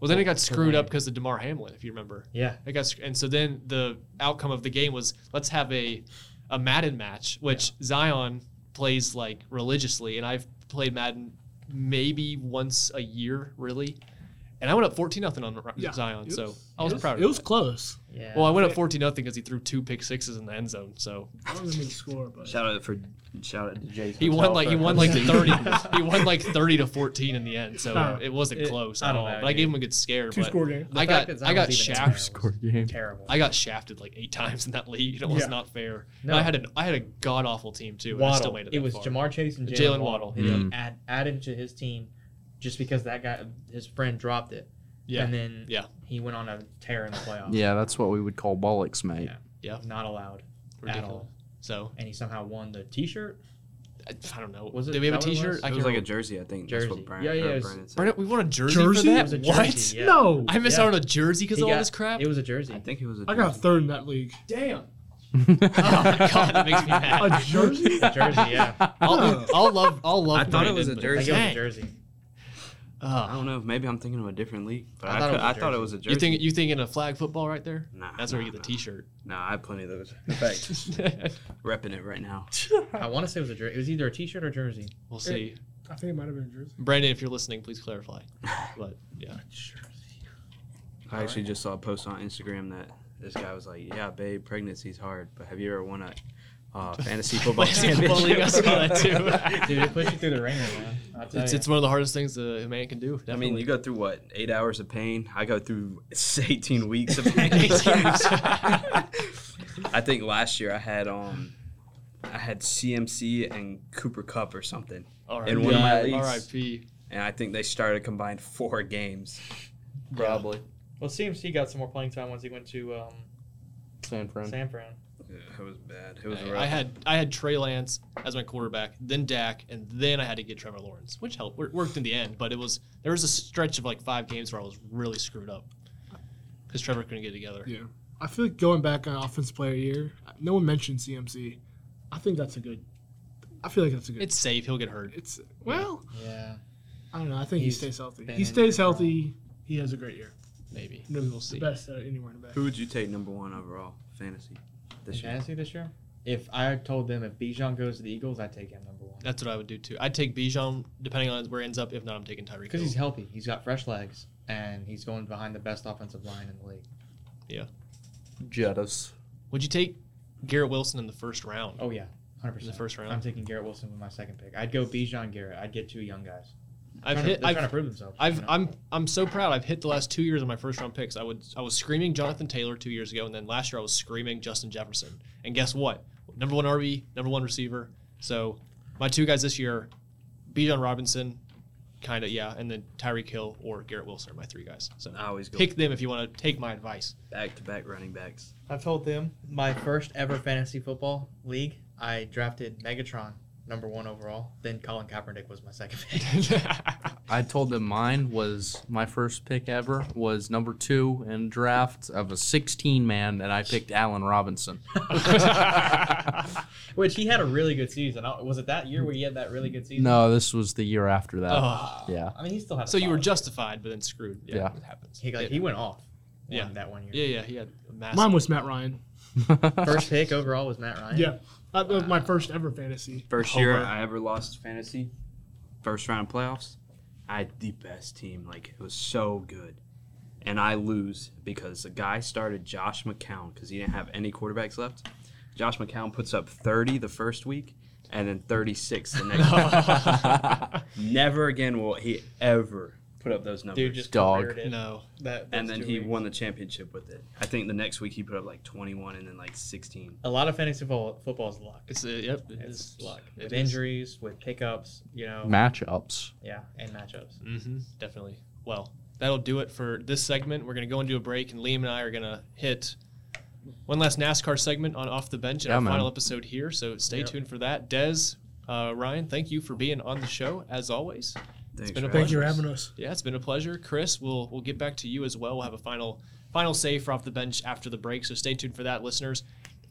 S1: Well, then it got screwed up
S6: Brandon.
S1: because of Demar Hamlin, if you remember.
S6: Yeah,
S1: It got, sc- and so then the outcome of the game was let's have a, a Madden match, which Zion plays like religiously, and I've played Madden maybe once a year, really. and I went up fourteen nothing on
S4: Yeah.
S1: Zion.
S4: It
S1: So
S4: was-
S1: I was,
S4: it was-
S1: proud. Of
S4: It was
S1: that.
S4: close.
S6: Yeah.
S1: Well, I went up fourteen nothing because he threw two pick sixes in the end zone. So
S4: I don't remember the score, but
S5: Shout out for shout out to Jason.
S1: he won like he won like thirty. he won like thirty to fourteen in the end. So
S4: Huh.
S1: it wasn't
S6: It-
S1: close
S6: I
S1: at
S6: don't
S1: all.
S6: know,
S1: But I
S6: dude.
S1: gave him a good scare.
S4: two
S1: but
S4: score game.
S1: I got I got shafted.
S2: Score game.
S6: Terrible.
S1: I got shafted like eight times in that league. It was
S4: Yeah.
S1: not fair.
S6: No.
S1: And I had an I had a god awful team too. And I still
S6: Waddle.
S1: made it.
S6: It
S1: that
S6: was
S1: far.
S6: Jamar Chase and
S1: Jalen
S6: Jalen
S1: Waddle.
S6: Waddle.
S2: Mm.
S6: Add added to his team, just because that guy, his friend, dropped it.
S1: Yeah.
S6: And then
S1: Yeah.
S6: he went on a tear in the playoffs.
S2: Yeah, that's what we would call bollocks, mate.
S6: Yeah.
S1: Yeah.
S6: Not allowed at
S1: Ridiculous.
S6: all.
S1: So
S6: And he somehow won the T-shirt.
S1: I, I don't know.
S6: Was it-
S1: Did we have a
S6: that what it
S1: T-shirt?
S6: was?
S1: I
S5: It
S1: can't
S5: was like a
S1: remember.
S5: jersey, I think. That's
S6: Jersey.
S5: what Brandon,
S6: Yeah, yeah,
S5: or
S6: it was-
S5: Brandon said.
S1: Brandon, we won a jersey,
S4: Jersey?
S1: for
S6: It
S1: that.
S6: was a
S1: what?
S6: jersey. Yeah.
S4: No,
S1: I missed
S6: Yeah.
S1: out on a jersey because
S6: He
S1: of all
S6: got-
S1: this crap.
S6: It was a jersey.
S5: I think it was. A
S4: I got
S5: jersey.
S4: third in that league.
S1: Damn. oh god, that makes me mad.
S4: A jersey?
S6: A jersey. Yeah.
S1: I'll, I'll love. I'll love.
S5: I thought it was
S1: Brandon,
S5: a
S1: but
S6: I think it was a
S5: jersey.
S1: dang.
S6: jersey.
S5: I
S1: Ugh.
S5: don't know. Maybe I'm thinking of a different league, but
S6: I
S5: I,
S6: thought it was
S5: could-
S6: a
S5: I thought it
S6: jersey.
S5: was a jersey.
S1: you think you thinking of flag football right there?
S5: Nah,
S1: That's where you
S5: nah,
S1: get the
S5: nah.
S1: T-shirt.
S5: Nah, I have plenty of those. In fact, repping it right now.
S6: I want to say it was a jersey. It was either a T-shirt or jersey.
S1: we'll see.
S4: I think it might have been a jersey.
S1: Brandon, if you're listening, please clarify.
S5: Oh,
S1: But yeah,
S5: I actually just saw a post on Instagram that this guy was like, "Yeah, babe, pregnancy's hard, but have you ever won a uh, fantasy football
S1: Fantasy football league, I
S5: championship?"
S1: saw that too.
S6: Dude, it puts you through the ringer, man. I'll tell
S1: it's,
S6: you.
S1: it's one of the hardest things a a man can do. Definitely.
S5: I mean, you go through what eight hours of pain. I go through eighteen weeks of pain.
S1: 18 weeks.
S5: I think last year I had um, I had CMC and Cooper Cup or something,
S1: All right.
S5: in one of my leagues.
S1: R.I.P.
S5: and I think they started a combined four games.
S2: Probably.
S6: well, CMC got some more playing time once he went to um,
S2: San Fran.
S6: San Fran.
S5: Yeah, it was bad. It was
S1: I,
S5: rough.
S1: I had I had Trey Lance as my quarterback, then Dak, and then I had to get Trevor Lawrence, which helped wor- worked in the end. But it was there was a stretch of like five games where I was really screwed up because Trevor couldn't get it together.
S4: Yeah. I feel like going back on offense player of the year, no one mentioned CMC. I think that's a good. I feel like that's a good.
S1: It's safe; he'll get hurt.
S4: it's well,
S6: Yeah.
S4: I don't know. I think he
S6: He's
S4: stays healthy.
S6: been
S4: He
S6: in
S4: stays
S6: for a while.
S4: healthy. He has a great year.
S1: Maybe
S4: Maybe
S1: we'll see.
S4: The best out of anywhere in the back.
S5: Who would you take number one overall fantasy this year?
S6: Fantasy this year? If I told them if Bijan goes to the Eagles, I'd take him number one.
S1: That's what I would do too. I'd take Bijan depending on where it ends up. If not, I'm taking Tyreek.
S6: Because
S1: Hill.
S6: he's healthy. He's got fresh legs, and he's going behind the best offensive line in the league.
S2: Jettas.
S1: Would you take Garrett Wilson in the first round?
S6: Oh, yeah. 100%.
S1: In the first round?
S6: I'm taking Garrett Wilson with my second pick. I'd go Bijan Garrett. I'd get two young guys.
S1: I've
S6: Trying
S1: hit.
S6: to, they're trying
S1: I've,
S6: to prove themselves.
S1: I've,
S6: you know?
S1: I'm I'm so proud. I've hit the last two years of my first round picks. I would I was screaming Jonathan Taylor two years ago, and then last year I was screaming Justin Jefferson. And guess what? Number one RB, number one receiver. So my two guys this year, Bijan Robinson, kind of yeah, and then Tyreek Hill or Garrett Wilson are my three guys. So
S5: I always go
S1: pick them if you want to take my advice.
S5: back to back running backs.
S6: I've told them my first ever fantasy football league. I drafted Megatron number one overall. Then Colin Kaepernick was my second pick.
S2: I told them mine was my first pick ever was number two in draft of a 16 man, and I picked Allen Robinson.
S6: Which he had a really good season. I- Was it that year where he had that really good season?
S2: No, this was the year after that.
S1: Oh.
S2: Yeah.
S6: I mean, he still had. a
S1: so you were
S6: solid-
S1: justified, but then screwed. Yeah,
S2: Yeah.
S1: it happens.
S6: He, like,
S1: yeah.
S6: he went off. one-
S1: Yeah.
S6: that one year.
S1: yeah, yeah, he had a massive.
S4: Mine was Matt Ryan.
S6: First pick overall was Matt Ryan.
S4: Yeah. That was my first ever fantasy.
S5: First year
S1: Homer.
S5: I ever lost fantasy, first round playoffs, I had the best team. Like it was so good, and I lose because the guy started Josh McCown because he didn't have any quarterbacks left. Josh McCown puts up 30 the first week, and then 36 the next week. Never again will he ever put up those numbers.
S6: Dude just
S2: Dog.
S6: cleared it.
S1: no.
S6: That,
S5: and
S6: those
S5: then
S6: two
S5: he
S6: weeks.
S5: won the championship with it. I think the next week he put up like 21 and then like 16.
S6: A lot of fantasy football, football is luck.
S1: It's uh, yep. It
S6: It's
S1: is
S6: luck
S1: It
S6: with
S1: is.
S6: injuries, with pickups, you know,
S2: Matchups.
S6: yeah, and matchups.
S1: Mm-hmm, definitely. Well, that'll do it for this segment. We're going to go into a break, and Liam and I are going to hit one last NASCAR segment on Off the Bench in
S2: Yeah,
S1: our
S2: man.
S1: final episode here. So stay
S6: Yep.
S1: tuned for that. Dez, uh, Ryan, thank you for being on the show as always.
S5: Thanks
S1: been a
S5: having
S4: Thank you for
S5: us.
S4: having us.
S1: Yeah, it's been a pleasure, Chris. We'll we'll get back to you as well. We'll have a final final say for off the bench after the break. So stay tuned for that, listeners.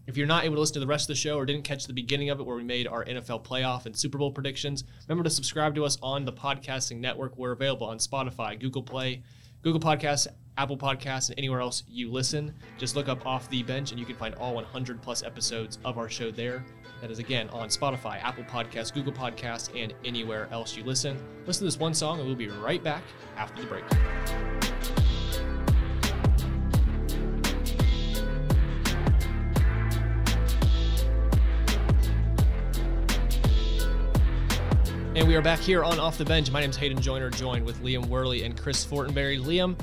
S1: If you're not able to listen to the rest of the show or didn't catch the beginning of it where we made our NFL playoff and Super Bowl predictions, remember to subscribe to us on the podcasting network. We're available on Spotify, Google Play, Google Podcasts, Apple Podcasts, and anywhere else you listen. Just look up Off the Bench, and you can find all 100 plus episodes of our show there. That is again on Spotify, Apple Podcasts, Google Podcasts, and anywhere else you listen. Listen to this one song, and we'll be right back after the break. And we are back here on Off the Bench. My name's Hayden Joyner, joined with Liam Worley and Chris Fortenberry. Liam,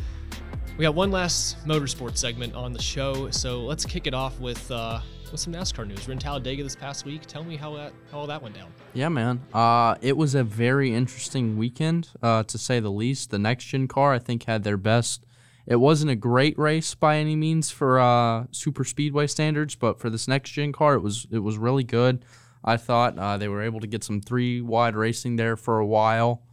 S1: we got one last motorsports segment on the show, so let's kick it off with uh, with some NASCAR news. We're in Talladega this past week. Tell me how that how all that went down.
S2: Yeah, man. Uh, it was a very interesting weekend, uh, to say the least. The next gen car, I think, had their best. It wasn't a great race by any means for uh, super speedway standards, but for this next gen car, it was it was really good. I thought uh, they were able to get some three wide racing there for a while,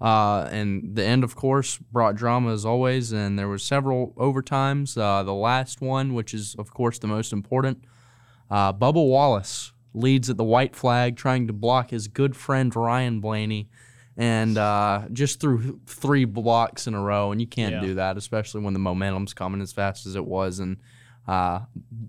S2: uh, and the end, of course, brought drama as always. And there were several overtimes. Uh, the last one, which is of course the most important, uh, Bubba Wallace leads at the white flag, trying to block his good friend Ryan Blaney, and uh, just threw three blocks in a row. And you can't
S1: Yeah.
S2: do that, especially when the momentum's coming as fast as it was. And uh,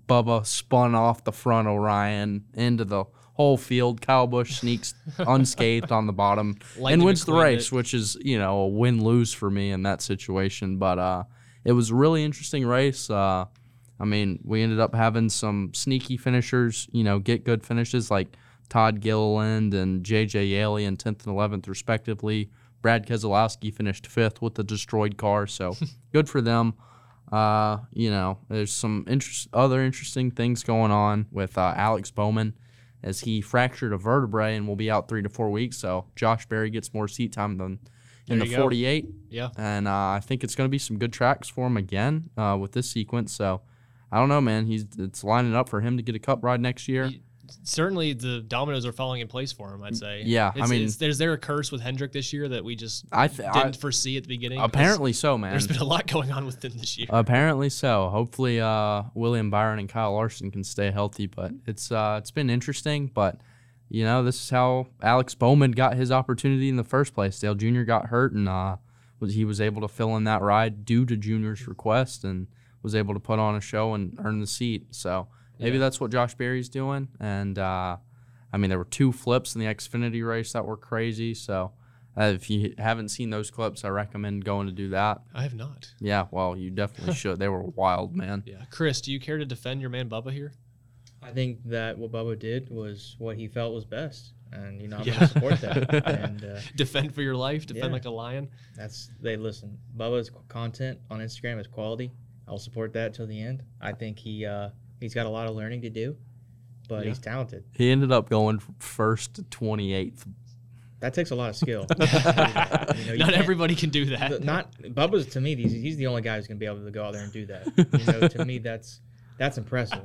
S2: Bubba spun off the front of Ryan into the whole field. Kyle Busch sneaks unscathed on the bottom and
S1: Lightning
S2: wins the
S1: McQueen
S2: race,
S1: it.
S2: which is you know a win lose for me in that situation. But uh, it was a really interesting race. Uh, I mean, we ended up having some sneaky finishers, you know, get good finishes like Todd Gilliland and J.J. Yaley in 10th and 11th, respectively. Brad Keselowski finished fifth with the destroyed car, so good for them. Uh, you know, there's some interest, other interesting things going on with uh, Alex Bowman as he fractured a vertebrae and will be out three to four weeks. So Josh Berry gets more seat time than in
S1: There
S2: the
S1: you go.
S2: 48
S1: Yeah.
S2: and uh, I think it's going to be some good tracks for him again uh, with this sequence. So I don't know, man. He's it's lining up for him to get a cup ride next year.
S1: Ye- Certainly, the dominoes are falling in place for him. I'd say.
S2: Yeah, I
S1: It's-
S2: mean-
S1: it's- is there a curse with Hendrick this year that we just
S2: I, th- I
S1: didn't foresee at the beginning? 'Cause
S2: apparently so, man.
S1: there's been a lot going on with them this year.
S2: Apparently so. Hopefully, uh, William Byron and Kyle Larson can stay healthy. But it's uh, it's been interesting. But you know, this is how Alex Bowman got his opportunity in the first place. Dale Jr. got hurt, and uh, was he was able to fill in that ride due to Jr.'s request, and was able to put on a show and earn the seat. So maybe
S1: Yeah.
S2: that's what Josh Berry's doing. And uh, I mean, there were two flips in the Xfinity race that were crazy. So. Uh, if you haven't seen those clips, I recommend going to do that.
S1: I have not.
S2: Yeah, well, you definitely should. They were wild, man.
S1: Yeah, Chris, do you care to defend your man Bubba here?
S6: I think that what Bubba did was what he felt was best, and you know I'm
S1: Yeah.
S6: gonna support that. and uh,
S1: Defend for your life. Defend
S6: Yeah.
S1: like a lion.
S6: that's they listen. Bubba's qu- content on Instagram is quality. I'll support that till the end. I think he uh, he's got a lot of learning to do, but
S1: Yeah.
S6: he's talented.
S2: He ended up going first to 28th.
S6: That takes a lot of skill. You know, you
S1: not
S6: can't-
S1: everybody can do that.
S6: th- not Bubba's to me. He's, he's the only guy who's gonna be able to go out there and do that. You know, to me, that's that's impressive,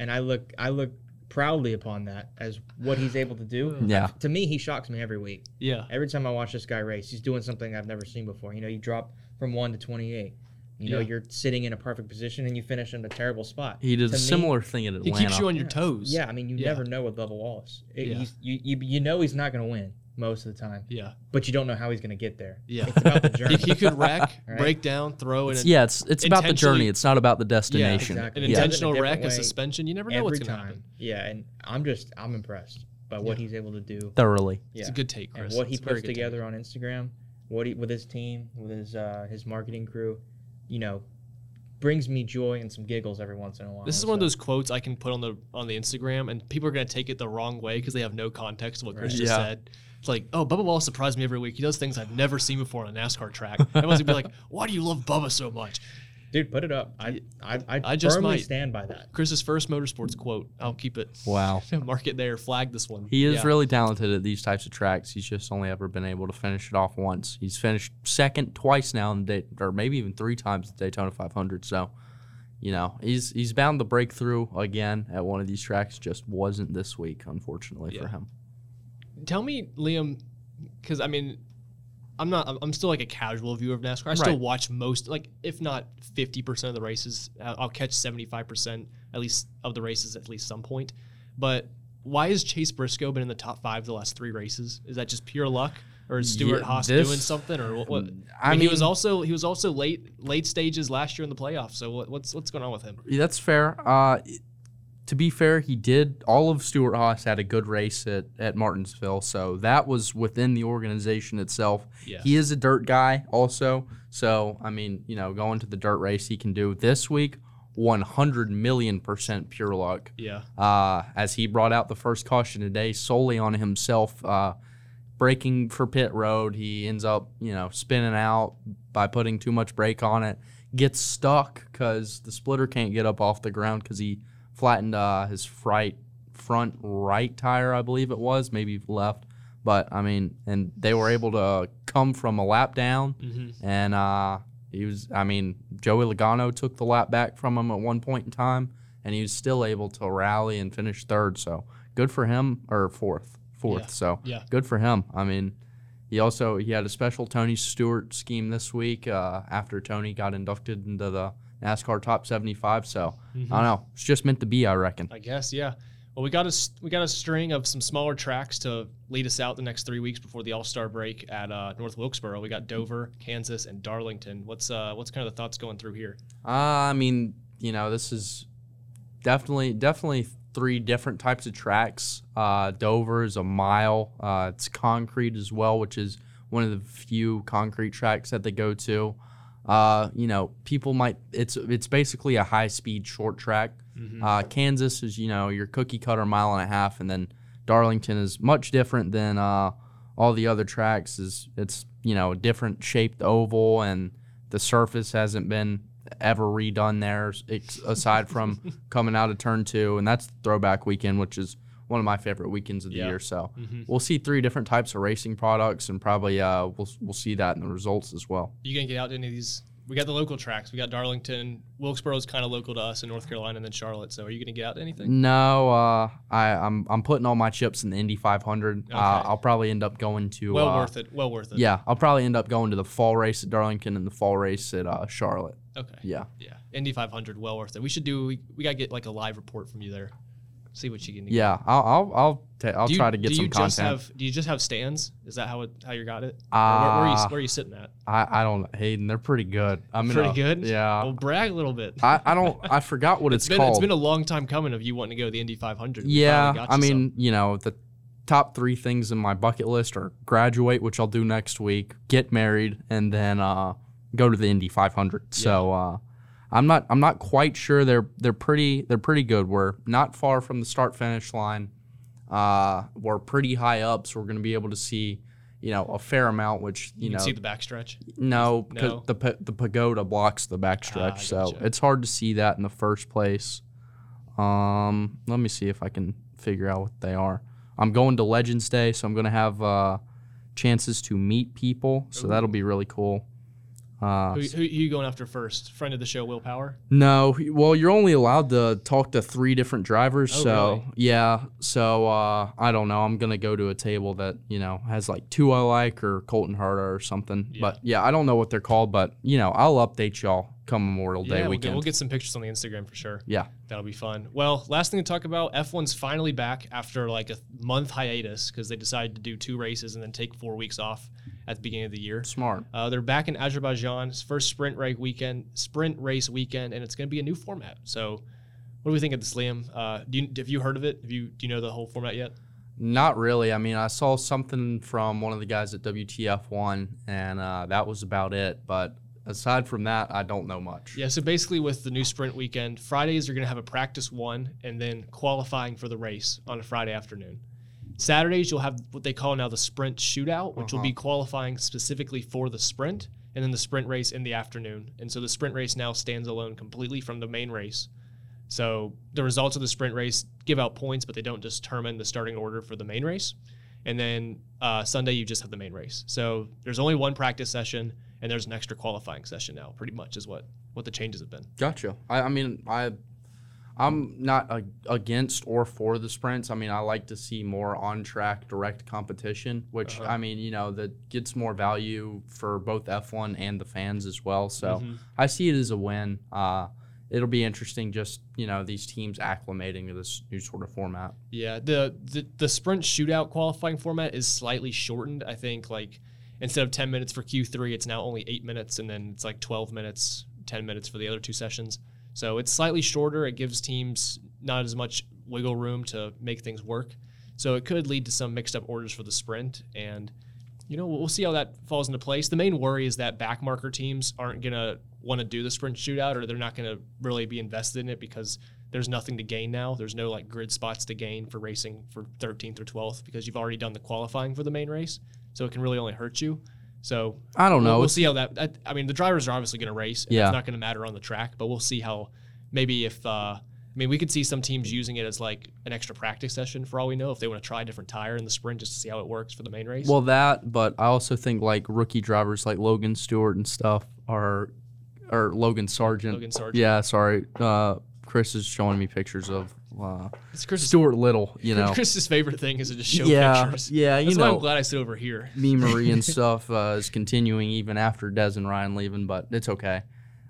S6: and I look I look proudly upon that as what he's able to do.
S2: Yeah.
S6: To me, he shocks me every week.
S1: yeah.
S6: Every time I watch this guy race, he's doing something I've never seen before. You know, you drop from one to twenty-eight. You know,
S1: Yeah.
S6: you're sitting in a perfect position and you finish in a terrible spot.
S2: He did
S6: To
S2: a
S6: me-
S2: similar thing in
S1: He
S2: Atlanta.
S1: keeps you on your
S6: Yeah.
S1: toes.
S6: Yeah, I mean, you
S1: Yeah.
S6: never know with Bubba Wallace. It-
S1: Yeah.
S6: he's- you, you you know he's not going to win most of the time,
S1: Yeah.
S6: but you don't know how he's going to get there.
S1: Yeah.
S6: It's about the
S1: He,
S6: journey.
S1: he could wreck,
S6: Right.
S1: break down, throw, and
S2: It's- yeah, it's it's about the
S1: Intentionally-
S2: journey. It's not about the destination.
S1: an
S6: exactly.
S2: Yeah.
S1: intentional
S6: Does it a
S1: wreck, a
S6: different way
S1: suspension. You never know
S6: every
S1: what's going to
S6: time.
S1: happen.
S6: Yeah, and I'm just I'm impressed by what he's able to do.
S2: Thoroughly.
S6: Yeah.
S1: It's a good take, Chris.
S6: and what he
S1: It's a very
S6: puts
S1: good take.
S6: together on Instagram, what he with his team, with his uh, his marketing crew, you know, brings me joy and some giggles every once in a while.
S1: This is one of
S6: So,
S1: those quotes I can put on the on the Instagram, and people are going to take it the wrong way because they have no context of what Chris
S2: Right.
S1: just
S2: Yeah.
S1: said. It's like, oh, Bubba Wallace surprised me every week. He does things I've never seen before on a NASCAR track. Everyone's going to be like, why do you love Bubba so much?
S6: dude. Put it up. I I I,
S1: I just
S6: firmly
S1: might.
S6: stand by that.
S1: Chris's first motorsports quote. I'll keep it.
S2: Wow.
S1: Mark it there. Flag this one.
S2: He is
S1: Yeah.
S2: really talented at these types of tracks. He's just only ever been able to finish it off once. He's finished second twice now in the day, or maybe even three times at Daytona 500. So, you know, he's he's bound to break through again at one of these tracks. Just wasn't this week, unfortunately for
S1: Yeah.
S2: him.
S1: Tell me, Liam, because I mean, I'm not. I'm- I'm still like a casual viewer of NASCAR. I still
S2: Right.
S1: watch most, like if not 50 percent of the races. I- I'll catch 75 percent at least of the races at least some point. But why has Chase Briscoe been in the top five the last three races? Is that just pure luck? or is Stuart
S2: Yeah,
S1: Haas
S2: this-
S1: doing something or what? what?
S2: I
S1: mean, he was
S2: mean-
S1: also he was also late late stages last year in the playoffs. So what, what's what's going on with him?
S2: Yeah, That's fair. Uh, it- to be fair, he did. All of Stuart Haas had a good race at, at Martinsville, so that was within the organization itself.
S1: Yeah.
S2: He is a dirt guy, also. So I mean, you know, going to the dirt race, he can do this week. 100 million percent pure luck
S1: Yeah,
S2: uh, as he brought out the first caution today solely on himself uh, braking for pit road. He ends up, you know, spinning out by putting too much brake on it, gets stuck because the splitter can't get up off the ground because he flattened uh, his fright, front right tire, I believe it was, maybe left. But I mean, and they were able to come from a lap down,
S1: Mm-hmm.
S2: and uh, he was. I mean, Joey Logano took the lap back from him at one point in time, and he was still able to rally and finish third. So good for him, or fourth, fourth.
S1: Yeah.
S2: So
S1: Yeah.
S2: good for him. I mean, he also he had a special Tony Stewart scheme this week uh, after Tony got inducted into the NASCAR Top 75. So
S1: Mm-hmm.
S2: I don't know. It's just meant to be, I reckon.
S1: I guess. Yeah. Well, we got a s- we got a string of some smaller tracks to lead us out the next three weeks before the All Star break at uh, North Wilkesboro. We got Dover, Kansas, and Darlington. What's uh what's kind of the thoughts going through here?
S2: Uh, I mean, you know, this is definitely definitely three different types of tracks. Uh, Dover is a mile. Uh, it's concrete as well, which is one of the few concrete tracks that they go to. Uh, you know, people might it's it's basically a high speed short track. Uh, Kansas is you know your cookie cutter mile and a half, and then Darlington is much different than uh, all the other tracks. Is it's you know a different shaped oval, and the surface hasn't been ever redone there ex- aside from coming out of turn two, and that's throwback weekend, which is one of my favorite weekends of the
S1: Yeah. Mm-hmm.
S2: year. So we'll see three different types of racing products, and probably uh, we'll we'll see that in the results as well.
S1: You gonna get out to any of these? We got the local tracks. We got Darlington. Wilkesboro's kind of local to us in North Carolina, and then Charlotte. So are you gonna get out to anything?
S2: No, uh, I, I'm I'm putting all my chips in the Indy 500. Uh,
S1: Okay.
S2: I'll probably end up going to
S1: Well
S2: uh,
S1: worth it. Well worth it.
S2: Yeah, I'll probably end up going to the fall race at Darlington and the fall race at uh, Charlotte.
S1: Okay.
S2: Yeah,
S1: Yeah. Indy 500. Well worth it. We should do. We, we gotta get like a live report from you there. See what you can do.
S2: yeah. I'll I'll I'll, ta- I'll
S1: Do you-
S2: try to get
S1: do
S2: some
S1: you
S2: content.
S1: Just have, do you just have stands? Is that how it, how you got it? Or where, where are you,
S2: Ah.
S1: where are you sitting at?
S2: I I don't Hayden. They're pretty good. I mean,
S1: Pretty
S2: uh,
S1: good.
S2: Yeah.
S1: Well, brag a little bit.
S2: I, I don't I forgot what it's,
S1: it's been
S2: called.
S1: it's been a long time coming of you wanting to go to the Indy 500. We
S2: yeah,
S1: finally got
S2: I
S1: you
S2: mean, you know, the top three things in my bucket list are graduate, which I'll do next week, get married, and then uh, go to the Indy 500. So uh, I'm not I'm not quite sure. They're they're pretty they're pretty good. We're not far from the start finish line. Uh, we're pretty high up, so we're going to be able to see, you know, a fair amount. Which you,
S1: you
S2: know,
S1: can see the backstretch.
S2: no, because
S1: No.
S2: the pa- the pagoda blocks the backstretch,
S1: Ah,
S2: so
S1: gotcha.
S2: it's hard to see that in the first place. Um, let me see if I can figure out what they are. I'm going to Legends Day, so I'm gonna have uh, chances to meet people, so that'll be really cool. Uh,
S1: Who, who, who you going after first? Friend of the show, Will Power.
S2: no, well, you're only allowed to talk to three different drivers,
S1: Oh,
S2: so
S1: really?
S2: yeah. So uh, I don't know. I'm gonna go to a table that you know has like two I like or Colton Herta or something.
S1: Yeah.
S2: But yeah, I don't know what they're called, but you know I'll update y'all come Memorial Day
S1: yeah, we'll get,
S2: weekend.
S1: we'll get some pictures on the Instagram for sure.
S2: yeah,
S1: That'll be fun. Well, last thing to talk about F1's finally back after like a month hiatus because they decided to do two races and then take four weeks off at the beginning of the year.
S2: smart.
S1: Uh, they're back in Azerbaijan's first sprint race weekend, sprint race weekend, and it's going to be a new format. So, what do we think of this, Liam? Uh, do you, have you heard of it? Have you do you know the whole format yet?
S2: Not really. I mean, I saw something from one of the guys at WTF1, and uh, that was about it. But aside from that, I don't know much.
S1: Yeah. So basically, with the new sprint weekend, Fridays are going to have a practice one and then qualifying for the race on a Friday afternoon. Saturdays you'll have what they call now the sprint shootout, which will be qualifying specifically for the sprint, and then the sprint race in the afternoon. And so the sprint race now stands alone completely from the main race. So the results of the sprint race give out points, but they don't determine the starting order for the main race. And then uh, Sunday, you just have the main race. So there's only one practice session, and there's an extra qualifying session now. Pretty much is what what the changes have been.
S2: Gotcha. I, I mean, I, I'm not a, against or for the sprints. I mean, I like to see more on track direct competition, which I mean, you know, that gets more value for both F1 and the fans as well. So I see it as a win. Uh, it'll be interesting. Just you know, these teams acclimating to this new sort of format.
S1: Yeah, the, the the sprint shootout qualifying format is slightly shortened. I think like instead of 10 minutes for Q3, it's now only 8 minutes and then it's like 12 minutes, 10 minutes for the other two sessions. So it's slightly shorter. It gives teams not as much wiggle room to make things work. So it could lead to some mixed up orders for the sprint and you know, we'll see how that falls into place. The main worry is that backmarker teams aren't going to want to do the sprint shootout or they're not going to really be invested in it because there's nothing to gain now. There's no like grid spots to gain for racing for 13th or 12th because you've already done the qualifying for the main race. So it can really only hurt you. So
S2: I don't
S1: we'll,
S2: know.
S1: we'll
S2: Oh, It's-
S1: see how that, that. I mean, the drivers are obviously going to race. And
S2: Yeah.
S1: It's not going to matter on the track, but we'll see how maybe if, uh, I mean, we could see some teams using it as like an extra practice session for all we know if they want to try a different tire in the sprint just to see how it works for the main race.
S2: Well, that, but I also think like rookie drivers like Logan Stewart and stuff are, or Logan Sargent.
S1: Logan Sargent.
S2: Yeah, sorry. Uh, Chris is showing me pictures of uh,
S1: It's Chris's,
S2: Stuart Little. You know,
S1: Chris's favorite thing is to just show
S2: yeah,
S1: pictures.
S2: yeah. You
S1: That's why I'm
S2: know,
S1: glad I sit over here.
S2: memery and stuff uh, is continuing even after Des and Ryan leaving, but it's okay.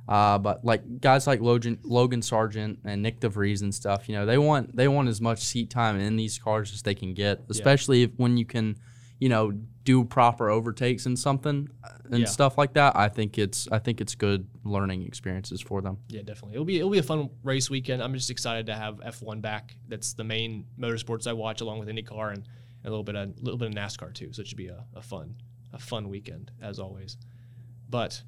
S2: Uh, but like guys like Logan, Logan Sargent and Nick DeVries and stuff, you know, they want they want as much seat time in these cars as they can get, especially if, when you can, you know, do proper overtakes and something uh, and
S1: Yeah.
S2: stuff like that. I think it's I think it's good learning experiences for them.
S1: Yeah, definitely. It'll be it'll be a fun race weekend. I'm just excited to have F1 back. That's the main motorsports I watch, along with IndyCar and a little bit of, a little bit of NASCAR too. So it should be a, a fun a fun weekend as always. But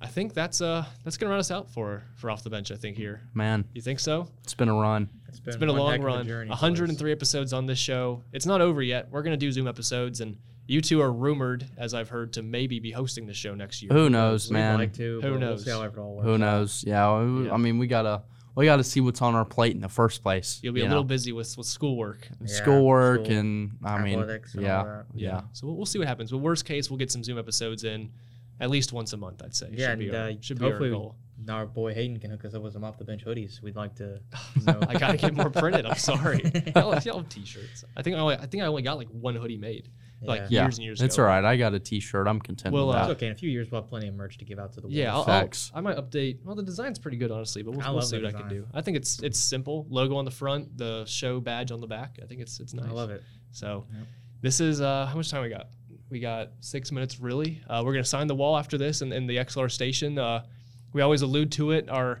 S1: I think that's uh that's gonna run us out for for off the bench. I think here.
S2: Man,
S1: You think so?
S2: it's been a run.
S1: It's been a
S6: one
S1: long
S6: heck of a
S1: run.
S6: journey, boys.
S1: 103 episodes on this show. It's not over yet. We're going to do Zoom episodes, and you two are rumored, as I've heard, to maybe be hosting the show next year.
S2: Who knows,
S6: We'd
S2: man?
S6: like to,
S1: Who
S6: but we'll
S1: knows?
S6: see how it all works
S2: Who
S6: out.
S2: knows? Yeah, we-
S1: Yeah.
S2: I mean, we gotta we gotta see what's on our plate in the first place.
S1: You'll be
S2: you
S1: a
S2: know?
S1: little busy with, with schoolwork.
S6: Yeah,
S2: schoolwork
S6: school,
S2: and I mean,
S6: athletics and all
S2: yeah,
S6: that.
S2: yeah.
S1: So we'll, we'll see what happens. But worst case, we'll get some Zoom episodes in at least once a month, I'd say.
S6: Yeah,
S1: should be,
S6: and,
S1: our,
S6: uh,
S1: should be our
S6: hopefully we-
S1: goal.
S6: Our boy Hayden can hook us up with some off the bench hoodies. We'd like to. Know.
S1: I got to get more printed. I'm sorry. Y'all, y'all have t-shirts. I think I, only, I think I only got like one hoodie made like
S2: Yeah.
S1: years and years
S2: It's
S1: ago.
S2: all right. I got a T-shirt. I'm content
S1: Well,
S2: with
S1: uh,
S2: that.
S6: It's okay. In a few years, we'll have plenty of merch to give out to the world.
S1: Yeah, I'll, I'll,
S2: Facts.
S1: I might update. Well, the design's pretty good, honestly, but we'll,
S6: I
S1: we'll
S6: love
S1: see
S6: the
S1: what I can
S6: design.
S1: do. I think it's it's simple. Logo on the front, the show badge on the back. I think it's it's nice.
S6: I love it.
S1: So,
S6: Yep.
S1: this is uh, how much time we got? We got six minutes, really. Uh, we're gonna sign the wall after this, and in, the XLR station. Uh, we always allude to it. Our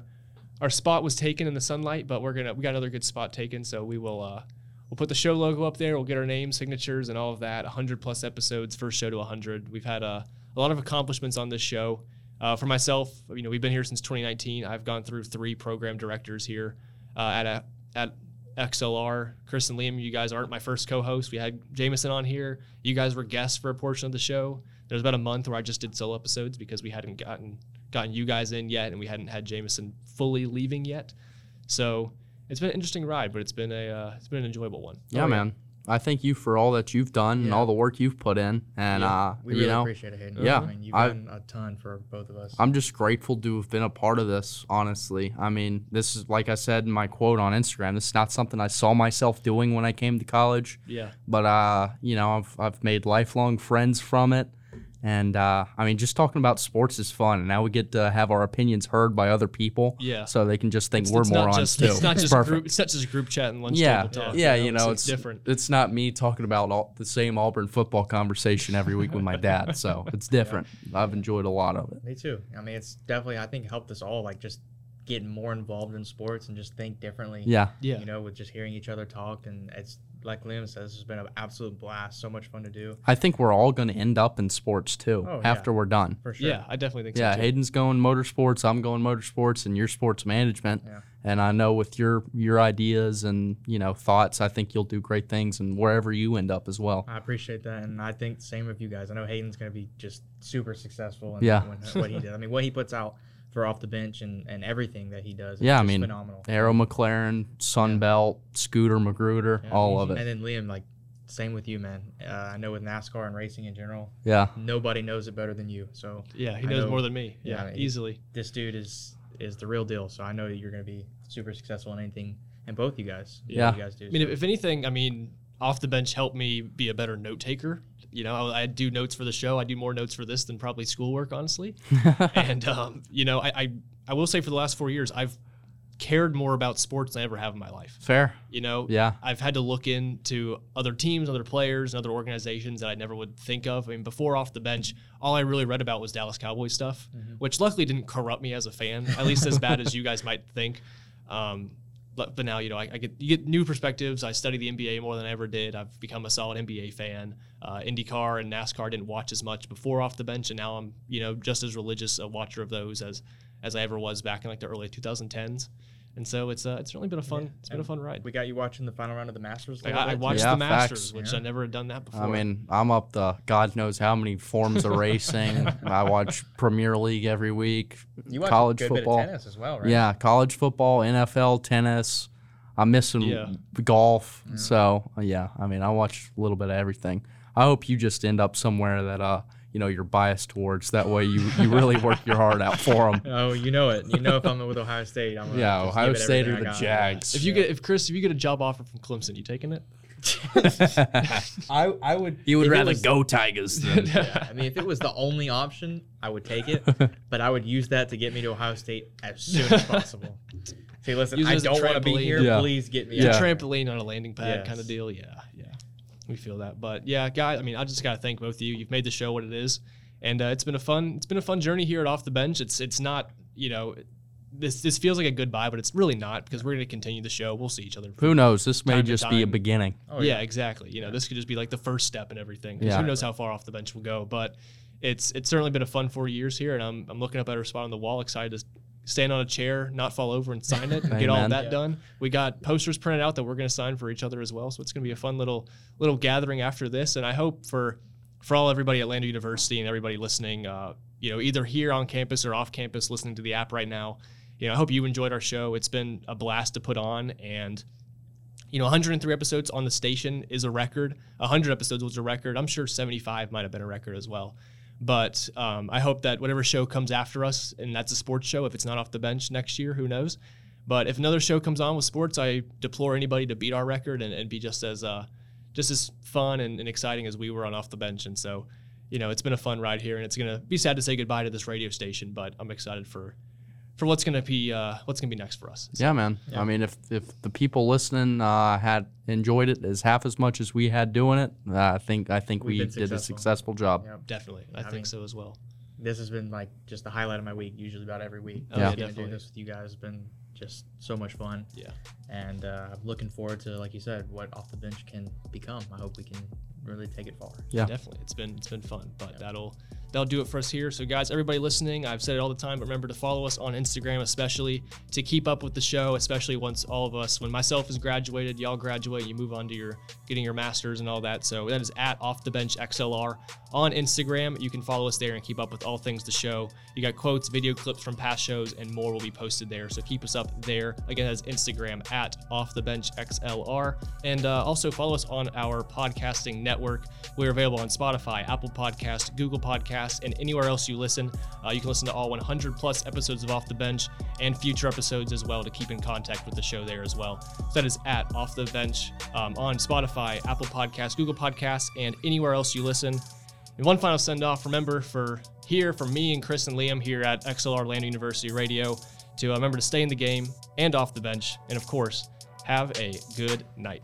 S1: our spot was taken in the sunlight, but we're gonna we got another good spot taken. So we will uh, we'll put the show logo up there. We'll get our names, signatures, and all of that. 100 plus episodes, first show to 100. We've had uh, a lot of accomplishments on this show. Uh, for myself, you know, we've been here since 2019. I've gone through three program directors here uh, at a, at XLR. Chris and Liam, you guys aren't my first co-host. We had Jameson on here. You guys were guests for a portion of the show. There was about a month where I just did solo episodes because we hadn't gotten gotten you guys in yet, and we hadn't had Jameson fully leaving yet. So it's been an interesting ride, but it's been a uh, it's been an enjoyable one.
S2: yeah, man. I thank you for all that you've done and
S6: Yeah.
S2: all the work you've put in, and uh,
S6: we
S2: you
S6: really
S2: know,
S6: appreciate it, Hayden.
S2: yeah,
S6: I mean, you've
S2: I-
S6: done a ton for both of us.
S2: I'm just grateful to have been a part of this, honestly. I mean, this is, like I said in my quote on Instagram, this is not something I saw myself doing when I came to college,
S1: Yeah,
S2: but, uh, you know, I've, I've made lifelong friends from it. And, uh, I mean, just talking about sports is fun. And now we get to have our opinions heard by other people.
S1: Yeah.
S2: So they can just think we're morons,
S1: not just,
S2: too.
S1: It's not just
S2: Perfect.
S1: group. It's not just group chat and lunch
S2: yeah,
S1: table talk.
S2: yeah, you know,
S1: so
S2: it's,
S1: different.
S2: It's not me talking about all the same Auburn football conversation every week with my dad, so it's different. I've enjoyed a lot of it.
S6: Me too. I mean, it's definitely I think helped us all like just get more involved in sports and just think differently.
S2: Yeah,
S1: Yeah,
S6: You know, with just hearing each other talk and it's like Liam says, this has been an absolute blast. So much fun to do
S2: I think we're all going to end up in sports too
S6: Oh, yeah.
S2: after we're done.
S6: for sure.
S1: yeah, I definitely think
S2: Yeah,
S1: so. too.
S2: Hayden's going motorsports. I'm going motorsports, and your sports management.
S6: Yeah.
S2: And I know with your your ideas and you know thoughts, I think you'll do great things, and wherever you end up as well.
S6: I appreciate that, and I think same of you guys. I know Hayden's going to be just super successful. In
S2: Yeah.
S6: when- what he did. I mean, what he puts out for off the bench and, and everything that he does. Is
S2: Yeah, I
S6: just
S2: mean,
S6: phenomenal.
S2: Arrow McLaren, Sunbelt, Scooter Magruder,
S6: Yeah.
S2: all of
S6: And
S2: it.
S6: then Liam, like, same with you, man. Uh, I know with NASCAR and racing in general,
S2: Yeah,
S6: nobody knows it better than you. So
S1: yeah, he
S6: I
S1: knows
S6: know-
S1: more than me. Yeah,
S6: yeah, I-
S1: easily.
S6: this dude is is the real deal. So I know you're going to be super successful in anything, and both you guys, you know,
S2: Yeah.
S6: you guys do.
S1: I mean,
S6: so.
S1: if, if anything, I mean, off the bench helped me be a better note taker. You know, I, I do notes for the show. I do more notes for this than probably schoolwork, honestly. and um, you know, I, I I will say for the last four years, I've cared more about sports than I ever have in my life.
S2: Fair.
S1: You know,
S2: Yeah.
S1: I've had to look into other teams, other players, and other organizations that I never would think of. I mean, before off the bench, all I really read about was Dallas Cowboys stuff, which luckily didn't corrupt me as a fan, at least as bad as you guys might think. Um, but, but now, you know, I, I get you get new perspectives. I study the NBA more than I ever did. I've become a solid NBA fan. Uh, IndyCar and NASCAR didn't watch as much before off the bench, and now I'm you know just as religious a watcher of those as as I ever was back in like the early 2010s. And so it's uh, it's really been a fun it's been a
S6: and
S1: fun ride.
S6: We got you watching the final round of the Masters. a
S1: Like,
S6: little
S1: I, I
S6: bit.
S1: watched
S2: Yeah,
S1: the Masters,
S2: facts.
S1: which
S6: Yeah.
S1: I never had done that before.
S2: I mean, I'm up the God knows how many forms of racing. I watch Premier League every week.
S6: You watch
S2: college
S6: a good
S2: football.
S6: bit of tennis as well, right?
S2: Yeah, college football, NFL, tennis. I'm missing
S1: Yeah.
S2: golf. So uh, yeah, I mean, I watch a little bit of everything. I hope you just end up somewhere that uh, you know, you're biased towards. That way, you you really work your heart out for them.
S6: Oh, you know it. You know if I'm with Ohio State, I'm gonna
S2: Yeah,
S6: just
S2: Ohio
S6: give it
S2: State or
S6: everything
S2: the
S6: I got.
S2: Jags.
S1: if you get if Chris, if you get a job offer from Clemson, you taking it?
S3: I I would.
S2: you would
S6: If it
S2: rather
S6: was-
S2: go Tigers than
S6: Yeah, I mean, if it was the only option, I would take it, but I would use that to get me to Ohio State as soon as possible. Say, listen,
S1: Use it
S6: I
S1: as a
S6: don't want to be
S1: trampoline.
S6: here.
S2: Yeah.
S6: Please get me.
S2: Yeah.
S6: out
S1: A
S6: of here.
S1: trampoline on a landing pad
S6: Yes.
S1: kind of deal. Yeah, yeah, we feel that. But yeah, guy, I mean, I just gotta thank both of you. You've made the show what it is, and uh, it's been a fun it's been a fun journey here at off the bench. It's it's not you know. This, this feels like a goodbye, but it's really not because we're going to continue the show. We'll see each other.
S2: who knows? This may
S1: Time to
S2: just be a
S1: time.
S2: beginning.
S6: Oh,
S1: yeah.
S6: yeah.
S1: exactly. You know, this could just be like the first step in everything. 'cause
S2: Yeah.
S1: Who knows how far off the bench we'll go? But it's it's certainly been a fun four years here, and I'm I'm looking up at our spot on the wall, excited to stand on a chair, not fall over, and sign it, and get all
S2: Amen.
S1: that
S6: Yeah.
S1: done. We got posters printed out that we're going to sign for each other as well. So it's going to be a fun little little gathering after this, and I hope for for all everybody at Lander University and everybody listening, uh, you know, either here on campus or off campus, listening to the app right now. You know, I hope you enjoyed our show. It's been a blast to put on, and you know 103 episodes on the station is a record 100 episodes was a record i'm sure 75 might have been a record as well but um, i hope that whatever show comes after us and that's a sports show if it's not off the bench next year who knows but if another show comes on with sports i deplore anybody to beat our record and, and be just as uh, just as fun and, and exciting as we were on off the bench and so you know it's been a fun ride here and it's going to be sad to say goodbye to this radio station but i'm excited for for what's going to be uh, what's going to be next for us
S2: Yeah, man. I mean, if if the people listening uh, had enjoyed it as half as much as we had doing it, uh, I think I think
S6: We've
S2: we
S6: been
S2: did a
S6: successful.
S2: successful job.
S6: Yeah.
S1: definitely i,
S6: I
S1: think
S6: mean-
S1: so as well
S6: This has been like just the highlight of my week. Usually about every week.
S1: Oh, yeah,
S6: Getting to
S1: definitely.
S6: do this with you guys has been just so much fun.
S1: Yeah.
S6: And uh, I'm looking forward to, like you said, what off the bench can become. I hope we can really take it far.
S2: Yeah.
S1: definitely. It's been it's been fun, but that'll that'll do it for us here. So guys, everybody listening, I've said it all the time, but remember to follow us on Instagram, especially to keep up with the show, especially once all of us, when myself is graduated, y'all graduate, you move on to your getting your masters and all that. So that is at off the bench XLR on Instagram. You can follow us there and keep up with all things the show. You got quotes, video clips from past shows, and more will be posted there. So keep us up there. Again, that's Instagram at off the bench XLR. And uh, also follow us on our podcasting network. We're available on Spotify, Apple Podcast, Google Podcast, and anywhere else you listen. Uh, you can listen to all 100 plus episodes of Off the Bench and future episodes as well to keep in contact with the show there as well. So that is at Off the Bench um, on Spotify, Apple Podcasts, Google Podcasts, and anywhere else you listen. And one final send off. Remember for here from me and Chris and Liam here at XLR Land University Radio to uh, remember to stay in the game and off the bench, and of course, have a good night.